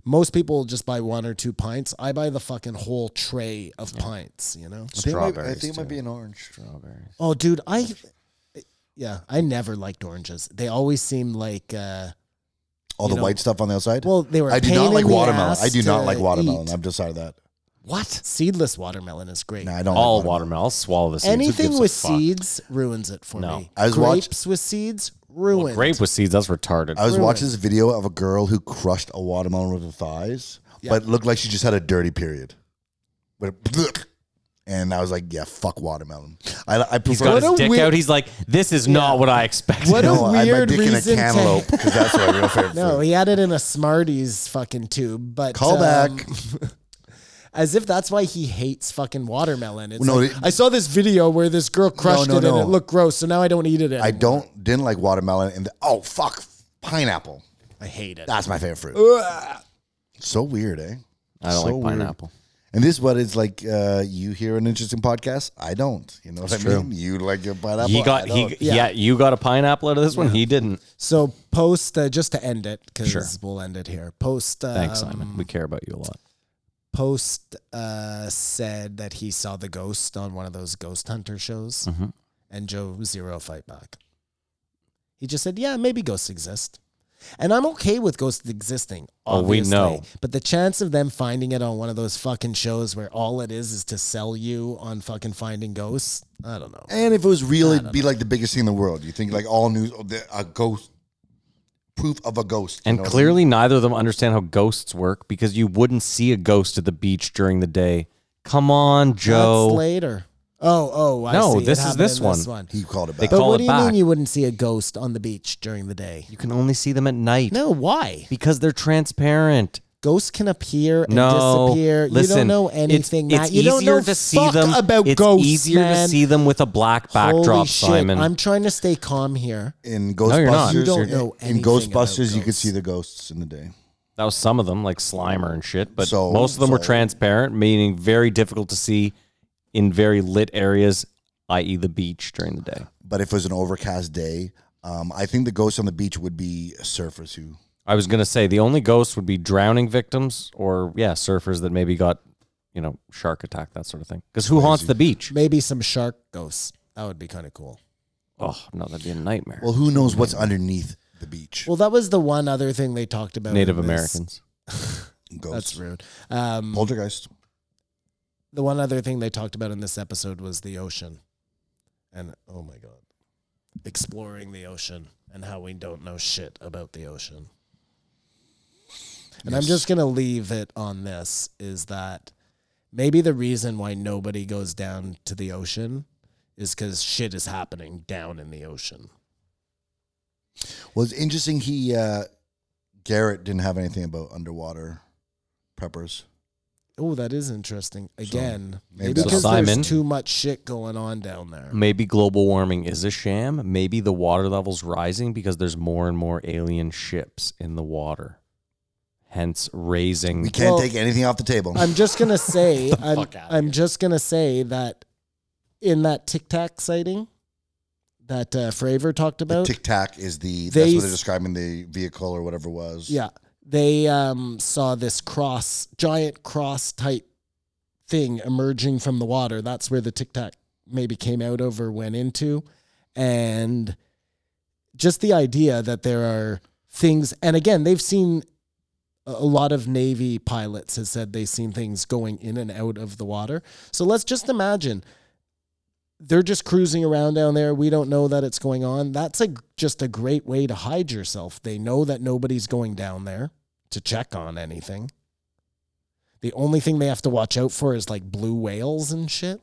G: Most people will just buy one or two pints. I buy the fucking whole tray of pints. You know.
A: Strawberries.
F: I think it
A: too.
F: might be an orange.
G: Oh, dude, I yeah, I never liked oranges. They always seemed like uh,
F: All
G: You
F: the
G: know-
F: white stuff on the outside.
G: well, they were. a
F: I do
G: pain
F: not
G: in
F: like
G: the
F: watermelon.
G: ass
F: I do
G: to
F: not like watermelon.
G: eat.
F: I'm just sorry of that.
A: what?
G: Seedless watermelon is great.
F: No, I don't.
A: All
F: like
A: watermelon. I'll swallow the seeds. Who gives
G: Oh, Anything
A: a
G: with
A: fuck?
G: seeds ruins it for
A: No.
G: me.
F: I was watch-
G: Grapes with seeds
A: Well,
G: ruined.
A: grape with seeds. That's retarded.
G: Uh,
F: I was watching this video of a girl who crushed a watermelon with her thighs, but it looked like she just had a dirty period. But it- and I was like, yeah, fuck watermelon. I, I
A: He's
F: prefer
A: got
G: What
A: his
G: a
A: dick
G: weird-
A: out. He's like, this is not what I expected.
G: What a
F: no, I had my
G: weird
F: dick in a
G: reason to-
F: cantaloupe because that's my real favorite.
G: No,
F: fruit.
G: he had it in a Smarties fucking tube, but
F: Call
G: um,
F: back.
G: As if that's why he hates fucking watermelon. It's
F: No,
G: like,
F: it-
G: I saw this video where this girl crushed
F: no,
G: it
F: no.
G: and it looked gross, so now I don't eat it anymore.
F: I don't didn't like watermelon and the, oh fuck pineapple.
G: I hate it.
F: That's my favorite fruit. so weird, eh?
A: I don't
F: So
A: like pineapple.
F: And this is what it's like. Uh, you hear an interesting podcast. I don't. You know what I mean? You like your pineapple.
A: He got
F: I
A: he
F: don't.
A: yeah. You got a pineapple out of this one. He didn't.
G: So post uh, just to end it because
A: Sure.
G: we'll end it here. Post um,
A: Thanks, Simon. We care about you a lot.
G: Post uh, said that he saw the ghost on one of those ghost hunter shows,
A: Mm-hmm.
G: and Joe Zero fight back. He just said, "Yeah, maybe ghosts exist." And I'm okay with ghosts existing.
A: Oh, we
G: obviously,
A: know.
G: But the chance of them finding it on one of those fucking shows where all it is is to sell you on fucking finding ghosts, I don't know.
F: And if it was real, it'd be like the biggest thing in the world. You think like all news, oh, the- a ghost, proof of a ghost. you
A: And
F: know what I mean?
A: clearly, neither of them understand how ghosts work because you wouldn't see a ghost at the beach during the day. Come on,
G: That's
A: Joe.
G: later. Oh, oh, I
A: No,
G: see. It
A: this is
G: happened
A: this
G: in
A: one.
G: This one.
F: he called it
A: They
F: back.
G: But
A: call
G: what
A: it
G: do you
A: back.
G: mean you wouldn't see a ghost on the beach during the day?
A: You can only see them at night
G: No, why?
A: because they're transparent.
G: Ghosts can appear and
A: No,
G: disappear.
A: Listen,
G: you don't know
A: it's-
G: anything.
A: It's,
G: Matt. you don't
A: easier
G: know
A: to see
G: fuck
A: them
G: about
A: It's
G: ghosts,
A: easier
G: man.
A: to see them with a black backdrop,
G: Holy shit.
A: Simon.
G: I'm trying to stay calm here.
F: in
A: No, you're
F: Ghostbusters,
A: not. You
G: don't know
F: in
G: anything
F: Ghostbusters,
G: about
F: you could
G: ghosts.
F: see the ghosts in the day.
A: That was some of them, like Slimer and shit, but
F: So-
A: most of them were
F: so-
A: transparent, meaning very difficult to see in very lit areas, i.e., the beach during the day.
F: But if it was an overcast day, um, I think the ghosts on the beach would be surfers who
A: I was gonna say the only ghosts would be drowning victims or yeah, surfers that maybe got you know shark attack that sort of thing. Because who haunts the beach?
G: Maybe some shark ghosts. That would be kind of cool.
A: Oh no, that'd be a nightmare.
F: Well, who knows what's underneath the beach?
G: Well, that was the one other thing they talked about.
A: Native
G: in this-
A: Americans.
F: Ghosts.
G: That's rude. Um,
F: Poltergeist.
G: the one other thing they talked about in this episode was the ocean. And oh my God. Exploring the ocean and how we don't know shit about the ocean. And I'm just going to leave it on this is that maybe the reason why nobody goes down to the ocean is because shit is happening down in the ocean.
F: Well, it's interesting. He uh, Garrett didn't have anything about underwater preppers.
G: Oh, that is interesting. Again,
F: maybe
G: maybe
F: that's-
G: because
A: Simon.
G: there's too much shit going on down there.
A: Maybe global warming is a sham. Maybe the water level's rising because there's more and more alien ships in the water. Hence raising
F: We can't
G: Well,
F: take anything off the table.
G: I'm just gonna say I'm,
A: fuck outta
G: I'm just gonna say that in that Tic Tac sighting that uh, Fravor talked
F: the
G: about,
F: Tic Tac is the that's
G: They-
F: what they're describing the vehicle or whatever it was.
G: yeah, they um, saw this cross, giant cross type thing emerging from the water. That's where the Tic Tac maybe came out of or went into, and just the idea that there are things, and again, they've seen. A a lot of Navy pilots have said they've seen things going in and out of the water. So let's just imagine they're just cruising around down there. We don't know that it's going on. That's a just a great way to hide yourself. They know that nobody's going down there to check on anything. The only thing they have to watch out for is like blue whales and shit.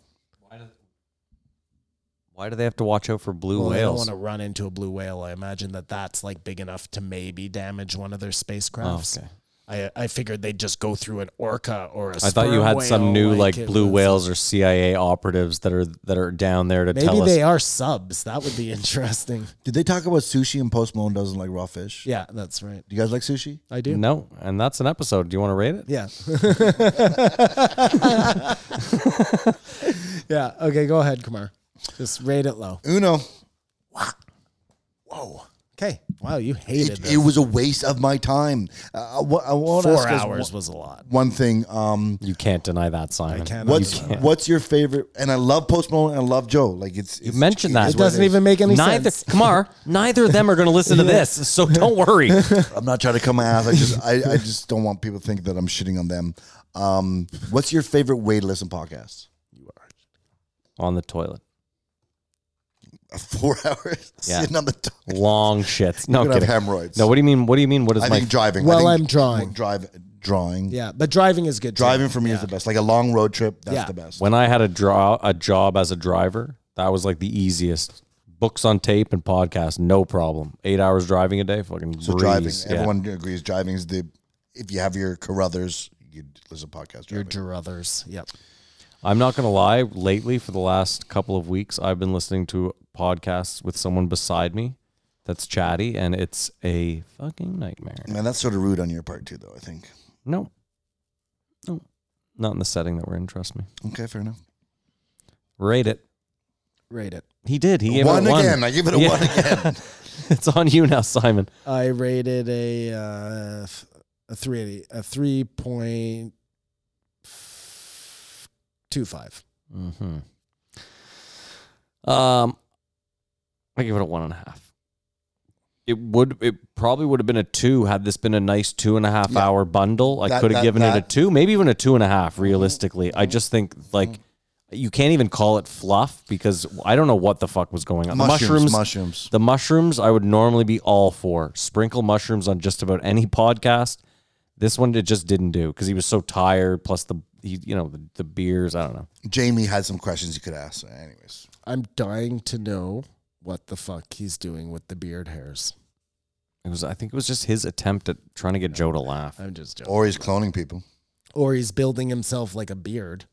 A: Why do they have to watch out for blue
G: Well, They don't
A: whales?
G: want to run into a blue whale. I imagine that that's like big enough to maybe damage one of their
A: Oh,
G: spacecrafts.
A: okay.
G: I I figured they'd just go through an orca or a.
A: I thought you
G: sperm
A: had some
G: whale,
A: new like,
G: it
A: blue
G: was-
A: whales or CIA operatives that are that are down there to
G: Maybe
A: tell us.
G: they are subs. That would be interesting.
H: Did they talk about sushi and Post Malone doesn't like raw fish?
G: yeah, that's right.
H: Do you guys like sushi?
G: I do.
A: No, and that's an episode. Do you want to rate it?
G: Yeah. yeah. Okay. Go ahead, Kumar. Just rate it low.
H: Uno.
G: Okay. Wow, you hated
F: It,
G: this.
F: it was a waste of my time. Uh, I wa- I want to
G: Four
F: ask
G: hours
F: us
G: was a lot.
F: one, one thing. Um,
A: You can't deny that, Simon.
G: Cannot
F: what's
G: do that.
F: what's your favorite? And I love Post Malone. And I love Joe. Like it's
A: You mentioned that.
G: It doesn't even make any
A: neither
G: sense.
A: Kamar, neither of them are going to listen to this, so don't worry.
F: I'm not trying to come my ass. I just I, I just don't want people to think that I'm shitting on them. Um, what's your favorite way to listen podcast?
A: On the toilet,
F: Four hours
A: Yeah.
F: sitting on the. T-
A: long shits. No
F: You're
A: I'm
F: gonna have
A: kidding.
F: hemorrhoids.
A: No, what do you mean? What do you mean? What is
F: I
A: my?
F: think driving. I
G: Well,
F: think
G: I'm drawing.
F: Drive drawing.
G: Yeah, but driving is good. too.
F: Driving for me is the best. Like a long road trip, that's
G: Yeah.
F: the best.
A: when I had a draw a job as a driver, that was like the easiest. Books on tape and podcast, no problem. Eight hours driving a day, fucking
F: So
A: breeze.
F: driving,
A: Yeah.
F: everyone agrees. Driving is the if you have your Carruthers, you listen to podcast.
G: Your
F: Driving.
G: Druthers. Yep.
A: I'm not gonna lie. Lately, for the last couple of weeks, I've been listening to podcasts with someone beside me that's chatty, and it's a fucking nightmare.
F: Man, that's sort of rude on your part too, though. I think.
A: No, no, not in the setting that we're in. Trust me.
F: Okay, fair enough.
A: Rate it.
G: Rate it.
A: He did. He gave
F: one
A: it a one
F: again. I give it a
A: Yeah.
F: one again.
A: it's on you now, Simon.
G: I rated a uh, f- a three a three point two five.
A: Mm-hmm. Um, I give it a one and a half. It would. It probably would have been a two had this been a nice two and a half hour bundle. I
F: That-
A: could have
F: that-
A: given it a
F: that-
A: two, maybe even a two and a half. Realistically, I just think like. You can't even call it fluff because I don't know what the fuck was going on. The
F: mushrooms,
A: mushrooms,
F: mushrooms.
A: The mushrooms I would normally be all for. Sprinkle mushrooms on just about any podcast. This one it just didn't do because he was so tired. Plus the he, you know the, the beers. I don't know.
F: Jamie had some questions you could ask. Anyways,
G: I'm dying to know what the fuck he's doing with the beard hairs.
A: It was I think it was just his attempt at trying to get Joe to laugh.
G: I'm just joking.
F: or he's cloning people.
G: Or he's building himself like a beard.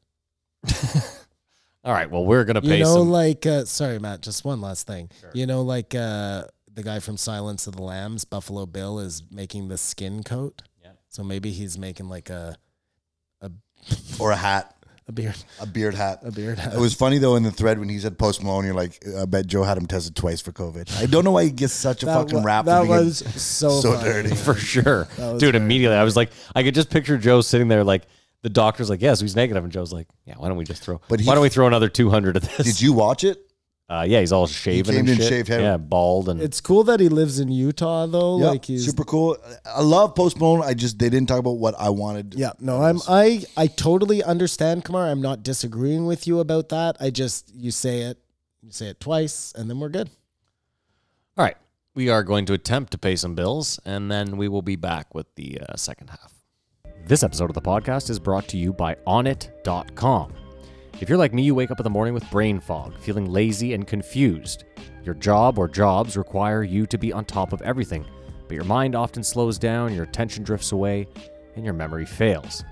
A: All right, well we're gonna
G: you
A: pay
G: know,
A: some.
G: like uh, sorry, Matt. Just one last thing. You know, like uh, the guy from Silence of the Lambs, Buffalo Bill, is making the skin coat. Yeah. So maybe he's making like a
F: Or a hat,
G: a beard.
F: a beard hat, a
G: beard hat.
F: It was funny though in the thread when he said Post Malone. You're like, I bet Joe had him tested twice for COVID. I don't know why he gets such a fucking
G: wa-
F: rap. for
G: That
F: being a-
G: was so
F: so
G: funny.
F: dirty.
A: for sure,
G: was
A: dude. Immediately, I was like, I could just picture Joe sitting there, like the doctor's like, "Yes, he's negative," and Joe's like, "Yeah, why don't we just throw?
F: But he-
A: why don't we throw another two hundred at this?"
F: Did you watch it?
A: uh, yeah, he's all shaven
F: came
A: and
F: in
A: shit.
F: shaved head.
A: yeah, bald and
G: It's cool that he lives in Utah though.
F: Yeah,
G: like he's
F: super cool. I love Post Malone. I just they didn't talk about what I wanted.
G: Yeah, no, I'm I I totally understand, Kumar. I'm not disagreeing with you about that. I just you say it, you say it twice, and then we're good.
A: All right. We are going to attempt to pay some bills, and then we will be back with the uh, second half. This episode of the podcast is brought to you by Onnit.com. If you're like me, you wake up in the morning with brain fog, feeling lazy and confused. Your job or jobs require you to be on top of everything, but your mind often slows down, your attention drifts away, and your memory fails.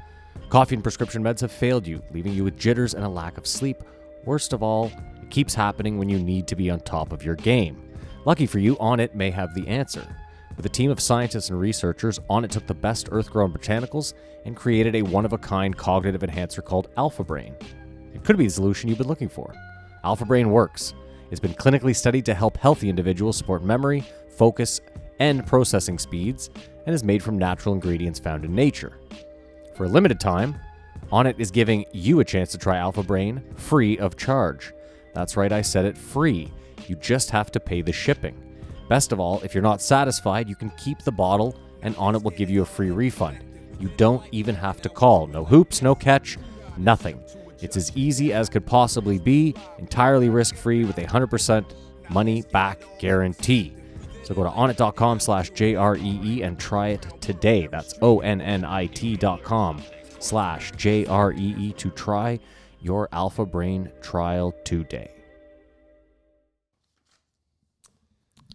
A: Coffee and prescription meds have failed you, leaving you with jitters and a lack of sleep. Worst of all, it keeps happening when you need to be on top of your game. Lucky for you, Onnit may have the answer. With a team of scientists and researchers, Onnit took the best earth grown botanicals and created a one of a kind cognitive enhancer called Alpha Brain. It could be the solution you've been looking for. Alpha Brain works. It's been clinically studied to help healthy individuals support memory, focus, and processing speeds, and is made from natural ingredients found in nature. For a limited time, Onnit is giving you a chance to try Alpha Brain free of charge. That's right, I said it free. You just have to pay the shipping. Best of all, if you're not satisfied, you can keep the bottle and Onnit will give you a free refund. You don't even have to call. No hoops, no catch, nothing. It's as easy as could possibly be, entirely risk free with a 100% money back guarantee. So go to onit.com slash JREE E and try it today. That's O N N I T dot com slash JREE E to try your Alpha Brain trial today.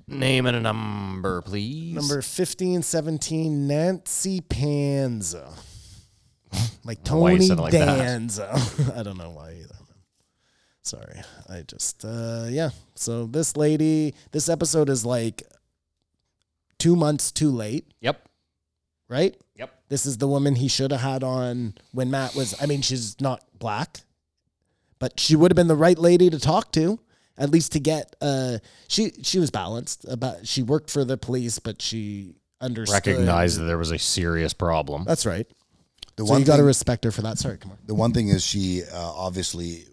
A: Name and a number, please.
G: Number 15, 17, Nancy Panza. Like
A: know why you
G: Tony
A: said it like that.
G: Danza. I don't know why either. man. Sorry. I just, uh, yeah. So this lady, this episode is like two months too late,
A: Yep.
G: right?
A: Yep.
G: This is the woman he should have had on when Matt was, I mean, she's not black, but she would have been the right lady to talk to. At least to get, uh, she she was balanced. About she worked for the police, but she understood
A: Recognized that there was a serious problem.
G: that's right.
F: The
G: So
F: one
G: you got to
F: thing-
G: respect her for that. Sorry, come on.
F: The one thing is she uh, obviously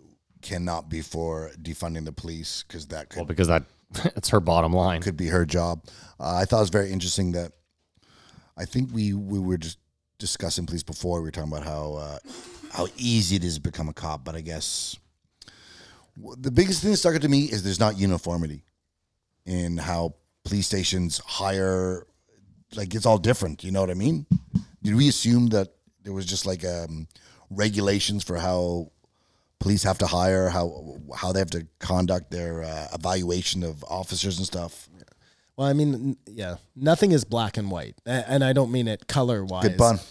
F: cannot be for defunding the police because that could,
A: Well, because that it's her bottom line.
F: could be her job. Uh, I thought it was very interesting that I think we we were just discussing police before. We were talking about how uh, how easy it is to become a cop, but I guess w- the biggest thing that stuck out to me is there's not uniformity in how police stations hire. Like it's all different. You know what I mean? Did we assume that there was just like um, regulations for how police have to hire, how how they have to conduct their uh, evaluation of officers and stuff?
G: Well, I mean, n- yeah, nothing is black and white, A- and I don't mean it color wise.
F: Good pun.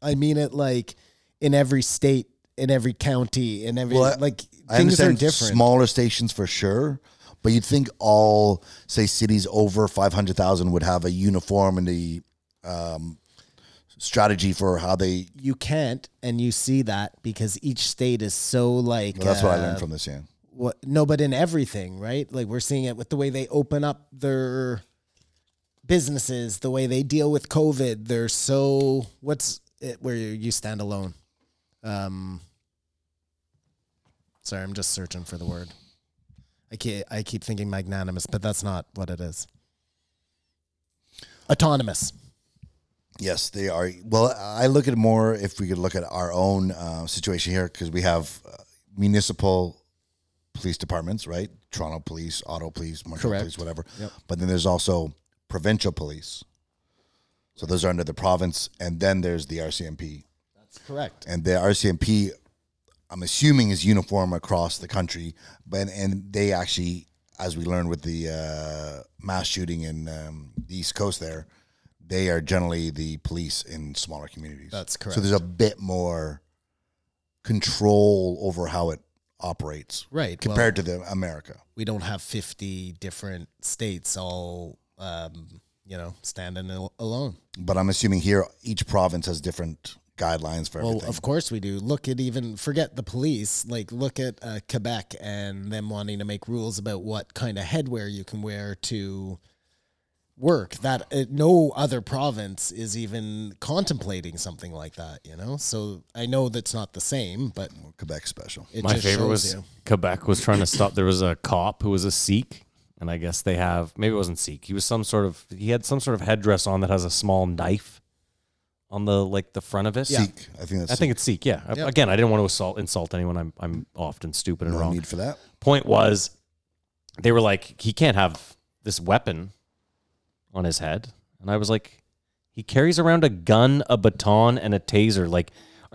G: I mean it like in every state, in every county, in every
F: Well, I-
G: like
F: I
G: things are
F: understand
G: different.
F: smaller stations for sure, but you'd think all say cities over five hundred thousand would have a uniformity um, strategy for how they.
G: you can't, and you see that because each state is so like.
F: Well, that's what I
G: uh,
F: learned from this. Yeah,
G: what no but in everything right like we're seeing it with the way they open up their businesses the way they deal with covid they're so what's it where you you stand alone um sorry i'm just searching for the word i keep i keep thinking magnanimous but that's not what it is autonomous
F: yes, they are. Well, I look at it more if we could look at our own uh, situation here because we have uh, municipal police departments, right? Toronto Police, Auto Police, Montreal
G: Correct.
F: Police, whatever.
G: Yep.
F: But then there's also provincial police. So those are under the province, and then there's the RCMP.
G: correct
F: and the RCMP, I'm assuming, is uniform across the country. But and they actually, as we learned with the uh, mass shooting in um, the East Coast, there, they are generally the police in smaller communities.
G: That's
F: So there's a bit more control over how it operates
G: right well-
F: compared to the America.
G: we don't have 50 different states all um, you know standing al- alone
F: But I'm assuming here, each province has different guidelines for
G: well
F: everything.
G: of course we do look at even forget the police like look at uh, quebec and them wanting to make rules about what kind of headwear you can wear to work that uh, no other province is even contemplating something like that you know so i know that's not the same but
F: Quebec special.
G: it
A: My
G: just
A: favorite
G: shows
A: was
G: you.
A: Quebec was trying to stop. There was a cop who was a Sikh, and I guess they have maybe it wasn't Sikh. He was some sort of he had some sort of headdress on that has a small knife on the like the front of it.
F: Seek, I think that's
A: I think it's Sikh. Yeah. I-
G: Yeah.
A: Again, I didn't want to assault insult anyone. I'm I'm often stupid and
F: no
A: wrong.
F: need for that.
A: Point was, they were like, he can't have this weapon on his head, and I was like, he carries around a gun, a baton, and a taser. Like,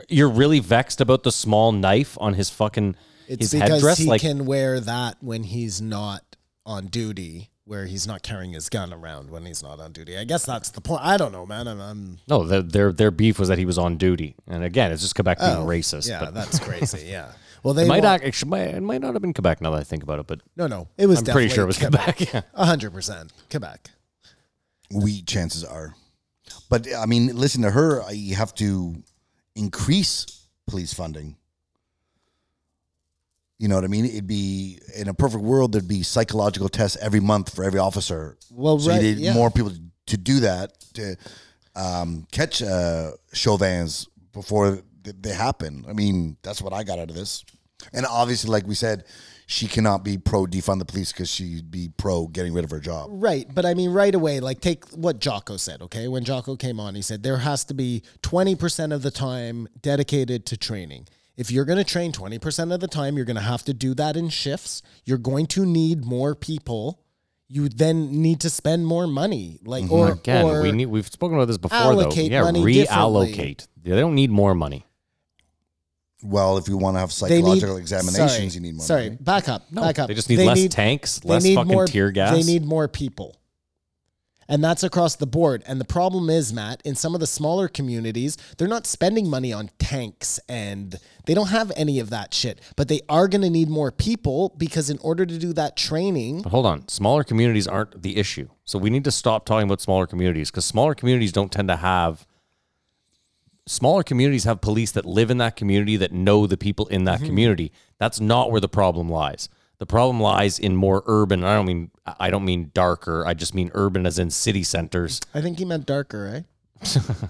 A: you're really vexed about the small knife on his fucking.
G: It's
A: his
G: because
A: headdress,
G: he
A: like
G: can wear that when he's not on duty, where he's not carrying his gun around when he's not on duty. I guess that's the point. I don't know, man. I'm, I'm
A: No, their, their their beef was that he was on duty, and again, it's just Quebec being racist.
G: Oh, yeah,
A: but
G: that's crazy. Yeah. Well, they
A: it might
G: want-
A: act- actually might- it might not have been Quebec now that I think about it, but
G: No, no, it was.
A: I'm pretty sure it was
G: definitely
A: Quebec. Yeah.
G: Quebec. hundred percent Quebec.
F: we chances are. But I mean, listen to her. I- You have to increase police funding. You know what I mean? It'd be in a perfect world. There'd be psychological tests every month for every officer.
G: Well,
F: so
G: right,
F: you need
G: yeah.
F: more people to do that to um, catch uh, Chauvins before th- they happen. I mean, that's what I got out of this. And obviously, like we said, she cannot be pro defund the police because she'd be pro getting rid of her job.
G: Right, but I mean, right away, like take what Jocko said. Okay, when Jocko came on, he said there has to be twenty percent of the time dedicated to training. If you're going to train 20% of the time, you're going to have to do that in shifts. You're going to need more people. You then need to spend more money. Like, or,
A: Mm-hmm. Again,
G: or
A: we need, we've spoken about this before,
G: allocate
A: though. Yeah,
G: money differently.
A: reallocate. Yeah, They don't need more money.
F: Well, if you want to have
G: they need-
F: psychological examinations,
G: sorry,
F: you need more.
G: Sorry,
F: money.
G: back up. back up.
A: They just need less tanks,
G: they
A: less
G: need
A: fucking
G: more-
A: tear gas.
G: They need more people. And that's across the board. And the problem is, Matt, in some of the smaller communities, they're not spending money on tanks and they don't have any of that shit. But they are going to need more people because in order to do that training,
A: But hold on, smaller communities aren't the issue. So we need to stop talking about smaller communities because smaller communities don't tend to have. Smaller communities have police that live in that community that know the people in that community. That's not where the problem lies. The problem lies in more urban. and I don't mean I don't mean darker. I just mean urban as in city centers.
G: I think he meant darker, right?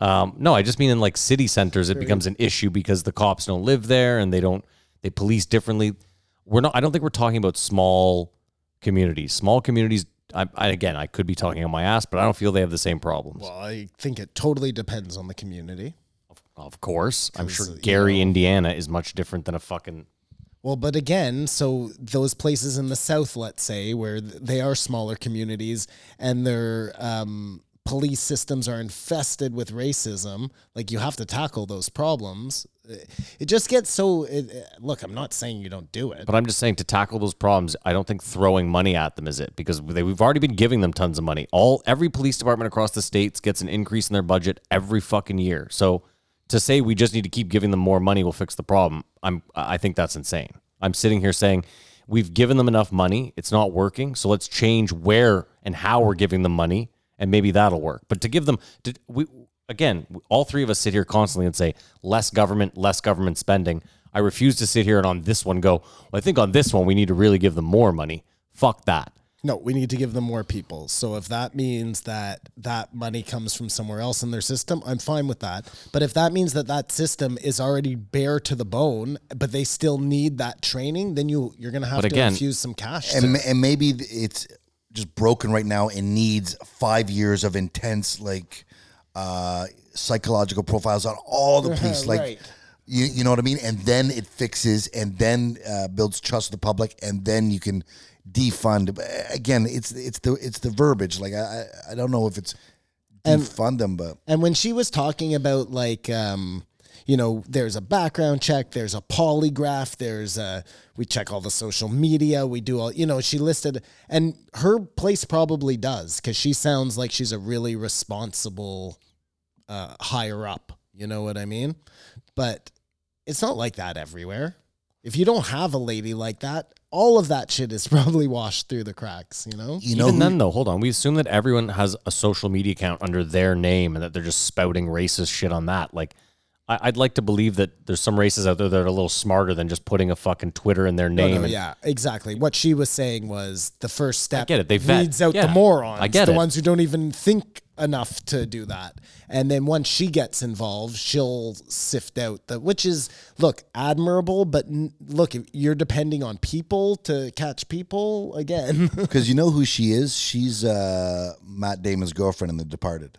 A: Um, no, I just mean in like city centers, it becomes an issue because the cops don't live there and they don't they police differently. We're not. I don't think we're talking about small communities. Small communities. I, I again, I could be talking on my ass, but I don't feel they have the same problems.
G: Well, I think it totally depends on the community.
A: of course, I'm sure Gary, Indiana, is much different than a fucking.
G: Well, but again, so those places in the south, let's say, where th- they are smaller communities and their um, police systems are infested with racism, like you have to tackle those problems. It it just gets so. It, it- look, I'm not saying you don't do it.
A: But I'm just saying to tackle those problems, I don't think throwing money at them is it because they, we've already been giving them tons of money. All every police department across the states gets an increase in their budget every fucking year. So to say we just need to keep giving them more money will fix the problem, I'm I think that's insane. I'm sitting here saying we've given them enough money, it's not working, so let's change where and how we're giving them money and maybe that'll work. But to give them to, we again, all three of us sit here constantly and say less government, less government spending. I refuse to sit here and on this one go, well, I think on this one we need to really give them more money. Fuck that.
G: No, we need to give them more people. So if that means that that money comes from somewhere else in their system, I'm fine with that. But if that means that that system is already bare to the bone, but they still need that training, then you you're gonna have
A: But
G: to
A: again-
G: infuse some cash. to
F: And, ma- and maybe th- it's just broken right now and needs five years of intense like uh, psychological profiles on all the police, like.
G: Right.
F: You, you know what I mean, and then it fixes, and then uh, builds trust with the public, and then you can defund. But, uh, Again, it's it's the it's the verbiage. Like I I I don't know if it's defund them, but
G: And when she was talking about like, um, you know, there's a background check, there's a polygraph, there's a we check all the social media, we do all, you know, she listed, and her place probably does because she sounds like she's a really responsible, uh, higher up. You know what I mean? But it's not like that everywhere. If you don't have a lady like that, all of that shit is probably washed through the cracks. You know?
F: you know
A: Even
F: who-
A: then though, hold on. We assume that everyone has a social media account under their name and that they're just spouting racist shit on that. Like I, I'd like to believe that there's some races out there that are a little smarter than just putting a fucking Twitter in their name.
G: No,
A: and-
G: no, uh, yeah, exactly. What she was saying was the first step.
A: get it. They vet.
G: weeds out
A: Yeah,
G: the morons.
A: I get
G: the
A: it.
G: ones who don't even think enough to do that. And then once she gets involved, she'll sift out the which is look admirable, but n- look, you're depending on people to catch people again.
F: Because you know who she is? She's uh, Matt Damon's girlfriend in The Departed.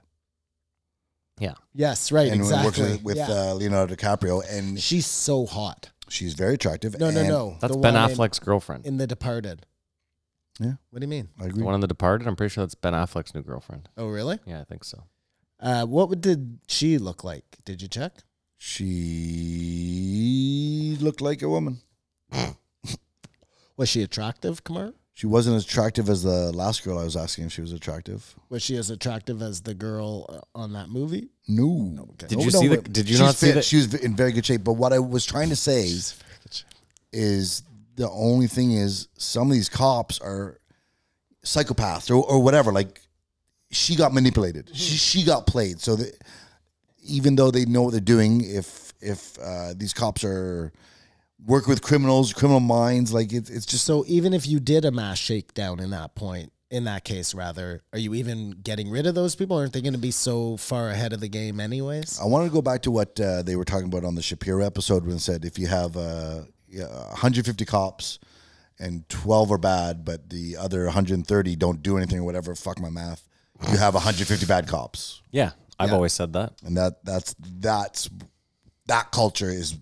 A: Yeah.
G: yes, right,
F: And
G: exactly.
F: works with, with
G: Yeah.
F: uh, Leonardo DiCaprio, and
G: she's so hot.
F: she's very attractive.
G: No, no,
F: and-
G: no.
A: That's
G: the
A: Ben
G: one in-
A: Affleck's girlfriend.
G: in The Departed.
F: Yeah.
G: What do you mean?
F: I
A: the
F: agree.
A: one in the departed, I'm pretty sure that's Ben Affleck's new girlfriend.
G: Oh, really?
A: Yeah, I think so.
G: Uh, what would- did she look like? Did you check?
F: She looked like a woman.
G: Was she attractive, Kamar?
F: She wasn't as attractive as the last girl I was asking if she was attractive.
G: Was she as attractive as the girl uh, on that movie?
F: No.
A: Did
F: Oh,
A: you
F: no,
A: see the?
F: but
A: Did you
F: she's
A: not see
F: fit.
A: that?
F: She was in very good shape. But what I was trying to say is the only thing is some of these cops are psychopaths or, or whatever. Like she got
A: Mm-hmm.
F: manipulated. She, she got played. So that even though they know what they're doing, if if uh, these cops are work with criminals, criminal minds, like it, it's just
G: So even if you did a mass shakedown in that point, in that case rather, are you even getting rid of those people? Aren't they going to be so far ahead of the game anyways?
F: I want to go back to what uh, they were talking about on the Shapiro episode when it said if you have uh, yeah, 150 cops and 12 are bad, but the other 130 don't do anything or whatever, fuck my math, you have 150 bad cops.
A: yeah, I've always said that.
F: And that that's that's that culture is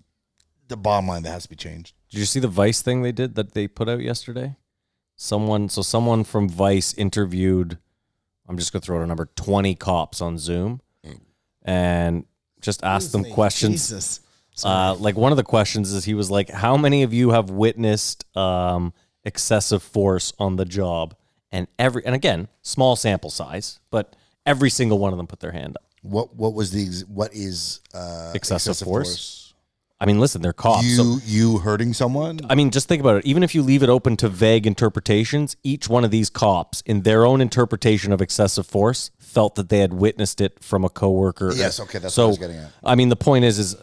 F: the bottom line that has to be changed.
A: Did you see the Vice thing they did that they put out yesterday? Someone, so someone from Vice interviewed. I'm just gonna throw out a number: twenty cops on Zoom, and just asked them questions.
G: Jesus.
A: Uh, like one of the questions is, he was like, "How many of you have witnessed um, excessive force on the job?" And every, and again, small sample size, but every single one of them put their hand up.
F: What what was the ex- what is uh,
A: Excessive force? I mean, listen, they're cops.
F: You
A: so-
F: you hurting someone?
A: I mean, just think about it. Even if you leave it open to vague interpretations, each one of these cops, in their own interpretation of excessive force, felt that they had witnessed it from a coworker.
F: Yes, okay, that's
A: so,
F: what I was getting at.
A: I mean, the point is, is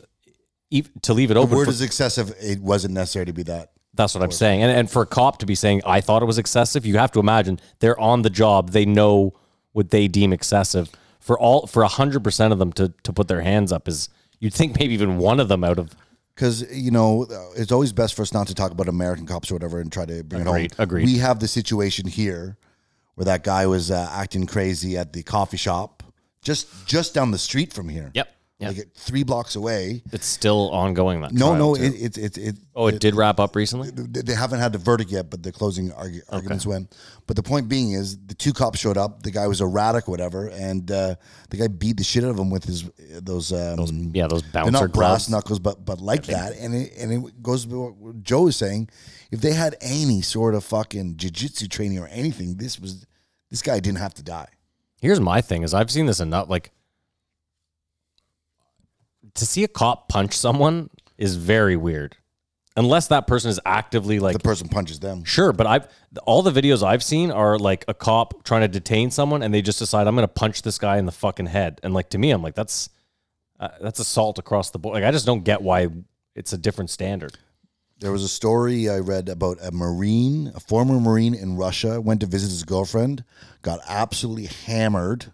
A: ev- to leave it
F: The
A: open.
F: word
A: for-
F: is excessive. It wasn't necessary to be that.
A: that's what I'm saying. And, and for a cop to be saying, "I thought it was excessive," you have to imagine they're on the job. They know what they deem excessive. For all, for hundred percent of them to to put their hands up is, you'd think maybe even one of them out of
F: Because you know, uh, it's always best for us not to talk about American cops or whatever, and try to bring
A: Agreed,
F: it home.
A: agreed.
F: We have the situation here where that guy was uh, acting crazy at the coffee shop just just down the street from here.
A: Yep, yep.
F: like three blocks away.
A: it's still ongoing. That
F: No,
A: trial,
F: no,
A: too.
F: it, it, it, it.
A: oh, it did wrap up recently.
F: they they haven't had the verdict yet, but the closing argu- arguments went. But the point being is, the two cops showed up. The guy was erratic, whatever, and uh, the guy beat the shit out of him with his those um,
A: Yeah, those
F: they're
A: bouncer
F: not brass
A: gloves.
F: knuckles, but but like that. And it, and it goes to what Joe is saying. If they had any sort of fucking jujitsu training or anything, this was this guy didn't have to die.
A: Here's my thing: is I've seen this enough. Like to see a cop punch someone is very weird, unless that person is actively like
F: The person punches them.
A: Sure, but I've all the videos I've seen are like a cop trying to detain someone, and they just decide I'm going to punch this guy in the fucking head. And like to me, I'm like that's uh, that's assault across the board. Like I just don't get why it's a different standard.
F: There was a story I read about a Marine, a former Marine in Russia, went to visit his girlfriend, got absolutely hammered,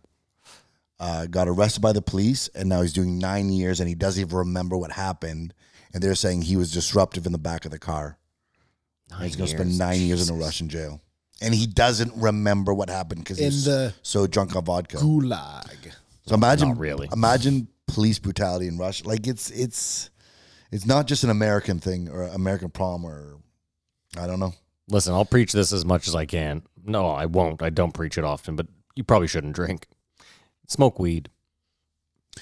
F: uh, got arrested by the police, and now he's doing nine years and he doesn't even remember what happened. And they're saying he was disruptive in the back of the car. And he's going to spend nine years in a Russian jail. And he doesn't remember what happened because
G: In
F: he's
G: the
F: so drunk on vodka.
G: Gulag.
F: So imagine,
A: Not really.
F: Imagine police brutality in Russia. Like it's it's it's not just an American thing or American problem or I don't know.
A: Listen, I'll preach this as much as I can. No, I won't. I don't preach it often, but you probably shouldn't drink. Smoke weed.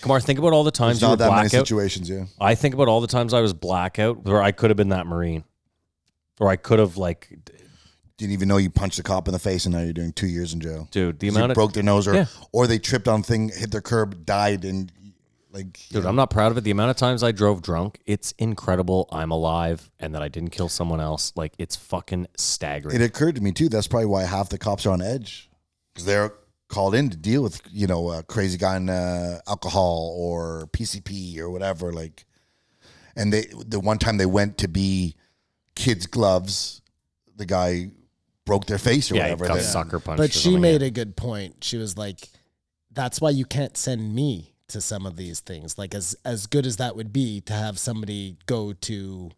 A: Kamar, think about all the times
F: There's
A: you were
F: not that many
A: blackout.
F: situations. Yeah,
A: I think about all the times I was blackout where I could have been that Marine. Or I could have like
F: didn't even know you punched the cop in the face and now you're doing two years in jail.
A: dude, the
F: 'Cause
A: amount
F: you
A: of
F: broke their nose or
A: Yeah.
F: or they tripped on thing, hit their curb, died, and like
A: Dude, I'm not proud of it. The amount of times I drove drunk, it's incredible I'm alive and that I didn't kill someone else. Like it's fucking staggering.
F: it occurred to me too. That's probably why half the cops are on edge because they're called in to deal with you know a crazy guy on uh, alcohol or PCP or whatever. Like, and they the one time they went to be kids gloves, the guy broke their face or
A: yeah, it
F: whatever.
A: got
F: They-
A: sucker punched.
G: But she made a good point. She was like, "That's why you can't send me to some of these things. Like as as good as that would be to have somebody go to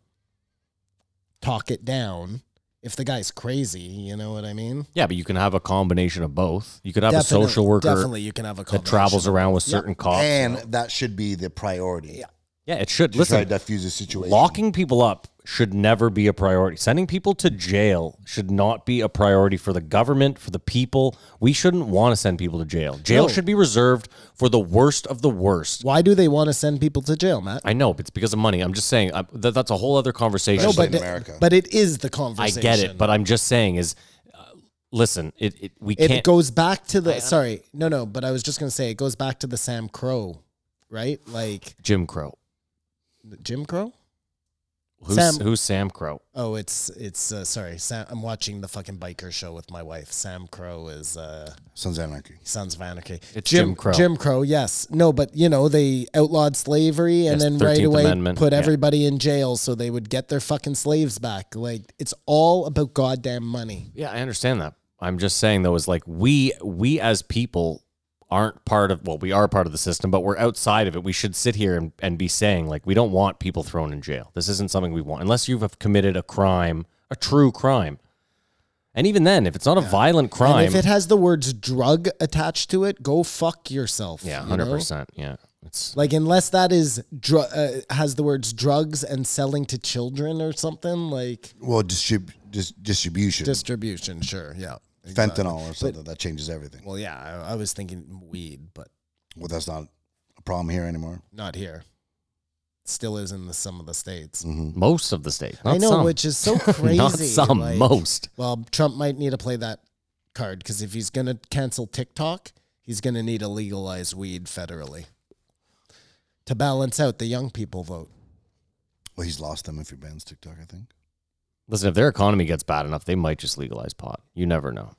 G: talk it down. If the guy's crazy, you know what I mean.
A: Yeah, but you can have a combination of both. You could have
G: Definitely-
A: a social worker
G: Definitely, you can have a
A: that
G: combination.
A: travels around with
G: Yeah.
A: certain cops.
F: and that should be the priority. Yeah,
A: yeah, it should.
F: to try
A: Listen,
F: to defuse the situation.
A: locking people up should never be a priority. Sending people to jail should not be a priority for the government, for the people. We shouldn't want to send people to jail. Jail
G: No.
A: should be reserved for the worst of the worst.
G: Why do they want to send people to jail, Matt?
A: I know, but it's because of money. I'm just saying I, that that's a whole other conversation.
G: No, but
F: in America.
G: but it is the
A: I
G: conversation.
A: get it. But I'm just saying is, uh, listen, it, it we
G: it
A: can't.
G: goes back to the sorry, no, no. But I was just gonna say it goes back to the Sam Crow, right? Like
A: Jim Crow.
G: Jim Crow.
A: Who's
G: Sam-
A: who's Sam Crow?
G: Oh, it's it's uh, sorry. Sam, I'm watching the fucking biker show with my wife. Sam Crow is uh,
F: Sons of Anarchy.
G: Sons of Anarchy.
A: It's Jim Crow.
G: Jim Crow. Yes. No, but you know they outlawed slavery
A: Yes,
G: and then right
A: 13th
G: away
A: Amendment,
G: put
A: yeah.
G: everybody in jail so they would get their fucking slaves back. Like it's all about goddamn money.
A: Yeah, I understand that. I'm just saying though is like we we as people aren't part of well we are part of the system but we're outside of it we should sit here and, and be saying like we don't want people thrown in jail this isn't something we want unless you have committed a crime a true crime and even then if it's not a violent crime
G: And if it has the words drug attached to it, go fuck yourself.
A: yeah
G: you know?
A: 100% yeah It's
G: Like unless that is dr- uh, has the words drugs and selling to children or something like
F: Well, distrib- dis- distribution,
G: distribution. Sure, yeah.
F: fentanyl or something that changes everything.
G: Well, yeah, I, I was thinking weed, but
F: Well, that's not a problem here anymore.
G: not here. Still is in the, some of the states.
A: most of the state.
G: I
A: Mm, not
G: know,
A: some.
G: which is so crazy.
A: Not some,
G: like-
A: most.
G: Well, Trump might need to play that card because if he's going to cancel TikTok, he's going to need to legalize weed federally to balance out the young people vote.
F: Well, he's lost them if he bans TikTok. I think.
A: Listen, if their economy gets bad enough, they might just legalize pot. You never know.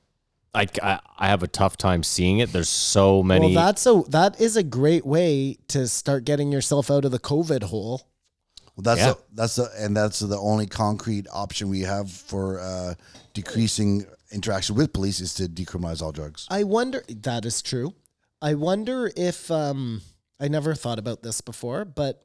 A: I, I, I have a tough time seeing it. There's so many.
G: Well, that's a that is a great way to start getting yourself out of the COVID hole.
F: Well, that's
A: Yeah.
F: the that's the and that's the only concrete option we have for uh, decreasing interaction with police is to decriminalize all drugs.
G: I wonder that is true. I wonder if um I never thought about this before, but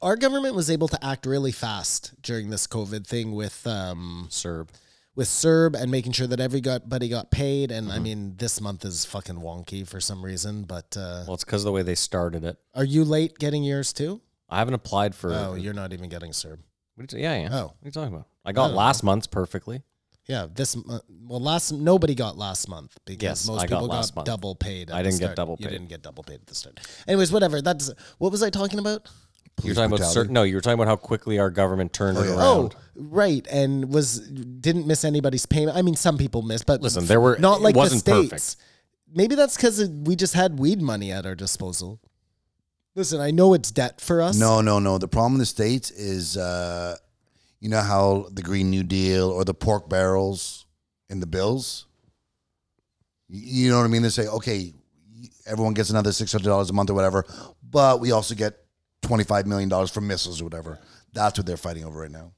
G: our government was able to act really fast during this COVID thing with um
A: Serb.
G: with Serb and making sure that everybody got paid. And I mean, this month is fucking wonky for some reason. But uh,
A: Well, it's because of the way they started it.
G: are you late getting yours too?
A: I haven't applied for.
G: Oh,
A: what
G: you're not even getting Serb.
A: are you ta- yeah, yeah.
G: Oh.
A: What are you talking about? I got last month's perfectly.
G: Yeah, this month. Well, last nobody got last month because
A: Yes,
G: most
A: I got
G: people
A: last
G: got,
A: month.
G: double paid. At
A: I
G: the
A: didn't get
G: start.
A: double
G: You
A: paid.
G: didn't get double paid at the start. Anyways, whatever. That's what was I talking about?
A: You're talking about certain. No, you were talking about how quickly our government turned it around.
G: Oh, right. And was didn't miss anybody's payment. I mean, some people missed, but
A: Listen, there were-
G: not
A: it
G: like
A: wasn't
G: the
A: perfect.
G: states. Maybe that's because we just had weed money at our disposal. Listen, I know it's debt for us.
F: No, no, no. The problem in the states is, uh, you know how the Green New Deal or the pork barrels in the bills. Y- You know what I mean? They say, okay, everyone gets another six hundred dollars a month or whatever, but we also get twenty five million dollars for missiles or whatever. That's what they're fighting over right now.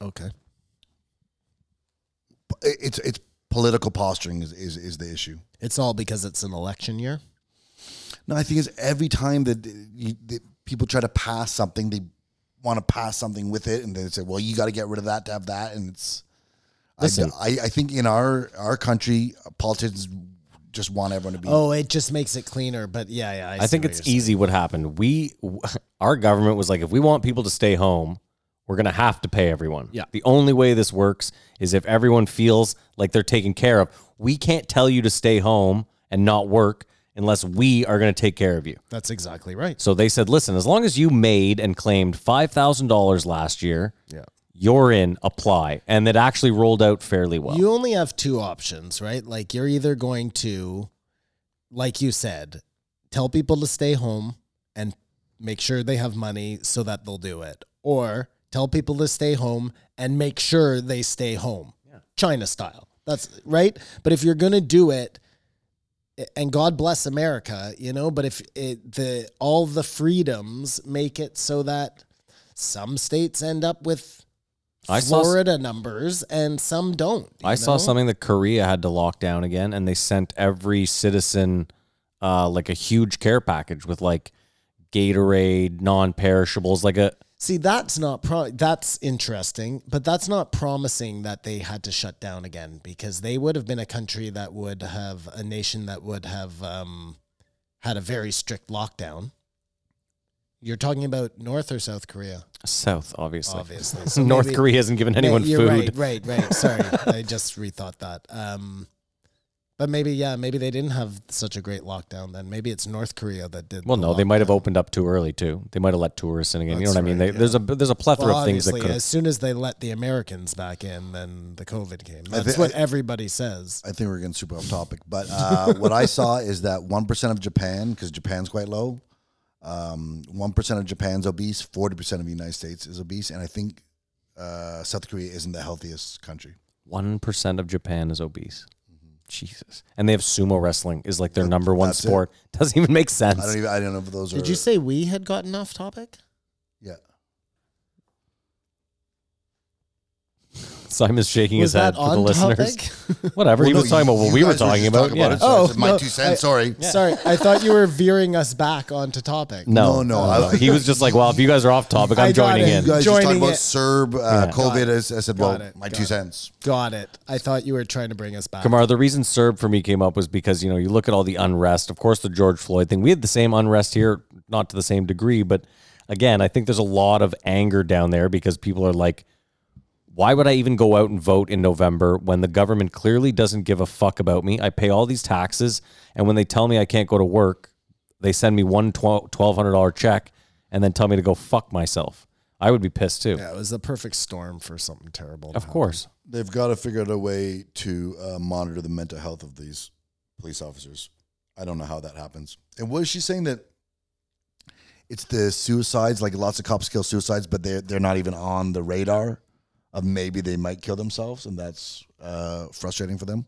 G: Okay.
F: It- It's it's political posturing is is, is the issue.
G: It's all because it's an election year.
F: No, I think it's every time that, you, that people try to pass something, they want to pass something with it, and they say, "Well, you got to get rid of that to have that," and it's. I d-
G: Listen.
F: I, I think in our our country, politicians just want everyone to be.
G: Oh, it just makes it cleaner. But yeah, yeah. I,
A: I
G: see
A: think
G: what
A: it's
G: you're saying.
A: easy what happened. We, our government was like, if we want people to stay home, we're gonna have to pay everyone.
G: Yeah.
A: The only way this works is if everyone feels like they're taken care of. We can't tell you to stay home and not work unless we are gonna take care of you.
G: That's exactly right.
A: So they said, listen, as long as you made and claimed five thousand dollars last year, yeah. you're in. Apply, and it actually rolled out fairly well.
G: You only have two options, right? Like you're either going to, like you said, tell people to stay home and make sure they have money so that they'll do it, or tell people to stay home and make sure they stay home, China style. That's right. But if you're gonna do it, and God bless America, you know. But if it, the all the freedoms make it so that some states end up with
A: I saw s-
G: Florida numbers and some don't. you
A: I saw
G: know?
A: something that Korea had to lock down again, and they sent every citizen uh, like a huge care package with like Gatorade, non-perishables, like a
G: See, that's not pro- that's interesting, but that's not promising that they had to shut down again because they would have been a country that would have a nation that would have um, had a very strict lockdown. You're talking about North or South Korea,
A: South, obviously.
G: obviously. So
A: North
G: maybe-
A: Korea hasn't given anyone
G: Yeah, you're
A: food.
G: Right, right, right. Sorry, I just rethought that. Um, but maybe, yeah, maybe they didn't have such a great lockdown then. Maybe it's North Korea that did.
A: Well,
G: the
A: no, they might have
G: lockdown.
A: opened up too early too. They might have let tourists in again. you know
G: That's
A: what I mean? They,
G: right,
A: There's a there's a plethora
G: Well,
A: of things that
G: obviously,
A: could.
G: as soon as they let the Americans back in, then the COVID came.
F: I
G: That's
F: thi-
G: what
F: I-
G: everybody says.
F: I think we're getting super off topic, but uh, what I saw is that one percent of Japan, because Japan's quite low, um, one of Japan's obese, forty percent of the United States is obese, and I think uh, South Korea isn't the healthiest country.
A: One percent of Japan is obese.
I: Mm-hmm.
A: Jesus, and they have sumo wrestling is like their number one
F: that's it.
A: sport. Doesn't even make sense.
F: I don't even I don't know if those are.
G: Did you say we had gotten off topic?
F: Yeah.
A: Simon's shaking
G: Was
A: his head
G: that
A: for the
G: on
A: listeners.
G: topic?
A: Whatever. he
I: no,
A: was talking
I: you-
A: about what
I: you
A: we were
I: guys were
A: talking
I: just
A: about.
I: talking
A: yeah.
I: about it, so- Oh, it's my two cents, sorry.
G: I, sorry, I thought you were veering us back onto topic.
A: no,
I: No, no, I-
A: he was just like, "Well, if you guys are off topic,
G: I
A: I'm
G: got
A: joining
G: it.
A: in."
I: You guys just
G: Joining
I: talking about
G: it.
I: Serb uh, COVID.
G: it.
I: I s- I, said,
G: Got
I: well,
G: it,
I: my
G: got
I: two
G: it.
I: cents.
G: Got it. I thought you were trying to bring us back.
A: Kamar, the reason Serb for me came up was because, you know, you look at all the unrest, of course, the George Floyd thing. We had the same unrest here, not to the same degree, but again, I think there's a lot of anger down there because people are like, why would I even go out and vote in November when the government clearly doesn't give a fuck about me? I pay all these taxes, and when they tell me I can't go to work, they send me one twel- $1,200 check and then tell me to go fuck myself. I would be pissed too.
G: Yeah, it was the perfect storm for something terrible. to
A: of
G: happen.
A: course.
I: They've got to figure out a way to uh, monitor the mental health of these police officers. I don't know how that happens.
F: And what is she saying that it's the suicides? Like lots of cops kill suicides, but they're they're not even on the radar of maybe they might kill themselves, and that's uh, frustrating for them.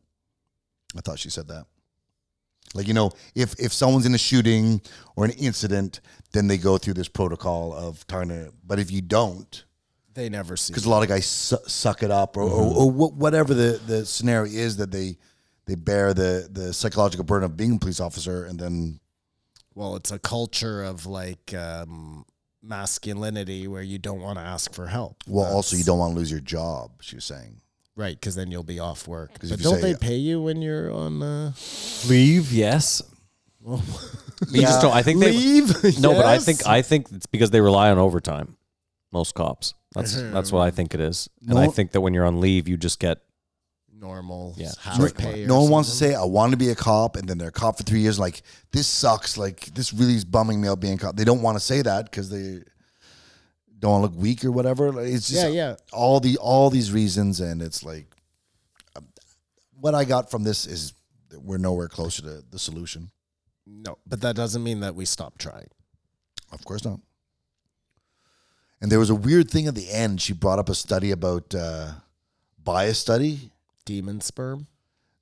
F: I thought she said that. Like you know, if if someone's in a shooting or an incident, then they go through this protocol of trying to. But if you don't,
G: They never see.
F: because a lot of guys su- suck it up or, or,
G: Mm-hmm.
F: or wh- whatever the, the scenario is that they they bear the, the psychological burden of being a police officer and then
G: Well, it's a culture of like um, masculinity where you don't want to ask for help.
F: well also you don't want to lose your job she was saying
G: Right, because then you'll be off work.
F: 'Cause
G: But
F: if you
G: don't
F: say-
G: they pay you when you're on uh,
A: Leave, yes. You just don't, I think they
G: leave?
A: No, but I
G: Yes?
A: think I think it's because they rely on overtime. Most cops. That's that's what I think it is. And I
F: No.
A: think that when you're on leave, you just get
G: normal
A: Yeah.
G: half pay. or
F: no one wants to
G: something.
F: say i want to be a cop and then they're a cop for three years like this sucks like this really is bumming me out being a cop they don't want to say that because they don't want to look weak or whatever Like, it's just
G: Yeah, yeah.
F: all the all these reasons and it's like um, what i got from this is that we're nowhere closer to the solution
G: no, but that doesn't mean that we stop trying.
F: Of course not. And there was a weird thing at the end. She brought up a study about uh, bias study.
G: Demon sperm.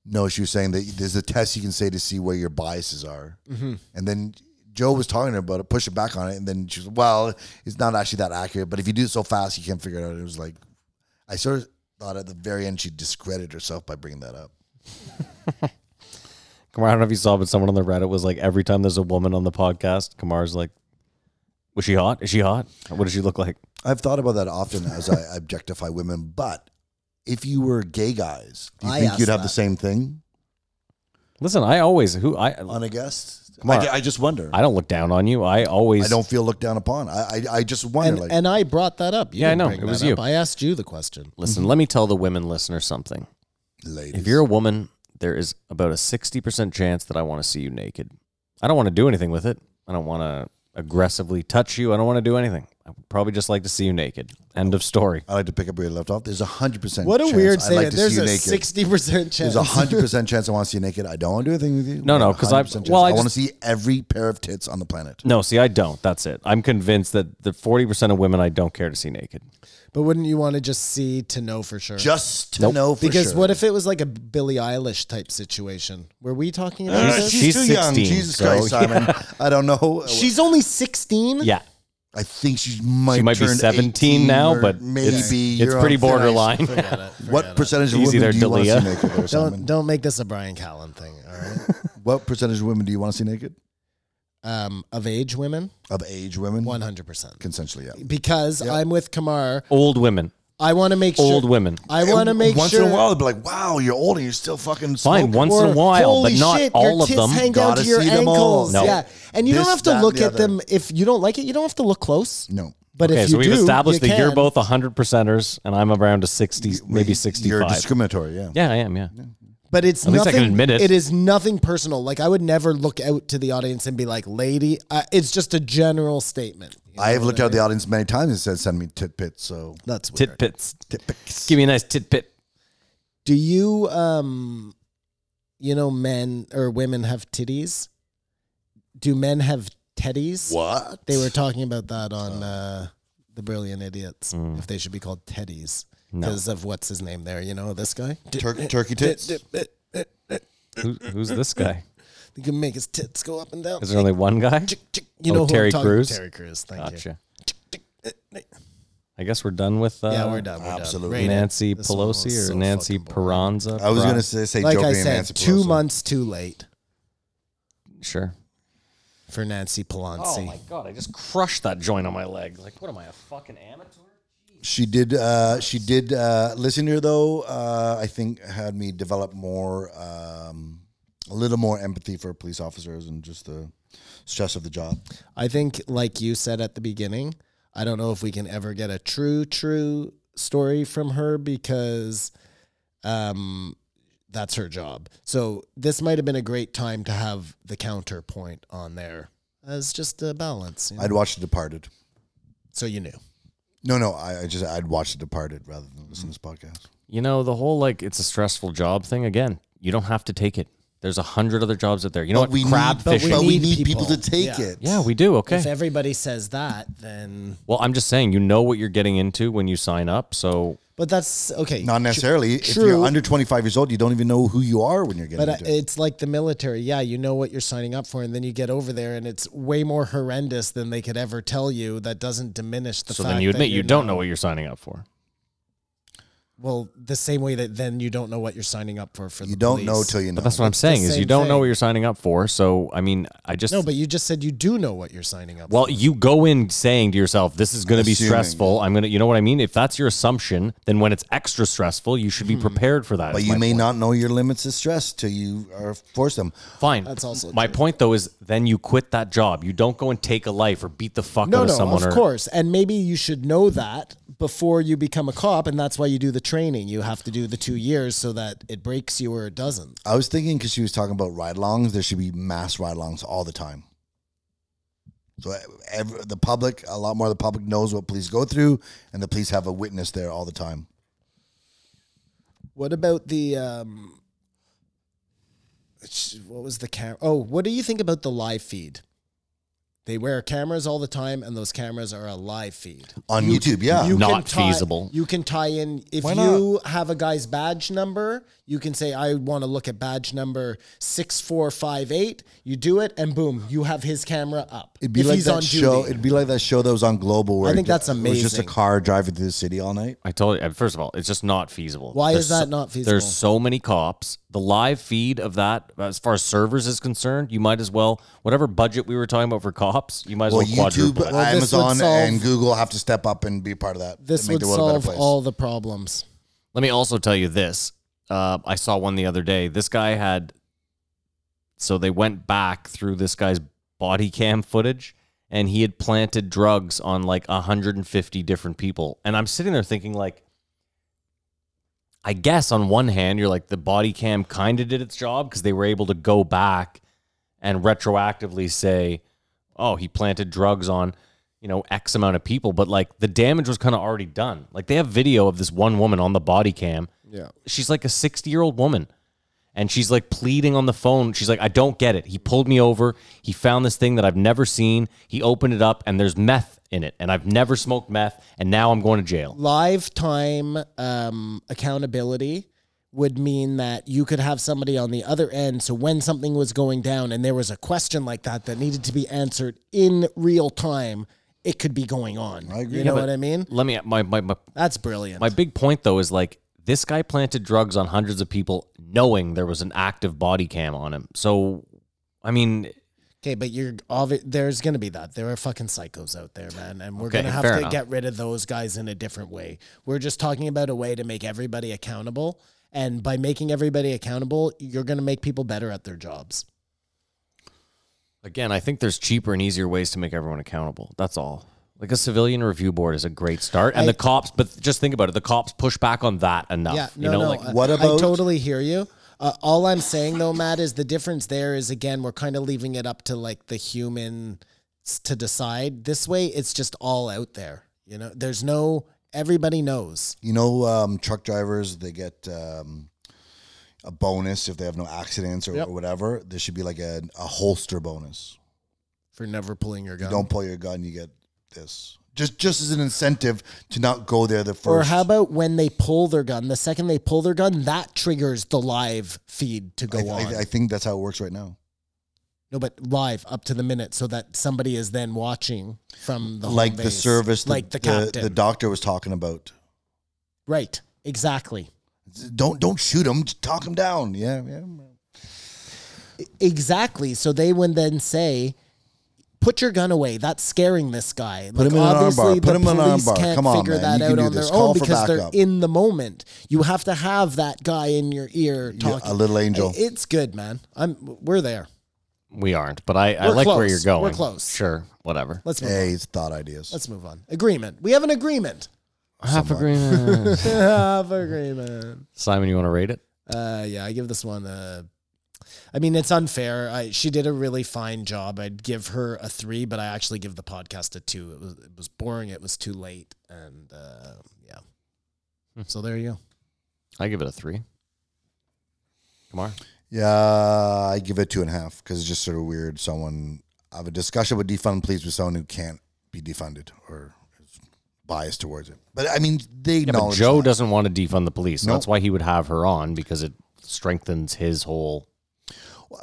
F: No, she was saying that there's a test you can say to see where your biases are.
G: Mm-hmm.
F: And then Joe was talking to her about it, pushing back on it. And then she was, well, it's not actually that accurate. But if you do it so fast, you can't figure it out. It was like, I sort of thought at the very end she discredited herself by bringing that up.
A: Kamar, I don't know if you saw, but someone on the Reddit was like, every time there's a woman on the podcast, Kamar's like, Was she hot? Is she hot? What does she look like?
F: I've thought about that often as I objectify women. But if you were gay guys, do you
G: I
F: think
G: asked
F: you'd have the
G: that.
F: same thing?
A: Listen, I always who I
F: on a guest?
A: on.
F: I, I just wonder. I,
A: I don't look down on you. I always
F: don't feel looked down upon. I I, I just wonder.
G: And,
F: like,
G: and I brought that up. You
A: Yeah, I
G: didn't
A: know.
G: bring
A: It was
G: that up.
A: you.
G: I asked you the question.
A: listen, let me tell the women listener something.
F: ladies,
A: If you're a woman, there is about a 60% chance that I want to see you naked. I don't want to do anything with it. I don't want to aggressively touch you. I don't want to do anything. I would probably just like to see you naked. End of story.
F: I like to pick up where you left off. There's a hundred percent.
G: What a
F: chance
G: weird
F: I'd
G: statement.
F: Like to
G: There's
F: see you
G: a
F: naked.
G: sixty percent chance.
F: There's a hundred percent chance I want to see you naked. I don't want to do anything with you.
A: No, no, 'cause I-
F: 100% chance.
A: well, I
F: I want to
A: just-
F: see every pair of tits on the planet.
A: No, see, I don't. That's it. I'm convinced that the 40% of women I don't care to see naked.
G: But wouldn't you want to just see to know for sure?
F: Just to know for
G: because
F: sure.
G: what if it was like a Billie Eilish type situation? Were we talking about
F: Uh,
G: this?
F: she's,
G: She's,
A: She's
F: too young.
A: 16,
F: Jesus
A: so-
F: Christ, Simon. I don't know.
G: only sixteen.
A: Yeah.
F: I think she might.
A: She might be
F: turn
A: 17
F: 18
A: now,
F: or
A: but
F: maybe
A: it's, it's
F: you're
A: pretty
F: on thin ice.
A: borderline.
F: What percentage of
A: Easy
F: women
A: there,
F: do you want to
A: Dalia.
F: see naked? There,
G: Don't
F: Simon?
G: don't make this a Brian Callen thing. All right.
F: What percentage of women do you want to see naked?
G: um, of age women,
F: Of age women,
G: one hundred percent.
F: consensually, yeah.
G: Because I'm with Kamar,
A: Old women.
G: I want to make sure.
A: Old women.
G: I want to make
F: once
G: sure.
F: in a while they'd be like, "Wow, you're old and you're still fucking
A: Fine,
F: smoking."
A: once in a
G: Or,
A: while, but
G: "Holy
A: not
G: shit,
A: all
G: your
A: of
G: tits
A: them.
G: Hang down
F: Gotta
G: to your
F: see them all.
G: ankles.
A: No.
G: Yeah, and you
F: This,
G: don't have to
F: that,
G: look
F: the
G: at them if you don't like it. You don't have to look close.
F: No,
G: But
A: okay,
G: if
A: so
G: you
A: we've
G: do,
A: established
G: you
A: that you're
G: can.
A: both 100 percenters, and I'm around a 60, maybe
F: You're
A: 65.
F: discriminatory, yeah.
A: yeah, I am. Yeah.
G: But it's
A: At least
G: nothing.
A: I can admit it.
G: It is nothing personal. Like I would never look out to the audience and be like, "Lady." Uh, it's just a general statement.
F: I have looked out the audience many times and said, "Send me tit pits." So
G: That's weird.
A: Tit pits. Tit pits. Give me a nice tit pit.
G: Do you, um, you know, men or women have titties? Do men have teddies?
F: what
G: They were talking about that on uh, the Brilliant Idiots.
A: Mm.
G: If they should be called teddies because of what's his name there. You know this guy.
F: Tur- turkey tits?
A: Who, who's this guy?
G: You can make his tits go up and down.
A: Is there only one guy?
G: Chick, chick. You
A: Oh,
G: know who I'm
A: Terry
G: talking-
A: Crews?
G: Terry Crews. Thank you.
A: Gotcha. I guess we're done with uh,
G: eh, yeah, we're done. We're done.
F: absolutely.
G: Rate it.
A: Nancy
G: This one was
A: Pelosi or
G: so
A: Nancy
G: fucking boring.
A: Peranza.
F: I was
A: Peron-
F: gonna say, say
G: Like
F: Joe
G: I
F: Biden and
G: said,
F: Nancy
G: two
F: Pelosi.
G: months too late
A: Sure.
G: for Nancy
F: Oh
G: Pelosi.
A: Oh god! I just crushed that joint on my leg. Like, what am I, a fucking amateur?
F: She did. Uh, she did. Uh, listen to her though. Uh, I think had me develop more, um, a little more empathy for police officers and just the stress of the job.
G: I think, like you said at the beginning, I don't know if we can ever get a true, true story from her because um, that's her job. So this might have been a great time to have the counterpoint on there as just a balance. you know?
F: I'd watch The Departed.
G: so you knew.
F: No, no. I, I just I'd watch The Departed rather than listen to this podcast.
A: You know the whole like it's a stressful job thing. Again, you don't have to take it. There's a hundred other jobs out there. You know
F: But
A: what?
F: we
A: Crab
F: need-
A: fishing.
F: But we
G: need
F: need people,
G: people.
F: to take
G: Yeah.
F: it.
A: yeah, we do.
G: If
A: Okay.
G: everybody says that, then.
A: Well, I'm just saying, you know what you're getting into when you sign up. So
G: But that's okay.
F: Not necessarily. If
G: true.
F: you're under 25 years old, you don't even know who you are when you're getting
G: But uh,
F: into it.
G: it's like the military. Yeah, you know what you're signing up for, and then you get over there, and it's way more horrendous than they could ever tell you. That doesn't diminish the
A: so
G: fact
A: then you
G: that
A: admit you
G: you're
A: don't
G: not-
A: know what you're signing up for.
G: Well, the same way that then you don't know what you're signing up for. For
F: You
G: the
F: don't
G: police.
F: know till you know.
A: But that's what I'm saying is you
G: same
A: don't know
G: thing.
A: what you're signing up for. So I mean, I just
G: no, but you just said you do know what you're signing up.
A: Well, you go in saying to yourself, "This is going to be
F: Assuming.
A: stressful." I'm going to, you know what I mean. If that's your assumption, then when it's extra stressful, you should be prepared for that.
F: Hmm. But
A: is
F: you
A: my
F: may
A: point.
F: not know your limits of stress till you are forced them.
A: Fine.
G: That's also
A: my point, though, is then you quit that job. You don't go and take a life or beat the fuck
G: for. No,
A: out of
G: no,
A: someone.
G: of
A: or,
G: course, and maybe you should know that before you become a cop, and that's why you do the training. You have to do the two years so that it breaks you or it doesn't.
F: I was thinking because she was talking about ride-alongs, there should be mass ride-alongs all the time. So ev the public, a lot more of the public knows what police go through, and the police have a witness there all the time.
G: What about the um? sh- What was the camera? Oh, what do you think about the live feed? They wear cameras all the time, and those cameras are a live feed.
F: On YouTube, yeah.
G: You
A: Not
G: can tie-
A: feasible.
G: You can tie in if
F: Why
G: you have a guy's badge number. You can say, "I want to look at badge number six four five eight. You do it, and boom, you have his camera up.
F: it'd be
G: if
F: like
G: he's
F: that
G: on
F: show.
G: duty.
F: It'd be like that show that was on Global where
G: I think
F: it-
G: that's
F: It was just a
G: amazing.
F: car driving through the city all night.
A: I told you. First of all, it's just not feasible.
G: Why is
A: There's
G: that not feasible?
A: There's so many cops. The live feed of that, as far as servers is concerned, you might as well whatever budget we were talking about for cops, you might as
F: Well,
A: well,
F: YouTube,
A: quadruple. it.
G: this would
F: Amazon, and
G: solve-
F: Google have to step up and be part of that.
G: this
F: to make
G: would
F: the world a better
G: solve
F: place.
G: all the problems.
A: Let me also tell you this. Uh, I saw one the other day. This guy had. So they went back through this guy's body cam footage, and he had planted drugs on like 150 different people. And I'm sitting there thinking, like, I guess on one hand, you're like, the body cam kind of did its job because they were able to go back and retroactively say, oh, he planted drugs on, you know, X amount of people. But like the damage was kind of already done. Like they have video of this one woman on the body cam. Yeah. She's like a 60 year old woman. And she's like pleading on the phone. She's like, I don't get it. He pulled me over. He found this thing that I've never seen. He opened it up and there's meth in it. And I've never smoked meth. And now I'm going to jail.
G: live time um, accountability would mean that you could have somebody on the other end. So when something was going down and there was a question like that that needed to be answered in real time, it could be going on. I agree. You know what I mean?
A: Let me, my, my, my,
G: That's brilliant.
A: My big point though is like this guy planted drugs on hundreds of people knowing there was an active body cam on him. So I mean
G: okay, but you're obvi- there's going to be that. There are fucking psychos out there, man, and we're
A: Okay,
G: going to have
A: fair
G: to
A: enough.
G: get rid of those guys in a different way. We're just talking about a way to make everybody accountable, and by making everybody accountable, you're going to make people better at their jobs.
A: again, I think there's cheaper and easier ways to make everyone accountable. That's all. Like a civilian review board is a great start. And
G: I-
A: the cops but just think about it, the cops push back on that enough.
G: Yeah, no,
A: Ah, you know,
G: no. uh,
A: like
G: I-
F: What about-
G: I totally hear you. Uh, all I'm saying though, Matt, is the difference there is again we're kind of leaving it up to like the human s- to decide. This way, it's just all out there. You know, there's no everybody knows.
F: You know, um, truck drivers they get um, a bonus if they have no accidents or,
G: Yep.
F: or whatever. There should be like a, a holster bonus.
G: For never pulling your gun.
F: Don't pull your gun, you get this. Just just as an incentive to not go there the first.
G: or how about when they pull their gun? The second they pull their gun, that triggers the live feed to go
F: I,
G: on.
F: I, I think that's how it works right now.
G: No, but live up to the minute, so that somebody is then watching from the home
F: like the
G: base.
F: service,
G: like the,
F: the,
G: captain,
F: doctor was talking about.
G: right? Exactly,
F: Don't don't shoot him. Just talk him down. Yeah, yeah.
G: exactly. So they would then say, "Put your gun away. That's scaring this guy." Put
F: him in an arm bar. Put
G: the
F: him in an arm
G: police
F: bar.
G: Can't
F: Come on,
G: figure
F: man.
G: that
F: You
G: out
F: can do
G: on
F: this.
G: their
F: Call
G: own
F: for
G: because they're
F: backup.
G: in the moment. You have to have that guy in your ear
F: Yeah,
G: talking.
F: a little angel.
G: It's good, man. I'm. We're there.
A: We aren't, but I, I
G: We're
A: like where
G: close.
A: you're going.
G: We're close.
A: Sure, whatever.
G: Let's move. on.
F: Hey, it's thought ideas.
G: Let's move on. Agreement. We have an agreement.
A: Half agreement.
G: have agreement.
A: Simon, you want to rate it?
G: Uh, yeah, I give this one a. I mean, it's unfair. I, she did a really fine job. I'd give her a three, but I actually give the podcast a two. It was it was boring. It was too late, and uh, yeah. So there you go.
A: I give it a three. Come on.
F: Yeah, I give it two and a half because it's just sort of weird. Someone I have a discussion with defund police with someone who can't be defunded or is biased towards it. But I mean, they
A: Yeah, but
F: acknowledge
A: Joe
F: that.
A: doesn't want to defund the police. so
F: Nope.
A: That's why he would have her on because it strengthens his whole.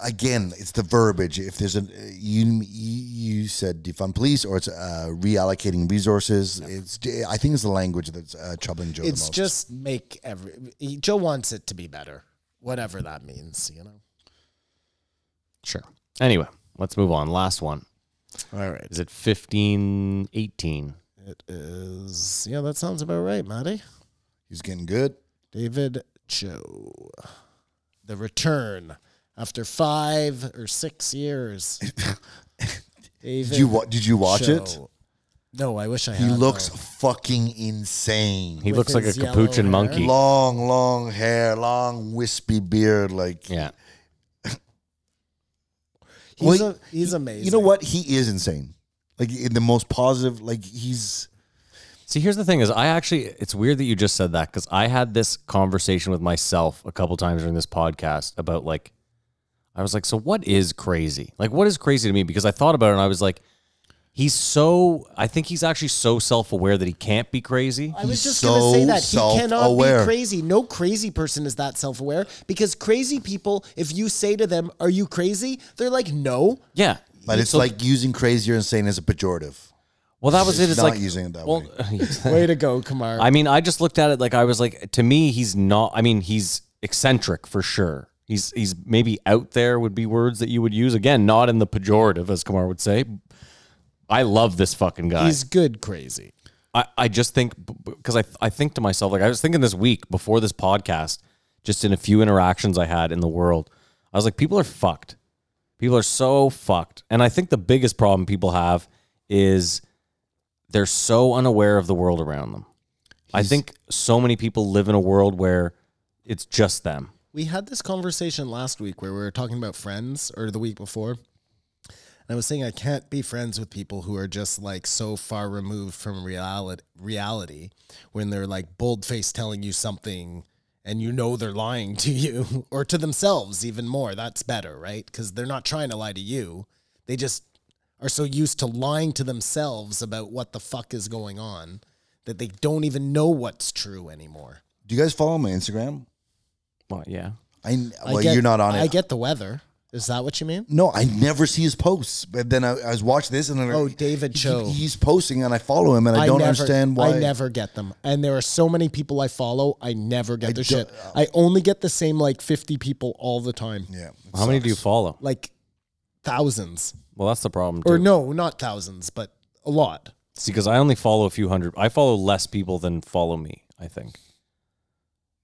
F: Again, it's the verbiage. If there's an you you said defund police or it's uh, reallocating resources. It's I think it's the language that's uh, troubling Joe. the
G: It's
F: most.
G: just make every he- Joe wants it to be better, whatever that means. You know.
A: Sure. Anyway, let's move on. Last one.
G: All right.
A: Is it 15, 18?
G: It is. Yeah, that sounds about right, Matty.
F: he's getting good.
G: David Cho. The return after five or six years. David
F: Did you wa- did you watch it?
G: Cho. No, I wish I
F: He
G: had.
F: looks
G: though.
F: fucking insane.
A: uh, He
G: With
A: looks like a
G: his yellow
A: capuchin
G: hair.
A: monkey.
F: long, long hair, long wispy beard, like
A: Yeah.
G: He's,
F: Well,
G: a, he's amazing.
F: You know what? He is insane. Like in the most positive. Like he's
A: See, here's the thing: is I actually it's weird that you just said that because I had this conversation with myself a couple times during this podcast about like, I was like, so what is crazy? Like, what is crazy to me? Because I thought about it and I was like, he's so. I think he's actually so self aware that he can't be crazy.
G: I was
F: He's
G: just gonna say
F: so
G: that he cannot be
F: self-aware.
G: crazy. No crazy person is that self-aware because crazy people, if you say to them, "Are you crazy?" they're like, "No."
A: Yeah,
F: but it's
A: So-
F: like using crazy or insane as a pejorative.
A: well, that was it.
F: He's
A: It's
F: not
A: like
F: using it that
A: well,
G: Way to go, Kamar.
A: I mean, I just looked at it like I was like, to me, he's not. I mean, he's eccentric for sure. He's he's maybe out there would be words that you would use again, not in the pejorative, as Kumar would say. I love this fucking guy.
G: he's good crazy.
A: I, I just think because I I think to myself like I was thinking this week before this podcast, just in a few interactions I had in the world, I was like, people are fucked. People are so fucked, and I think the biggest problem people have is they're so unaware of the world around them. I think so many people live in a world where it's just them.
G: we had this conversation last week where we were talking about friends or the week before and i was saying i can't be friends with people who are just like so far removed from reality reality when they're like bold-faced telling you something and you know they're lying to you or to themselves even more that's better right because they're not trying to lie to you they just are so used to lying to themselves about what the fuck is going on that they don't even know what's true anymore
F: Do you guys follow him on Instagram?
A: Well, yeah.
F: I
G: I
F: well,
G: get-
F: you're not on it.
G: I get the weather. Is that what you mean?
F: No, I never see his posts. But then I, I was watching this, and then
G: Oh, David
F: he-
G: Cho.
F: he's posting, and I follow him, and I, don't
G: never,
F: understand why.
G: I never get them. And there are so many people I follow. I never get
F: I
G: their
F: don't- uh,
G: shit. I only get the same like 50 people all the time.
F: Yeah.
A: How many do you follow?
G: Like thousands.
A: Well, that's the problem. Too.
G: Or no, not thousands, but a lot.
A: See, because I only follow a few hundred. I follow less people than follow me. I think.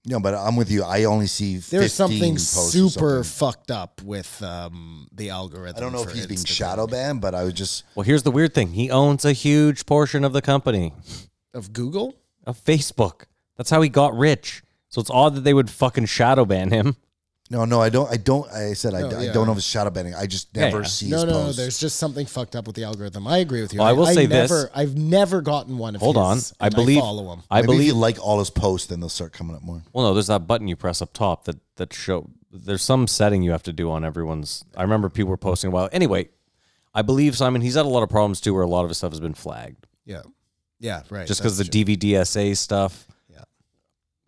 F: No, but I'm with you. I only see.
G: There's
F: 15
G: something
F: posts or
G: super
F: something.
G: fucked up with um, the algorithm.
F: I don't know if
G: for
F: he's being
G: Instagram.
F: shadow banned, but I was just
A: Well, here's the weird thing. He owns a huge portion of the company
G: Of Google?
A: of Facebook. That's how he got rich. So it's odd that they would fucking shadow ban him.
F: no, no. I don't. I don't. I said I,
G: No,
F: I
G: Oh, yeah.
F: don't know if it's shadow banning. I just
A: Yeah,
F: never
A: yeah.
F: see
G: No,
F: his
G: no, no,
F: posts.
G: there's just something fucked up with the algorithm. I agree with you.
A: Well, I will say this.
G: never, I've never gotten one of
A: Hold on.
G: his,
A: I
G: and
A: believe.
G: follow him.
A: I
F: Maybe if
A: believe.
F: you like all his posts, then they'll start coming up more.
A: well, no, there's that button you press up top that that show. There's some setting you have to do on everyone's. I remember people were posting a while. Anyway, I believe Simon. He's had a lot of problems too, where a lot of his stuff has been flagged.
G: Yeah. Yeah, right.
A: just because
G: that's
A: the
G: true.
A: DVDSA stuff,
G: Yeah.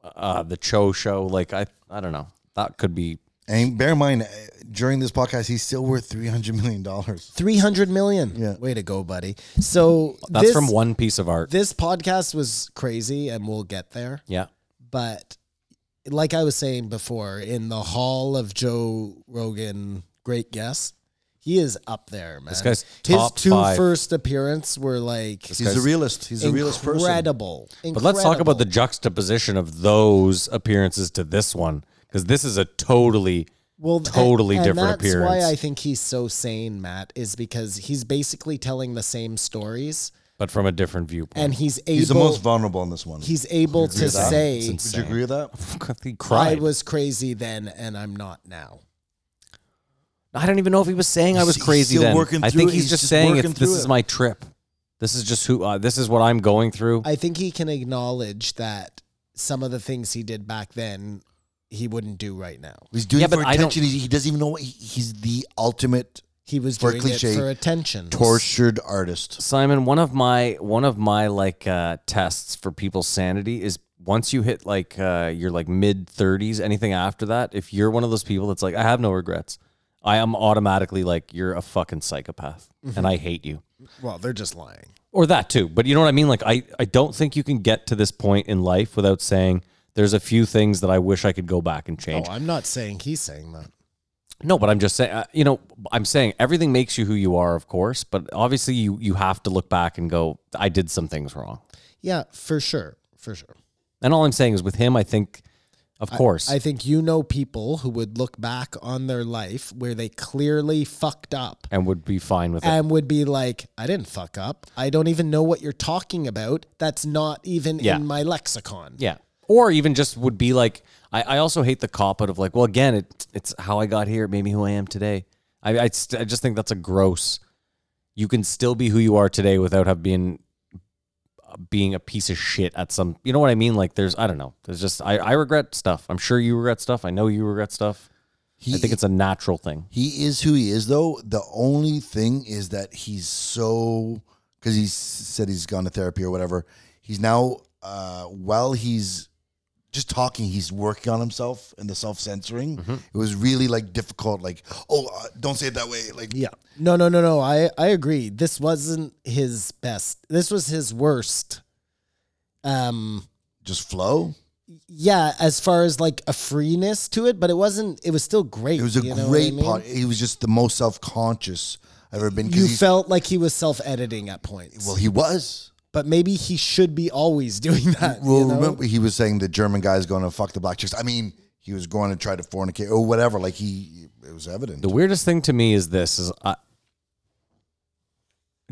A: uh, the Cho show, like I, I don't know, that could be
F: And bear in mind, uh, during this podcast, he's still worth three hundred million dollars.
G: Three hundred million.
F: Yeah.
G: Way to go, buddy. So
A: That's
G: this,
A: from one piece of art.
G: This podcast was crazy, and we'll get there.
A: yeah.
G: But like I was saying before, in the hall of Joe Rogan, great guess. He is up there, man.
A: This guy's
G: His
A: top
G: two
A: five.
G: first appearance were like
F: He's a realist. He's a realist person.
G: incredible.
A: But let's talk about the juxtaposition of those appearances to this one because this is a totally
G: well,
A: totally
G: and,
A: different
G: and that's
A: appearance.
G: why I think he's so sane, Matt, is because he's basically telling the same stories,
A: but from a different viewpoint.
G: and he's able.
F: He's the most vulnerable in this one.
G: he's able to
A: that? It's
G: say,
A: insane.
F: Would you agree with that?
A: he
G: "I
A: cried. I,
G: was crazy then, and I'm not now."
A: don't even know if he was saying I was
F: He's
A: crazy
F: still
A: then.
F: working
A: I
F: through
A: think
F: it.
A: he's,
F: He's
A: just,
F: just
A: saying
F: working
A: it's, this
F: through
A: is
F: it.
A: my trip. This is just who. Uh, this is what I'm going through.
G: I think he can acknowledge that some of the things he did back then, he wouldn't do right now.
F: He's doing
A: Yeah,
F: it for
A: but I don't-
F: attention. He, he doesn't even know what he, he's the ultimate
G: He was
F: For
G: doing
F: cliche,
G: it for attention.
F: tortured artist.
A: Simon, one of my one of my like uh, tests for people's sanity is once you hit like uh, your like mid thirties, anything after that, if you're one of those people that's like, I have no regrets, I am automatically like, you're a fucking psychopath,
F: Mm-hmm.
A: and I hate you,
G: Well, they're just lying.
A: or that too. But you know what I mean? Like, I I don't think you can get to this point in life without saying there's a few things that I wish I could go back and
G: Oh,
A: change.
G: I'm not saying he's saying that.
A: No, but I'm just saying, uh, you know, I'm saying everything makes you who you are, of course, but obviously you you have to look back and go, I did some things wrong.
G: Yeah, for sure, for sure.
A: And all I'm saying is with him, I think, of course,
G: I think you know people who would look back on their life where they clearly fucked up
A: and would be fine with it.
G: and would be like, I didn't fuck up. I don't even know what you're talking about. That's not even
A: Yeah.
G: in my lexicon.
A: Yeah. Or even just would be like, I, I also hate the cop out of like, well, again, it, it's how I got here. It made me who I am today. I, I, st- I just think that's a gross. You can still be who you are today without have been being a piece of shit at some, you know what I mean? Like there's, I don't know. There's just, I, I regret stuff. I'm sure you regret stuff. I know you regret stuff.
F: He,
A: I think it's a natural thing.
F: he is who he is though. The only thing is that he's so because he said he's gone to therapy or whatever. He's now uh, while he's just talking, he's working on himself and the self censoring.
G: Mm-hmm.
F: It was really like difficult. Like, oh, uh, don't say it that way. Like,
G: Yeah. No, no, no, no. I, I agree. This wasn't his best. This was his worst. Um,
F: just flow.
G: yeah, as far as like a freeness to it, but it wasn't, it was still great.
F: It was a
G: you know what I
F: great
G: mean?
F: pod. He was just the most self conscious I've ever been. 'cause
G: You
F: he's-
G: felt like he was self editing at points.
F: well, he was.
G: but maybe he should be always doing that.
F: Well,
G: you know?
F: remember he was saying the German guy's going to fuck the black chicks. I mean, he was going to try to fornicate or whatever. Like he, it was evident.
A: The weirdest thing to me is this: is I,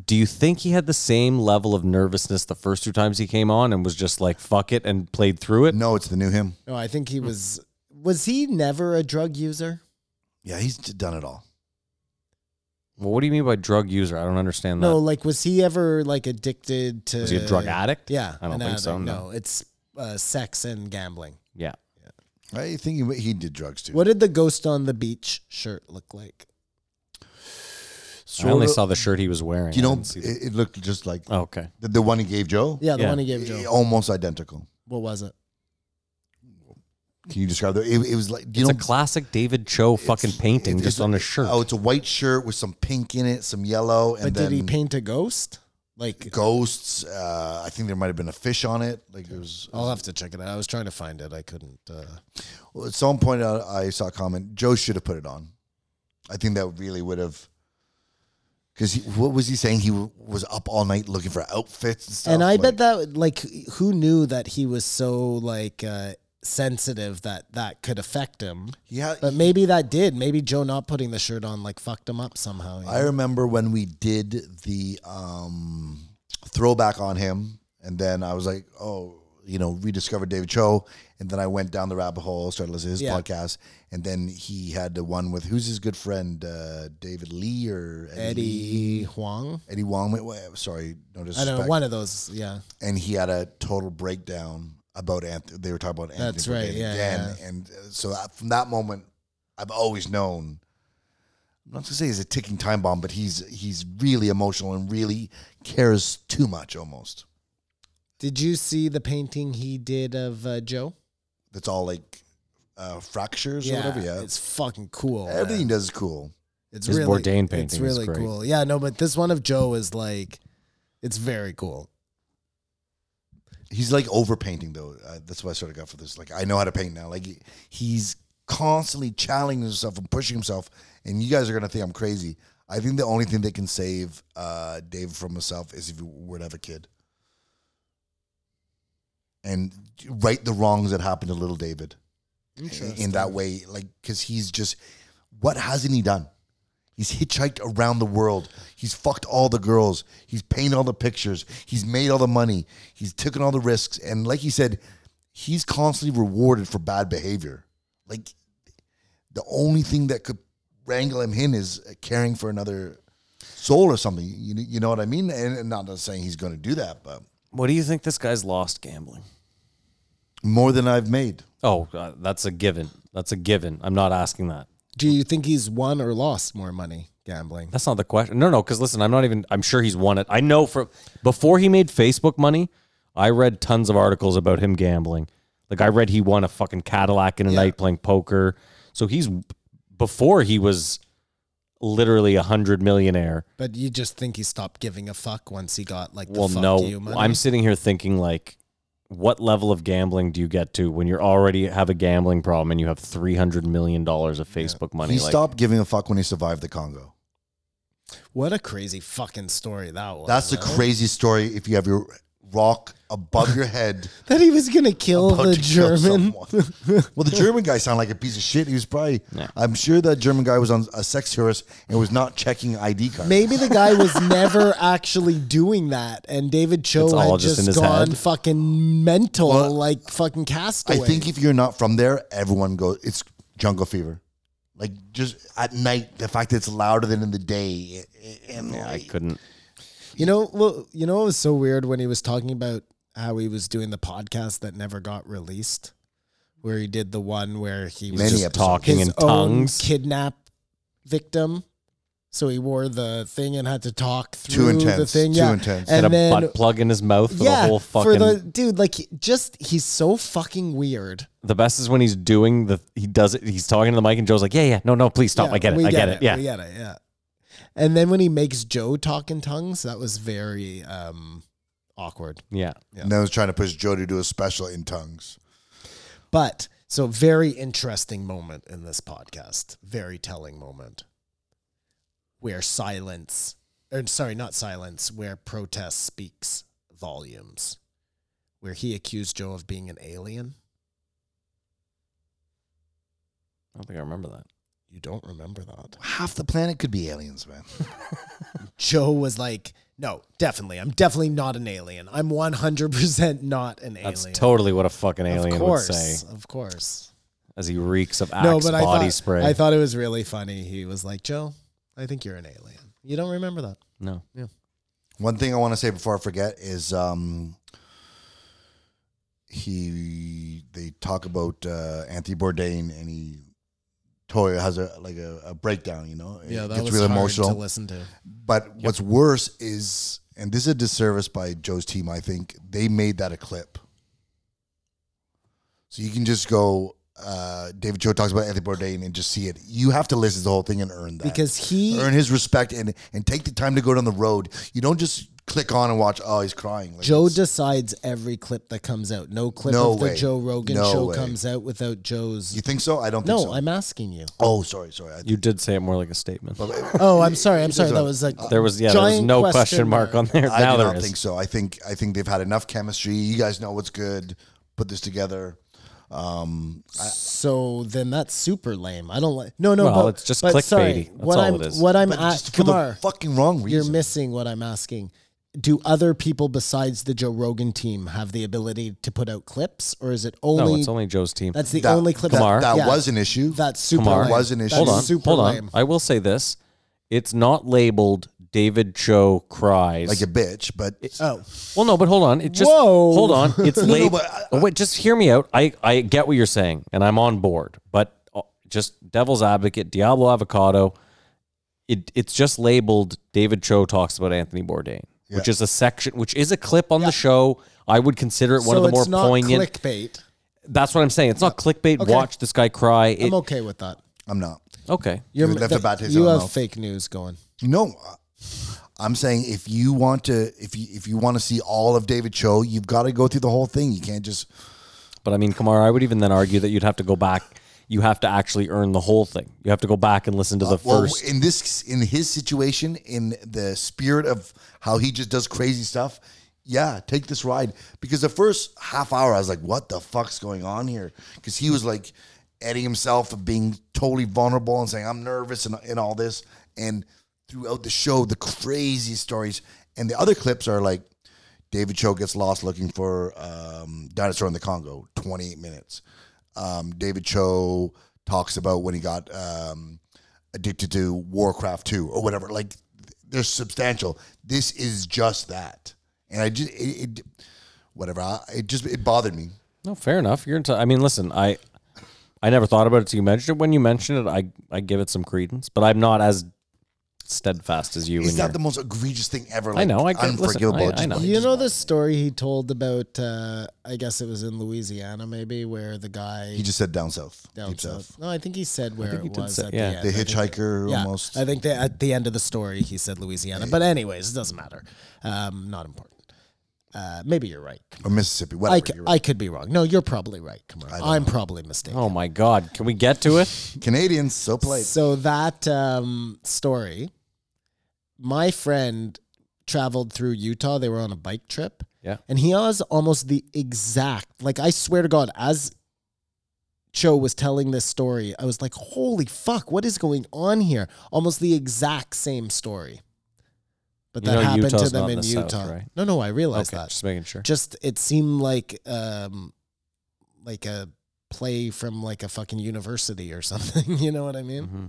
A: do you think he had the same level of nervousness the first two times he came on and was just like "fuck it" and played through it?
F: no, it's the new him.
G: No, I think
F: Hmm.
G: he was. Was he never a drug user?
F: Yeah, he's d- done it all.
A: Well, what do you mean by drug user? I don't understand that.
G: No, like was he ever like addicted to?
A: Was he a drug addict?
G: Yeah,
A: I don't
G: an
A: think so,
G: addict.
A: no.
G: No, it's uh, sex and gambling.
A: Yeah,
F: I think he, he did drugs too.
G: What did the ghost on the beach shirt look like?
A: I only
F: Sorta-
A: saw the shirt he was wearing.
F: You
A: I
F: know,
A: didn't see the-
F: it, it looked just like
A: Oh, okay.
F: the, the one he gave Joe.
G: Yeah, the
A: Yeah.
G: one he gave
F: I-
G: Joe.
F: almost identical.
G: What was it?
F: Can you describe that? It, it was like you
A: It's
F: know,
A: a classic David Cho fucking painting
F: it's
A: just on a shirt.
F: Oh, it's a white shirt with some pink in it, some yellow, and
G: But
F: then
G: did he paint a ghost? Like
F: ghosts. Uh, I think there might have been a fish on it. Like it was.
G: I'll have to check it out. I was trying to find it. I couldn't. Uh,
F: Well, at some point, uh, I saw a comment. Joe should have put it on. I think that really would have. Because what was he saying? He w- was up all night looking for outfits and stuff.
G: and I
F: like-
G: bet that like who knew that he was so like uh, sensitive that that could affect him.
F: he had.
G: But maybe that did. Maybe Joe not putting the shirt on like fucked him up somehow. you
F: I
G: know?
F: remember when we did the um, throwback on him, and then I was like, oh, you know, rediscovered David Cho, and then I went down the rabbit hole, started listening to his
G: Yeah.
F: podcast, and then he had the one with who's his good friend, uh, David Lee or Eddie. Lee?
G: Eddie Huang.
F: Eddie Wong, wait, wait, sorry, no
G: I
F: disrespect.
G: don't know. One of those. Yeah.
F: and he had a total breakdown about Anthony. They were talking about Anthony.
G: That's right,
F: Bourdain
G: yeah,
F: again. And uh, so that, from that moment, I've always known. I'm not gonna say he's a ticking time bomb, but he's he's really emotional and really cares too much. Almost.
G: Did you see the painting he did of uh, Joe?
F: That's all like
J: uh, fractures
G: yeah,
J: or whatever. Yeah,
G: it's fucking cool. man.
F: Everything does cool.
G: It's
A: His
G: really
A: Bourdain painting
G: It's
A: is
G: really
A: great.
G: cool. Yeah, no, but this one of Joe is like, it's very cool.
F: He's like overpainting though. Uh, that's what I sort of got for this. Like I know how to paint now. Like he- he's constantly challenging himself and pushing himself. And you guys are gonna think I'm crazy. I think the only thing that can save uh, Dave from himself is if he were to have a kid and right the wrongs that happened to little David. In that way, like because he's just what hasn't he done? He's hitchhiked around the world. He's fucked all the girls. He's painted all the pictures. He's made all the money. He's taken all the risks. And like he said, he's constantly rewarded for bad behavior. Like the only thing that could wrangle him in is caring for another soul or something. You, you know what I mean? And, and not saying he's going to do that, but
A: What do you think this guy's lost gambling?
F: more than I've made.
A: Oh, uh, that's a given. That's a given. I'm not asking that.
G: Do you think he's won or lost more money gambling?
A: That's not the question. No, no, because listen, I'm not even. I'm sure he's won it. I know for before he made Facebook money, I read tons of articles about him gambling. Like I read he won a fucking Cadillac in a night playing poker. So he's before he was literally a hundred millionaire.
G: But you just think he stopped giving a fuck once he got like the
A: well,
G: fuck
A: no,
G: you money.
A: I'm sitting here thinking like, what level of gambling do you get to when you already have a gambling problem and you have three hundred million dollars of Facebook money?
F: he
A: like,
F: stopped giving a fuck when he survived the Congo.
G: what a crazy fucking story that was.
F: That's the
G: eh?
F: craziest story if you have your rock above your head.
G: that he was gonna kill
F: about
G: the
F: to kill
G: German.
F: someone. well, the German guy sounded like a piece of shit. He was probably. I'm sure that German guy was on a sex tourist and was not checking ID cards.
G: Maybe the guy was never actually doing that, and David Cho
A: It's all
G: had
A: just
G: just,
A: in his
G: gone
A: head.
G: fucking mental,
F: Well,
G: like fucking
F: I
G: castaway.
F: think if you're not from there, everyone goes. It's jungle fever. Like just at night, the fact that it's louder than in the day, and
A: I
F: like,
A: couldn't.
G: You know, well, you know, it was so weird when he was talking about how he was doing the podcast that never got released, where he did the one where he was
F: Many
G: just
F: episodes.
A: talking
G: his
A: in
G: own
A: tongues.
G: kidnap victim. So he wore the thing and had to talk through
F: Too
G: the
F: intense,
G: thing.
F: too
G: yeah.
F: intense.
A: had
G: And
A: a
G: then,
A: butt plug in his mouth for
G: yeah,
A: the whole fucking.
G: for the dude, like he- just he's so fucking weird.
A: The best is when he's doing the he does it. He's talking to the mic, and Joe's like, "Yeah, yeah, no, no, please stop.
G: Yeah,
A: I get it.
G: we
A: I get, it. Yeah,
G: we get it. Yeah. And then when he makes Joe talk in tongues, that was very um, awkward.
A: yeah.
F: and then I was trying to push Joe to do a special in tongues.
G: But so very interesting moment in this podcast, very telling moment where silence, or sorry, not silence, where protest speaks volumes, where he accused Joe of being an alien.
A: I don't think I remember that.
G: You don't remember that.
F: Half the planet could be aliens, man.
G: Joe was like, no, definitely. I'm definitely not an alien. I'm 100% not an
A: That's
G: alien.
A: totally what a fucking
G: of
A: alien would
G: course,
A: say
G: Of course.
A: as he reeks of Axe
G: no, but I
A: body
G: thought,
A: spray.
G: I thought it was really funny. He was like, Joe, I think you're an alien. You don't remember that.
A: no,
F: One thing I want to say before I forget is um, he they talk about uh, Anthony Bourdain and he Toya has a like a, a breakdown, you know. It
G: Yeah, that
F: gets
G: was
F: really
G: hard
F: emotional.
G: to listen to.
F: But what's worse is, and this is a disservice by Joe's team, I think, they made that a clip. So you can just go, uh, David Joe talks about Anthony Bourdain and just see it. You have to listen to the whole thing and earn that.
G: Because he-
F: Earn his respect and, and take the time to go down the road. You don't just click on and watch, oh, he's crying. Like,
G: Joe
F: it's-
G: decides every clip that comes out. No clip
F: No
G: of the
F: way.
G: Joe Rogan
F: No
G: show
F: way.
G: comes out without Joe's.
F: You think so? I don't think
G: no,
F: so.
G: I'm asking you.
F: oh, sorry, sorry. I
A: you did say it more like a statement.
G: Oh, I'm sorry. I'm sorry. That
F: what-
G: was like
A: There was yeah, there was
G: giant
A: no question mark on there.
F: I
A: now
F: do
A: there
F: not
A: is.
F: think so. I think I think they've had enough chemistry. You guys know what's good. Put this together. Um,
G: So then that's super lame. I don't like. No, no.
A: Well,
G: but,
A: it's just
G: but
A: clickbaity.
G: sorry,
A: That's
G: what
A: all
G: I'm,
A: it is.
G: What I'm
F: but
G: at,
F: just for the
G: Kamar,
F: fucking wrong
G: you're
F: reason.
G: missing what I'm asking. Do other people besides the Joe Rogan team have the ability to put out clips, or is it only?
A: no, it's only Joe's team.
G: that's the
F: That-
G: only clip
F: that-
A: Kumar.
F: That
G: Yeah.
F: was an issue.
G: That's super.
A: Kumar.
G: lame.
F: Was an
G: That
F: issue.
A: hold
G: is
A: on,
G: Super
A: hold on.
G: lame.
A: I will say this: it's not labeled David Cho cries.
F: like a bitch, but
G: Oh,
A: Well, no, but hold on. It just
G: Whoa.
A: hold on. It's
F: no,
A: late.
F: but
G: uh,
F: I-
A: Oh, wait, just hear me out. I I get what you're saying, and I'm on board. But uh, just devil's advocate, Diablo Avocado. It it's just labeled. David Cho talks about Anthony Bourdain, which is a section, which is a clip on the show. I would consider it one
G: so
A: of the more
G: it's not
A: poignant.
G: clickbait.
A: That's what I'm saying. It's not clickbait.
G: Okay.
A: Watch this guy cry. It-
G: I'm okay with that.
F: I'm not.
A: okay.
G: You're,
F: left a bad taste in
G: you
F: my
G: have
F: mouth.
G: fake news going.
F: No, I'm saying if you want to, if you if you want to see all of David Cho, you've got to go through the whole thing. You can't just
A: But I mean, Kamara, I would even then argue that you'd have to go back. You have to actually earn the whole thing. You have to go back and listen to
G: Uh,
A: the
F: well
A: first.
F: in this in his situation in the spirit of how he just does crazy stuff. Yeah, take this ride because the first half hour I was like, "What the fuck's going on here?" Because he was like editing himself of being totally vulnerable and saying, "I'm nervous" and and all this. And throughout the show, the crazy stories and the other clips are like David Cho gets lost looking for um, dinosaur in the Congo. Twenty eight minutes. Um, David Cho talks about when he got um, addicted to Warcraft two or whatever. Like they're substantial. This is just that, and I just it, it whatever. I, it just it bothered me.
A: no, fair enough. You're into. I mean, listen, I I never thought about it till you mentioned it. When you mentioned it, I I give it some credence, but I'm not as steadfast as you.
F: It's
A: in
F: not
A: your-
F: the most egregious thing ever.
A: I
F: Like,
A: know. I get- listen,
F: unforgivable.
A: I-
F: It just
A: I know.
F: bothered-
G: You know the story he told about, uh, I guess it was in Louisiana, maybe, where the guy
F: He just said down south.
G: down
F: deep
G: south. No, I think he said where
A: think he
G: it
A: did
G: was.
A: say-
G: at
A: yeah.
G: the, end.
F: The
G: I think-
F: hitchhiker
G: yeah,
F: almost.
G: I think that at the end of the story he said Louisiana, but anyways, it doesn't matter. Um, not important. Uh, maybe you're right.
F: or Mississippi.
G: I,
F: Whatever.
G: c-
F: you're
G: I could be wrong. No, you're probably right, Kamara. I'm probably mistaken.
A: Oh my God! Can we get to it?
F: right. Canadians so polite.
G: So that um, story, my friend traveled through Utah. They were on a bike trip.
A: Yeah.
G: And he has almost the exact, like, I swear to God, as Cho was telling this story, I was like, holy fuck, what is going on here? Almost the exact same story. But
A: You
G: that
A: know
G: happened to
A: Utah's
G: them
A: not
G: in
A: the
G: Utah.
A: South, right?
G: No, no, I realized
A: Okay,
G: that
A: just making sure.
G: just it seemed like um like a play from like a fucking university or something you know what i mean
A: Mm-hmm.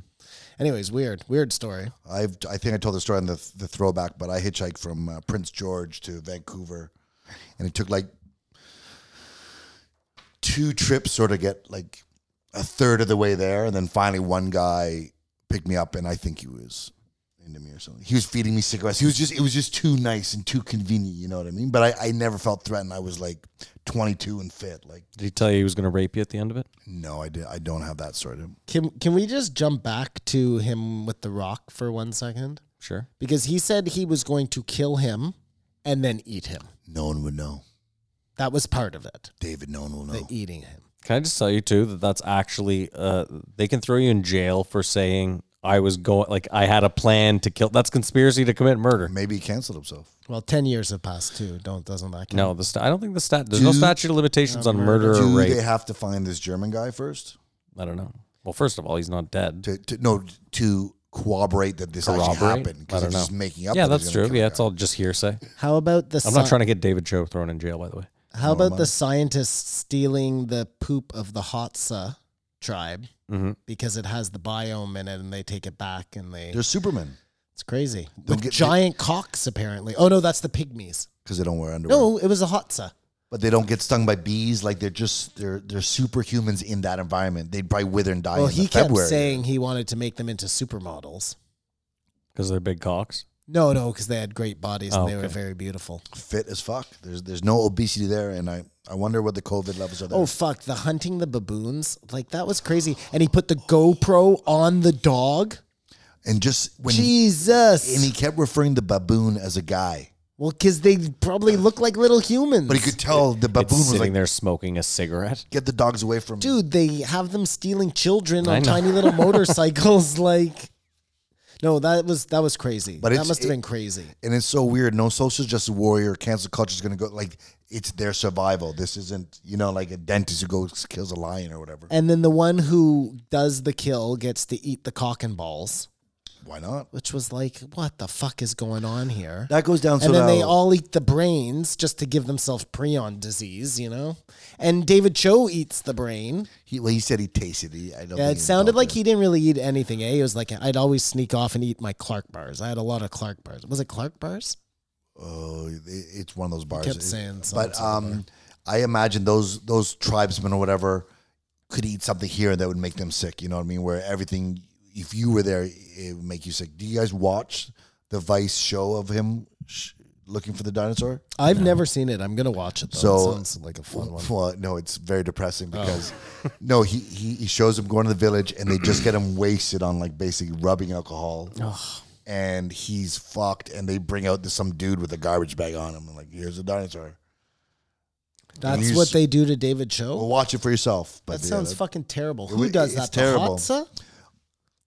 G: anyways weird weird story
F: I've I think I told the story on the the throwback, but I hitchhiked from uh, Prince George to Vancouver, and it took like two trips, sort of get like a third of the way there, and then finally one guy picked me up, and I think he was into me or something. He was feeding me cigarettes. He was just it was just too nice and too convenient, you know what I mean? But I I never felt threatened. I was like 22 and fit. Like
A: Did he tell you he was going to rape you at the end of it?
F: no, I did I don't have that sort of.
G: can can we just jump back to him with the rock for one second
A: Sure.
G: because he said he was going to kill him and then eat him
F: No one would know,
G: that was part of it
F: David. No one will know.
A: Oh.
G: the eating him
A: Can I just tell you too that that's actually uh, they can throw you in jail for saying I was going like I had a plan to kill. That's conspiracy to commit murder.
F: Maybe he canceled himself.
G: well 10 years have passed too don't doesn't that count?
A: No, the sta I don't think the stat. There's no
F: Do-
A: statute of limitations on murder or
F: Do
A: rape.
F: they have to find this German guy first?
A: I don't know. Well, first of all, he's not dead.
F: To, to no to corroborate that this actually
A: Corroborate?
F: happened
A: I don't
F: because they're
A: know.
F: just making up.
A: yeah,
F: that he's
A: that's
F: gonna
A: true.
F: kill
A: Yeah,
F: a
A: it's
F: guy.
A: all just hearsay.
G: how about the
A: I'm not trying to get David Cho thrown in jail, by the way.
G: How about the scientists stealing the poop of the Hatsa tribe
A: Mm-hmm.
G: because it has the biome in it, and they take it back and they?
F: They're Superman
G: it's crazy.
F: Don't
G: With
F: get-
G: giant cocks, apparently. Oh no, that's the pygmies.
F: because they don't wear underwear.
G: No, it was the Hatsa.
F: but they don't get stung by bees. Like they're just they're they're superhumans in that environment. They'd probably wither and die.
G: Well,
F: in
G: he
F: the
G: kept
F: February.
G: saying he wanted to make them into supermodels.
A: Because they're big cocks.
G: No, no, because they had great bodies
A: Oh,
G: and they were
A: okay.
G: very beautiful.
F: fit as fuck. There's there's no obesity there, and I I wonder what the COVID levels are there.
G: Oh fuck, the hunting the baboons, like that was crazy. And he put the GoPro on the dog.
F: and just when he,
G: Jesus.
F: and he kept referring to baboon as a guy,
G: well, because they probably look like little humans.
F: but he could tell the
A: It's
F: baboon was
A: sitting
F: like,
A: there smoking a cigarette.
F: "Get the dogs away from me."
G: dude, they have them stealing children
A: I
G: on
A: know.
G: tiny little motorcycles. like, no, that was that was crazy.
F: But
G: that
F: it's-
G: must have
F: it-
G: been crazy.
F: and it's so weird. No social justice warrior, cancel culture is going to go like it's their survival. This isn't you know like a dentist who goes kills a lion or whatever.
G: And then the one who does the kill gets to eat the cock and balls,
F: Why not?
G: which was like, what the fuck is going on here?
F: That goes down. so
G: and then they
F: now-
G: all eat the brains just to give themselves prion disease, you know. And David Cho eats the brain.
F: He, well, he said he tasted. He, I don't.
G: Yeah,
F: think
G: it
F: he
G: sounded
F: felt
G: like he didn't really eat anything. Eh, it was like I'd always sneak off and eat my Clark bars. I had a lot of Clark bars. Was it Clark bars?
F: Oh, it- it's one of those bars.
G: kept
F: It-
G: saying
F: but
G: something
F: um, I imagine those those tribesmen or whatever could eat something here that would make them sick. You know what I mean? Where everything, if you were there, it would make you sick. Do you guys watch the Vice show of him? Sh- looking for the dinosaur?
G: I've never seen it. I'm gonna watch it. Though. So
F: So-
G: it sounds like a fun one. Oh.
F: Well, no, it's very depressing because no, he, he he shows him going to the village and they just get him wasted on like basically rubbing alcohol. And he's fucked and they bring out this, some dude with a garbage bag on him and like, here's a dinosaur.
G: That's
F: you
G: what
F: s-
G: they do to David Cho.
F: Well, watch it for yourself. But
G: that
F: yeah,
G: sounds fucking terrible. Who
F: It-
G: does
F: it's
G: that? The
F: terrible.
G: Hatsa?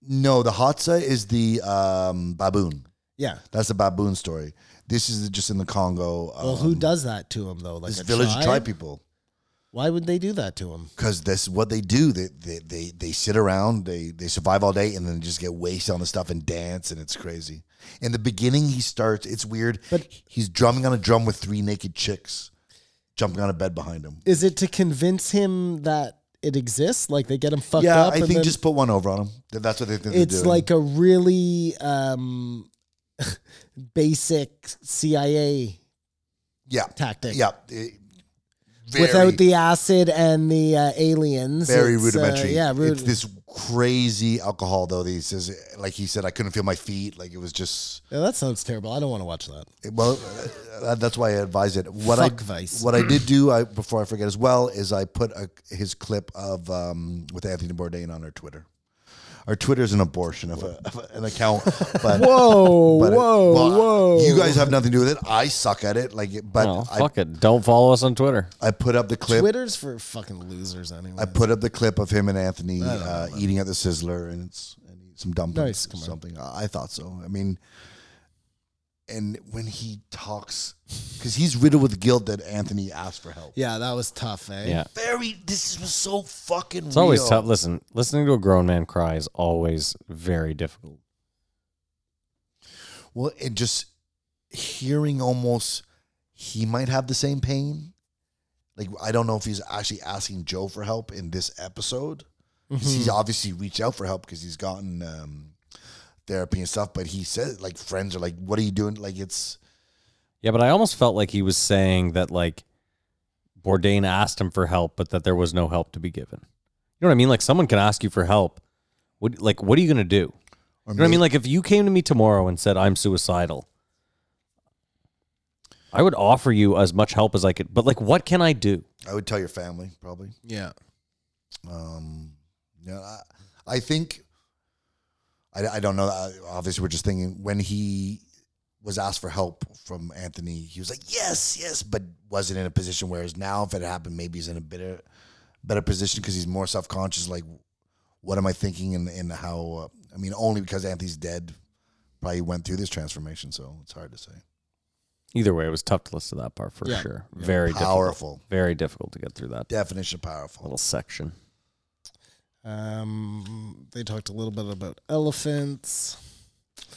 F: No, the Hatsa is the um, baboon.
G: Yeah.
F: That's the baboon story. This is just in the Congo. Um,
G: Well, who does that to him though? Like
F: this
G: a
F: village
G: tribe?
F: tribe, tribe people?
G: Why would they do that to him?
F: Because that's what they do. They, they they they sit around. They they survive all day and then just get wasted on the stuff and dance and it's crazy. In the beginning, he starts. It's weird.
G: But-
F: he's drumming on a drum with three naked chicks, jumping on a bed behind him.
G: Is it to convince him that it exists? Like they get him fucked
F: yeah,
G: up.
F: I
G: and
F: think
G: then-
F: just put one over on him. Th- That's what they think. they're
G: it's
F: doing.
G: like a really um, basic CIA
F: yeah,
G: tactic.
F: yeah. it- very-
G: Without the acid and the uh, aliens,
F: very
G: it's, uh,
F: rudimentary.
G: yeah, rud-
F: it's this crazy alcohol though. That he says, like he said, I couldn't feel my feet. Like it was just.
G: Yeah, that sounds terrible. I don't want to watch that.
F: Well, uh, that's why I advise it. What
G: Fuck
F: I
G: Vice.
F: what I did do I, before I forget as well is I put a, his clip of um, with Anthony Bourdain on our Twitter. Our Twitter is an abortion of, a, of an account, but.
G: Whoa,
F: but it-
G: whoa,
F: well,
G: Oh, whoa!
F: You guys have nothing to do with it. I suck at it. Like, but
A: No,
F: I,
A: fuck it. Don't follow us on Twitter.
F: I put up the clip.
G: Twitter's for fucking losers anyway.
F: I put up the clip of him and Anthony uh, eating at the Sizzler and it's and eat some dumplings
G: Nice,
F: or
G: come on.
F: something. I I thought so. I mean, and when he talks, because he's riddled with guilt that Anthony asked for help.
G: yeah, that was tough, eh?
A: Yeah.
F: Very. This was so fucking.
A: It's always
F: real.
A: tough. Listen, listening to a grown man cry is always very difficult.
F: Well, and just hearing almost he might have the same pain. Like I don't know if he's actually asking Joe for help in this episode. 'Cause
A: Mm-hmm.
F: He's obviously reached out for help because he's gotten um, therapy and stuff. But he said like friends are like, "What are you doing?" Like it's
A: Yeah, but I almost felt like he was saying that like Bourdain asked him for help, but that there was no help to be given. You know what I mean? Like someone can ask you for help. What like what are you gonna do?
F: or
A: You know what I
F: may-
A: mean? Like if you came to me tomorrow and said I'm suicidal, I would offer you as much help as I could. But like, what can I do?
F: I would tell your family probably.
G: Yeah.
F: Um, yeah, I, I think I, I don't know. I, obviously, we're just thinking when he was asked for help from Anthony, he was like, "Yes, yes," but wasn't in a position. Whereas now, if it happened, maybe he's in a better better position because he's more self conscious. Like, what am I thinking? And and how? Uh, I mean, only because Anthony's dead, probably went through this transformation. So it's hard to say.
A: Either way, it was tough to listen to that part for
G: Yeah.
A: sure. Very difficult.
F: Powerful
A: Very difficult to get through that
F: definition of powerful.
A: little section.
G: Um, they talked a little bit about elephants.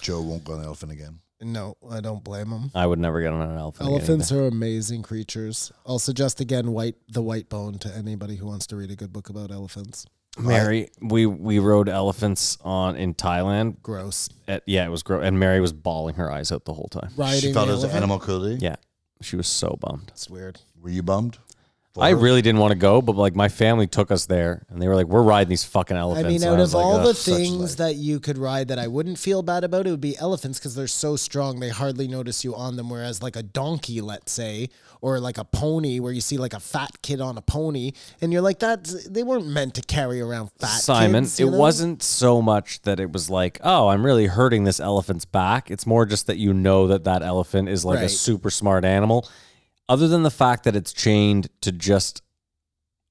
F: Joe won't go on the elephant again.
G: No, I don't blame them.
A: I would never get on an elephant. again
G: Elephants are amazing creatures. I'll suggest again white the white bone to anybody who wants to read a good book about elephants.
A: either. Mary, we we rode elephants on in Thailand.
G: Gross.
A: At, yeah, it was gross. And Mary was bawling her eyes out the whole time.
G: Riding
F: She felt it was
G: elephant.
F: animal cruelty.
A: Yeah, she was so bummed.
G: It's weird.
F: Were you bummed?
A: I really didn't want to go, but like my family took us there, and they were like, "We're riding these fucking elephants."
G: I mean,
A: And
G: out
A: was
G: of
A: like, "Oh,
G: all
A: "Ugh."
G: the
F: such
G: things
F: life.
G: that you could ride that I wouldn't feel bad about, it would be elephants because they're so strong they hardly notice you on them. Whereas like a donkey, let's say, or like a pony, where you see like a fat kid on a pony, and you're like, that's they weren't meant to carry around fat.
A: Simon,
G: kids,
A: it
G: you know?
A: wasn't so much that it was like, "Oh, I'm really hurting this elephant's back." It's more just that you know that that elephant is like a
G: Right.
A: super smart animal. Other than the fact that it's chained to just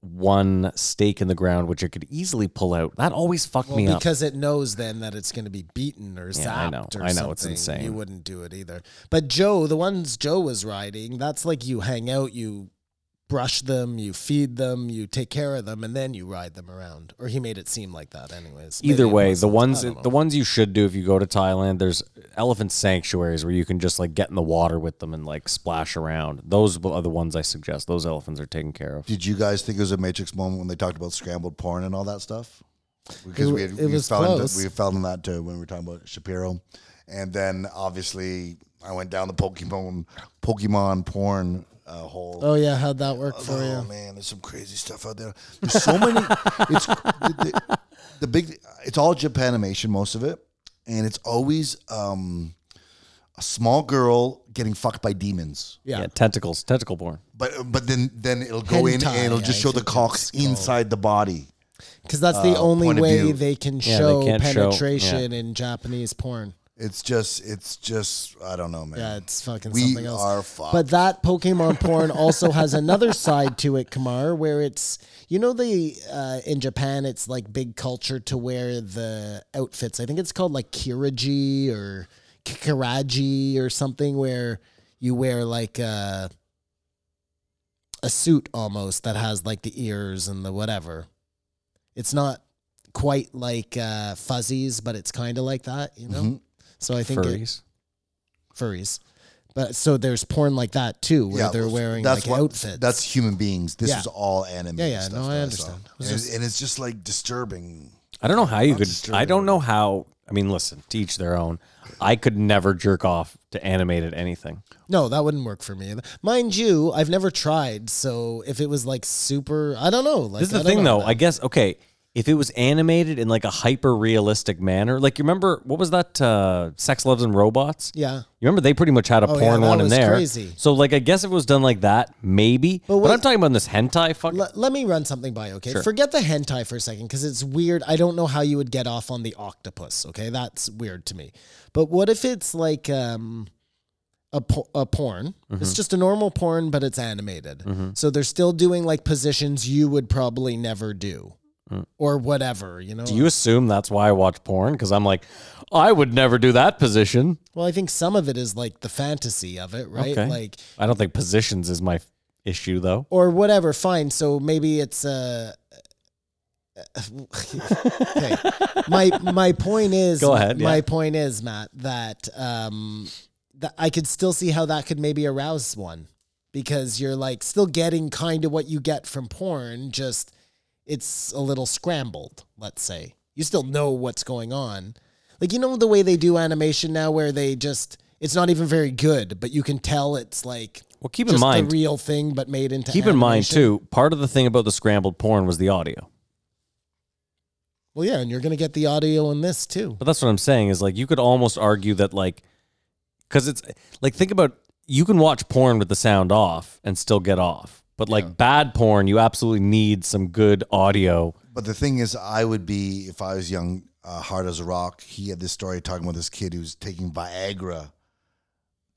A: one stake in the ground, which it could easily pull out, that always fucked
G: Well,
A: me up.
G: because it knows then that it's going to be beaten or zapped
A: Yeah, I know.
G: or
A: I know. It's
G: something.
A: insane.
G: You wouldn't do it either. But Joe, the ones Joe was riding, that's like you hang out, you brush them, you feed them, you take care of them, and then you ride them around. Or he made it seem like that, anyways. Maybe
A: Either
G: it
A: way, the
G: wasn't. I
A: ones
G: don't know.
A: the ones you should do if you go to Thailand, there's elephant sanctuaries where you can just like get in the water with them and like splash around. Those are the ones I suggest. Those elephants are taken care of.
F: Did you guys think it was a Matrix moment when they talked about scrambled porn and all that stuff? Because
G: It-
F: we had,
G: it
F: we
G: was
F: found
G: close.
F: we found that too when we were talking about Shapiro, and then obviously I went down the Pokemon Pokemon porn uh, hole.
G: Oh yeah, how'd that work
F: Oh,
G: for you?
F: man, there's some crazy stuff out there. There's so many. it's the, the, the big. It's all Japanimation, most of it, and it's always um, a small girl getting fucked by demons.
G: Yeah.
A: tentacles, tentacle porn.
F: But but then then it'll go in
G: Hentai,
F: and it'll
G: I
F: just show the
G: think
F: cocks
G: it's called.
F: inside the body.
G: Because that's the only
F: uh, point of
G: way
F: view.
G: they can
A: Yeah, they
G: show
A: can't show-
G: penetration in Japanese porn.
F: It's just it's just I don't know, man.
G: Yeah, it's fucking
F: We
G: something else.
F: are fucked.
G: But that Pokemon porn also has another side to it, Kamar, where it's you know the uh, in Japan it's like big culture to wear the outfits. I think it's called like kiriji or kikiraji or something where you wear like a a suit almost that has like the ears and the whatever. It's not quite like uh, fuzzies, but it's kind of like that, you
F: Mm-hmm.
G: know. So I think it-
A: Furries.
G: furries. But so there's porn like that too, where
F: Yeah,
G: they're wearing
F: that's
G: like
F: what-
G: outfits.
F: That's human beings. This
G: Yeah.
F: is all anime.
G: Yeah, yeah,
F: stuff
G: no,
F: that
G: I
F: saw.
G: understand. It was
F: And, it's-
G: just-
F: and it's just like disturbing.
A: I don't know how you
F: Not
A: could. I
F: disturbing.
A: don't know how. I mean, listen, to each their own. I could never jerk off to animated anything.
G: no, that wouldn't work for me. Mind you, I've never tried. So if it was like super, I don't know. Like,
A: This is
G: I
A: the
G: don't
A: thing,
G: know,
A: though.
G: man.
A: I guess okay. If it was animated in like a hyper realistic manner, like you remember what was that? Uh, Sex, Loves, and Robots.
G: yeah.
A: You remember they pretty much had a
G: Oh, yeah,
A: porn
G: that
A: one in
G: was
A: there.
G: crazy.
A: So like, I guess if it was done like that, maybe. But,
G: what-
A: I'm talking about this hentai fuck.
G: Let, let me run something by, okay?
A: Sure.
G: Forget the hentai for a second because it's weird. I don't know how you would get off on the octopus, okay? That's weird to me. But what if it's like um, a, po- a porn?
A: Mm-hmm.
G: It's just a normal porn, but it's animated. So they're still doing like positions you would probably never do or whatever, you know?
A: Mm. do you assume that's why I watch porn? Because I'm like, I would never do that position.
G: well, I think some of it is like the fantasy of it, right?
A: Okay.
G: Like,
A: I don't think positions is my f- issue though.
G: or whatever, fine. So maybe it's uh, a. okay. My my point is
A: Go ahead,
G: my
A: yeah.
G: point is Matt that um that I could still see how that could maybe arouse one because you're like still getting kind of what you get from porn just it's a little scrambled let's say you still know what's going on like you know the way they do animation now where they just it's not even very good but you can tell it's like
A: Well, keep in
G: just
A: mind,
G: the real thing but made into
A: Keep in mind
G: animation.
A: too, part of the thing about the scrambled porn was the audio.
G: well yeah and you're gonna get the audio in this too
A: But that's what I'm saying is like you could almost argue that like cuz it's like think about you can watch porn with the sound off and still get off. But like bad porn, you absolutely need some good audio.
F: But the thing is, I would be if I was young, uh, hard as a rock. He had this story talking about this kid who's taking Viagra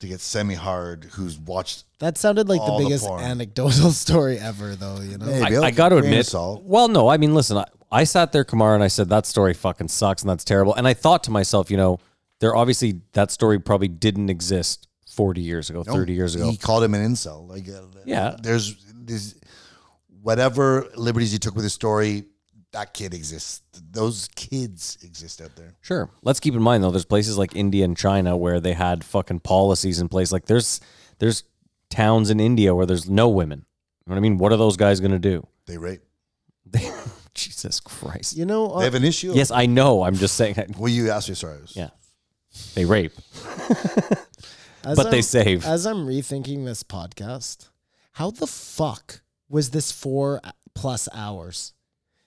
F: to get semi-hard, who's watched.
G: that sounded like
F: All
G: the
F: the
G: biggest
F: porn.
G: anecdotal story ever though you know
F: Hey,
A: I,
F: Bill,
A: I got to
F: grain of
A: admit.
F: salt.
A: Well, no, I mean listen, I, I sat there Kamara and I said that story fucking sucks and that's terrible. And I thought to myself, you know, there obviously that story probably didn't exist 40 years ago, 30 years ago.
F: He called him an incel. Like, uh,
A: Yeah.
F: there's this whatever liberties he took with his story. That kid exists. Those kids exist out there.
A: Sure. Let's keep in mind though, there's places like India and China where they had fucking policies in place. Like there's there's towns in India where there's no women. You know what I mean? What are those guys gonna do?
F: They rape.
A: They, Jesus Christ.
G: you know uh,
F: They have an issue.
A: Yes, I know. I'm just saying that
F: Well, you asked me. Sorry. I was-
A: Yeah. they rape.
G: As
A: But they
G: I'm-
A: save.
G: As I'm rethinking this podcast, how the fuck was this four uh, plus hours?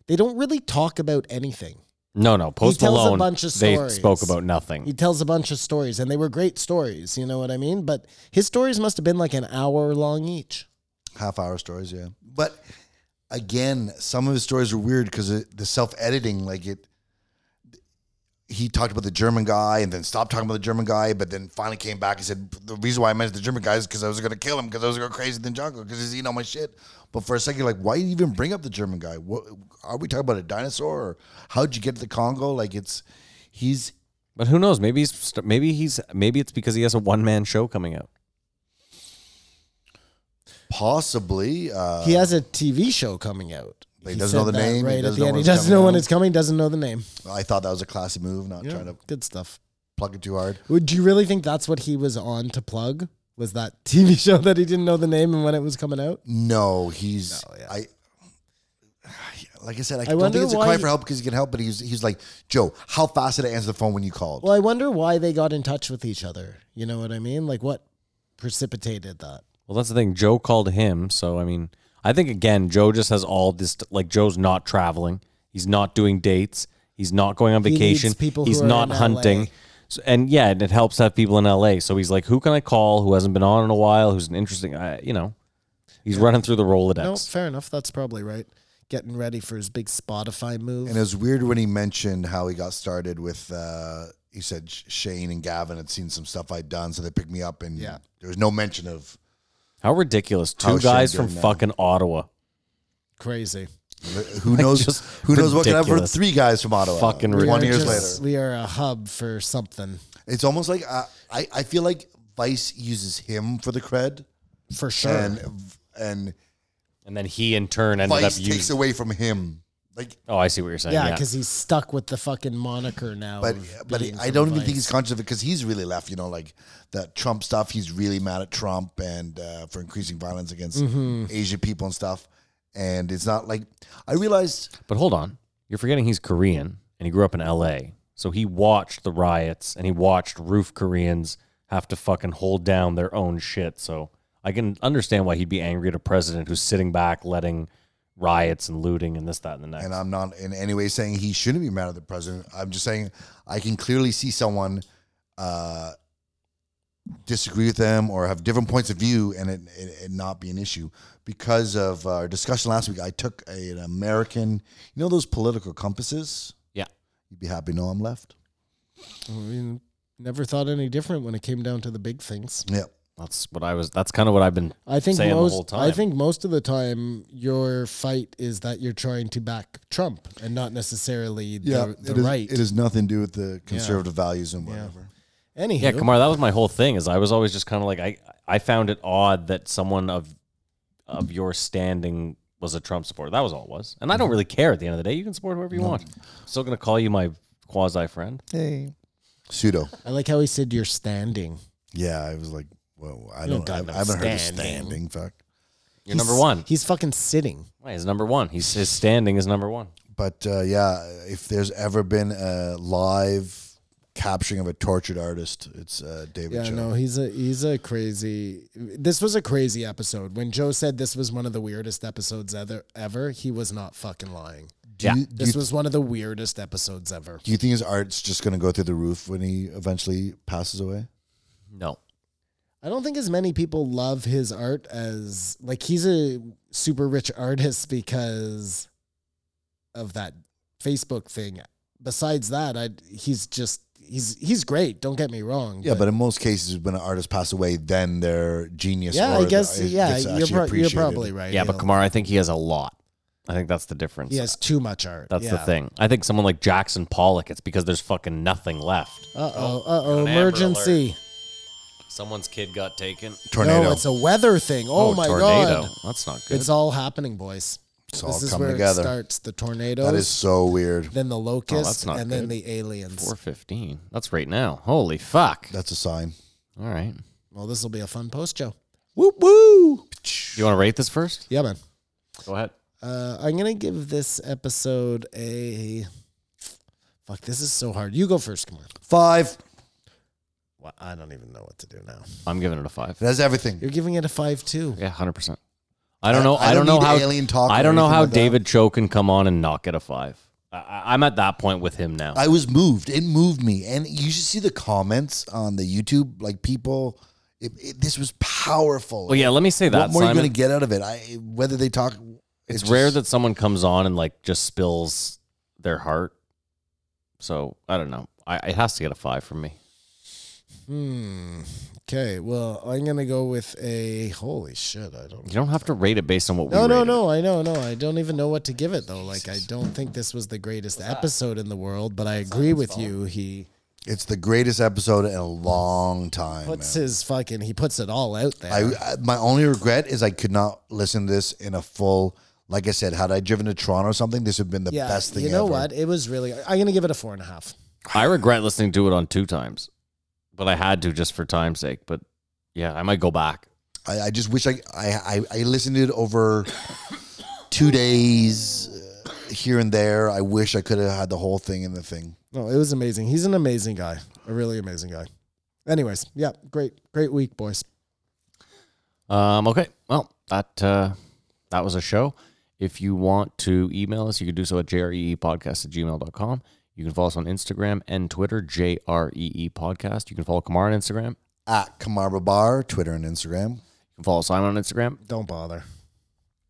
G: They don't really talk about anything.
A: No, no. Post
G: tells a
A: Malone.
G: bunch of
A: they
G: stories.
A: spoke about nothing.
G: He tells a bunch of stories, and they were great stories. You know what I mean? But his stories must have been like an hour long each.
F: half hour stories yeah but again some of his stories are weird because the self-editing like it he talked about the german guy and then stopped talking about the german guy but then finally came back and said the reason why i mentioned the german guy is because i was going to kill him because i was going crazy than django because he's eating all my shit but for a second you're like why you even bring up the german guy what are we talking about a dinosaur or how'd you get to the congo like it's he's
A: But who knows? Maybe he's st- maybe he's maybe it's because he has a one man show coming out.
F: possibly uh
G: he has a TV show coming out.
F: But he doesn't know
G: said
F: the
G: that
F: name, he
G: Right at
F: doesn't
G: the
F: know
G: end, he
F: when it's
G: doesn't
F: coming
G: know when
F: out.
G: it's coming. Doesn't know the name.
F: i thought that was a classy move not
G: Yeah,
F: trying to
G: good stuff.
F: plug it too hard
G: Would you really think that's what he was on to plug? Was that TV show that he didn't know the name and when it was coming out?
F: No, he's I. Like I said, I, don't
G: wonder
F: think it's a
G: why
F: cry
G: he-
F: for help because he can help, but he's he's like Joe. How fast did I answer the phone when you called?
G: Well, I wonder why they got in touch with each other. You know what I mean? Like what precipitated that?
A: Well, that's the thing. Joe called him, so I mean, I think again, Joe just has all this. Like Joe's not traveling. He's not doing dates. He's not going on
G: needs
A: vacation.
G: people who
A: he's
G: are
A: not
G: in
A: hunting.
G: LA.
A: So, and yeah, and it helps to have people in LA. So he's like, who can I call who hasn't been on in a while, who's an interesting, uh, you know, he's running through the
G: No,
A: Rolodex.
G: fair enough. That's probably right. Getting ready for his big Spotify move.
F: And it was weird when he mentioned how he got started with. Uh, he said Sh- Shane and Gavin had seen some stuff I'd done, so they picked me up, and
G: Yeah.
F: there was no mention of.
A: How ridiculous. Two
F: How's Shane
A: guys from
F: doing now?
A: fucking Ottawa.
G: Crazy.
F: Who knows?
A: just
F: who knows what could happen for
A: ridiculous.
F: three guys from Ottawa?
A: Fucking
F: twenty
A: ridiculous.
F: years later.
G: Just- We are a hub for something
F: It's almost like uh, I I feel like Vice uses him for the cred,
G: for sure.
F: and and
A: And then he in turn ended
F: Vice
A: up
F: takes
A: using.
F: away from him. Like,
A: Oh, I see what you're saying.
G: yeah,
A: Yeah,
G: because he's stuck with the fucking moniker now.
F: but
G: of
F: but
G: being
F: I
G: from
F: don't even
G: Vice.
F: think he's conscious of it because he's really left. You know, like that Trump stuff. He's really mad at Trump and uh, for increasing violence against Asian people and stuff. And it's not like I realized
A: But hold on. You're forgetting he's Korean and he grew up in LA. So he watched the riots and he watched roof Koreans have to fucking hold down their own shit. So I can understand why he'd be angry at a president who's sitting back letting riots and looting and this, that, and the next.
F: and I'm not in any way saying he shouldn't be mad at the president. I'm just saying I can clearly see someone uh, disagree with them or have different points of view, and it, it, it not be an issue because of our discussion last week. I took a- an American, you know, those political compasses.
A: yeah.
F: You'd be happy to know I'm left.
G: I mean, never thought any different when it came down to the big things.
F: Yeah,
A: That's what I was. That's kind of what I've been
G: I think
A: saying
G: most.
A: the whole time.
G: I think most of the time, your fight is that you're trying to back Trump and not necessarily the, the
F: it is-
G: right.
F: It has nothing to do with the conservative values and whatever.
G: Anywho,
A: Yeah, Kamar, that was my whole thing. Is I was always just kind of like I I found it odd that someone of of your standing was a Trump supporter. That was all it was, and I
G: Mm-hmm.
A: don't really care. At the end of the day, you can support whoever you want. Still gonna call you my quasi friend.
F: Hey, pseudo.
G: I like how he said you're standing.
F: Yeah, I was like, well, I
G: You don't
F: don't. I
G: got no
F: haven't I haven't heard of
G: standing.
F: standing. Fuck.
A: You're number one.
G: He's fucking sitting.
A: Right, he's number one. He's his standing is number one.
F: But uh, yeah, if there's ever been a live capturing of a tortured artist, it's uh, David.
G: Yeah,
F: Cho.
G: no, he's a he's a crazy. This was a crazy episode. When Joe said this was one of the weirdest episodes ever, ever he was not fucking lying.
F: Do
A: Yeah.
F: you, do,
G: This
F: you,
G: was one of the weirdest episodes ever.
F: do you think his art's just gonna go through the roof when he eventually passes away?
A: No,
G: I don't think as many people love his art as like he's a super rich artist because of that Facebook thing. Besides that, I he's just he's he's great. Don't get me wrong.
F: Yeah, but, in most cases, when an artist passes away, then their genius.
G: yeah,
F: or
G: I
F: the-
G: guess
F: it
G: yeah,
F: gets
G: you're,
F: actually
G: pro- you're
F: appreciated.
G: probably right.
A: yeah, but
G: Neil.
A: Kamar, I think he has a lot. I think that's the difference.
G: he has too much art.
A: That's the
G: Yeah.
A: thing. I think someone like Jackson Pollock, it's because there's fucking nothing left.
G: Uh oh, uh oh,
A: an Amber
G: emergency.
A: Someone's kid got taken.
F: tornado.
G: No, it's a weather thing. Oh, my
A: tornado.
G: god.
A: That's not good.
G: It's all happening, boys.
F: It's all
G: This is
F: coming
G: where
F: together.
G: it starts. The tornadoes,
F: that is so weird.
G: then the locusts,
A: Oh, not
G: and then the aliens.
A: Four fifteen. That's right now. Holy fuck!
F: That's a sign.
A: All right.
G: Well, this will be a fun post, Joe.
A: Woo woo. You want to rate this first?
G: Yeah, man.
A: Go ahead.
G: Uh, I'm gonna give this episode a. Fuck, this is so hard. You go first, Kamar.
F: Five.
G: Well, I don't even know what to do now.
A: I'm giving it a five.
F: It has everything.
G: You're giving it a five two.
A: Yeah, hundred percent. I don't know.
F: I- I
A: I, don't,
F: don't
A: know
F: need
A: how
F: alien talk
A: I
F: or
A: don't know
F: anything
A: how
F: like that.
A: David Cho can come on and not get a five. I- I, I'm at that point with him now.
F: I was moved. It moved me, and you should see the comments on the YouTube. Like people, it, it, this was powerful.
A: well, Oh, yeah. Let me say that.
F: what more are you
A: Simon.
F: going to get out of it? I whether they talk.
A: it's
F: just-
A: rare that someone comes on and like just spills their heart. So I don't know. I, it has to get a five from me.
G: Hmm. Okay. Well, I'm gonna go with a. Holy shit! I don't.
A: You don't have to rate it based on what
G: No,
A: we.
G: no,
A: rated it.
G: no. I know, no. I don't even know what to give it though. Like, I don't think this was the greatest episode in the world, but I agree with you. He
F: it's the greatest episode in a long time.
G: puts
F: man.
G: his fucking. He puts it all out there.
F: I, I my only regret is I could not listen to this in a full. Like I said, had I driven to Toronto or something, this would have been the
G: yeah.
F: best thing.
G: you know
F: ever.
G: what? It was really. I'm gonna give it a four and a half.
A: I regret listening to it on two times, but I had to just for time's sake. But yeah, I might go back.
F: I, I just wish I I, I I listened to it over two days uh, here and there. I wish I could have had the whole thing in the thing.
G: No, it was amazing. He's an amazing guy. A really amazing guy. Anyways, yeah, great, great week, boys.
A: Um, okay, well that uh, that E was a show. If you want to email us, you can do so at jreepodcast at gmail.com. You can follow us on Instagram and Twitter, J R E E Podcast. You can follow Kamar on Instagram. You
H: At Kamarba Bar, Twitter and Instagram.
A: can follow Simon on Instagram.
G: Don't bother.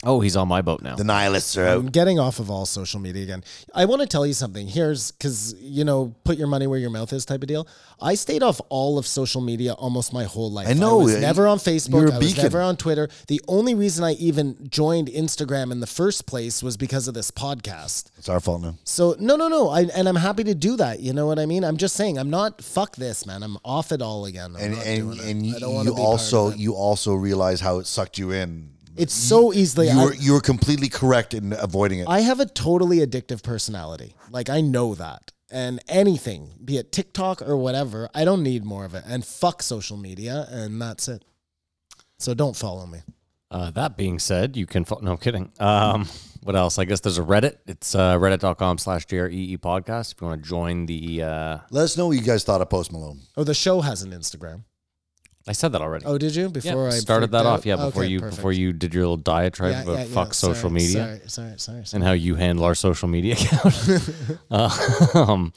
A: Oh, he's on my boat now.
H: The nihilists are out.
G: I'm getting off of all social media again. I want to tell you something. Here's because, you know, put your money where your mouth is type of deal. I stayed off all of social media almost my whole life.
H: I know,
G: I was
H: uh,
G: never on
H: you're
G: Facebook.
H: a
G: I was
H: beacon.
G: never on Twitter. The only reason I even joined Instagram in the first place was because of this podcast.
H: It's our fault now.
G: So no, no, no. I, and I'm happy to do that. You know what I mean? I'm just saying I'm not fuck this, man. I'm off it all again. I'm
H: And
G: not
H: and,
G: doing it.
H: and
G: I
H: you,
G: don't wanna
H: you
G: be part of
H: also
G: that.
H: you also realize how it sucked you in.
G: it's so easily.
H: you
G: I-
H: were you were completely correct in avoiding it.
G: I have a totally addictive personality. Like I know that. And anything, be it TikTok or whatever, I don't need more of it. And fuck social media, and that's it. So don't follow me.
A: Uh, that being said, you can follow. No, I'm kidding. Um, what else? I guess there's a Reddit. It's uh, reddit.com slash JREE E podcast. If you want to join the. Uh,
H: Let us know what you guys thought of Post Malone.
G: Oh, the show has an Instagram.
A: I said that already.
G: Oh, did you
A: Yeah,
G: before I
A: started
G: freaked
A: that
G: out?
A: off. Yeah, before
G: Okay,
A: you
G: perfect.
A: before you did your little diatribe
G: Yeah,
A: about
G: yeah, yeah.
A: fuck social
G: Sorry,
A: media.
G: Sorry, sorry, sorry.
A: and how you handle our social media account. um,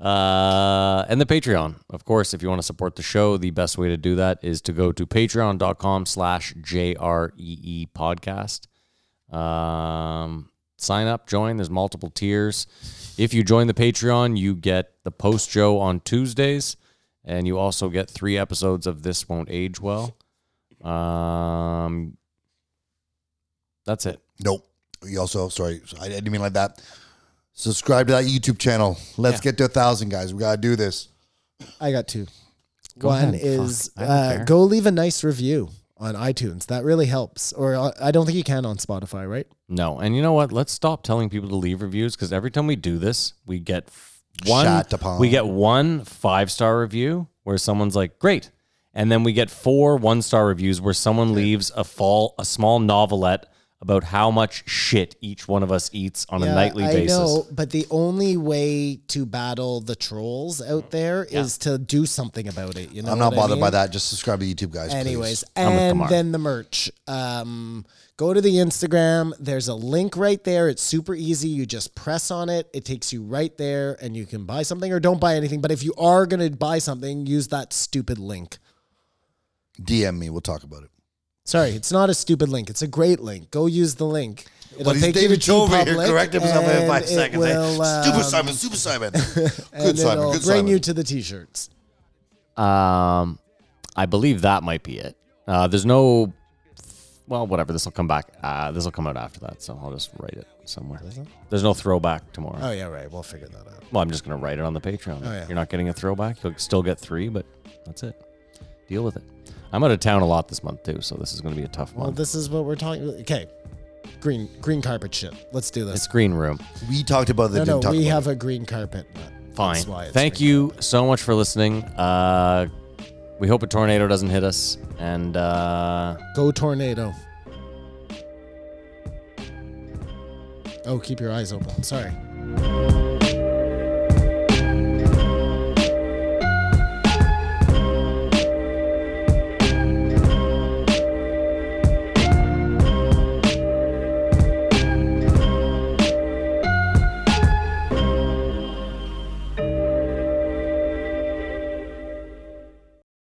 A: uh, and the Patreon, of course, if you want to support the show, the best way to do that is to go to patreon.com slash JREE E podcast. Um, sign up, join. There's multiple tiers. If you join the Patreon, you get the post show on Tuesdays, and you also get three episodes of This Won't Age Well. Um, that's it.
H: Nope. You also sorry, I didn't mean like that. Subscribe to that YouTube channel. Let's get to a thousand guys. We gotta do this.
G: I got two.
A: Go
G: One
A: ahead.
G: is
A: Fuck, I don't
G: uh,
A: care.
G: go leave a nice review on iTunes. That really helps. Or uh, I don't think you can on Spotify, right?
A: No, and you know what? Let's stop telling people to leave reviews because every time we do this, we get f- one.
H: Shot upon.
A: We get one five star review where someone's like, "Great," and then we get four one star reviews where someone leaves a fall a small novelette about how much shit each one of us eats on a nightly
G: I
A: basis.
G: know, but the only way to battle the trolls out there is to do something about it. You know,
H: I'm not
G: what I
H: bothered by
G: mean?
H: that. Just subscribe to YouTube guys. please.
G: Anyways,
A: I'm with
G: and
A: Kamar.
G: then the merch. Um, go to the Instagram. There's a link right there. It's super easy. You just press on it. It takes you right there, and you can buy something or don't buy anything. But if you are gonna buy something, use that stupid link.
H: DM me. We'll talk about it.
G: Sorry, it's not a stupid link. It's a great link. Go use the link. It'll
H: But he's
G: take
H: David
G: you to
H: Chovy here.
G: Public,
H: Correct himself in
G: and
H: five
G: it
H: seconds. eh?
G: Will, um,
H: Stupid Simon. Super Simon.
G: and
H: Good
G: it'll
H: Simon. Good
G: bring
H: Simon.
G: you to the t-shirts.
A: Um, I believe that might be it. Uh, there's no. Well, whatever. This will come back. Uh, this will come out after that, so I'll just write it somewhere. There's no throwback tomorrow.
G: Oh yeah, right. We'll figure that out.
A: Well, I'm just going to write it on the Patreon.
G: Oh, yeah.
A: You're not getting a throwback. You'll still get three, but that's it. Deal with it. I'm out of town a lot this month, too, so this is going to be a tough
G: Well,
A: one.
G: this is what we're talking. Okay, green green carpet shit. Let's do this.
A: it's Green Room.
H: we talked about that.
G: no,
H: didn't
G: no,
H: talk
G: we
H: about
G: have
H: it.
G: a green carpet. but
A: Fine.
G: That's why it's
A: Thank
G: green
A: you
G: carpet.
A: so much for listening. Uh, we hope a tornado doesn't hit us. And uh,
G: Go tornado. Oh, keep your eyes open. Sorry.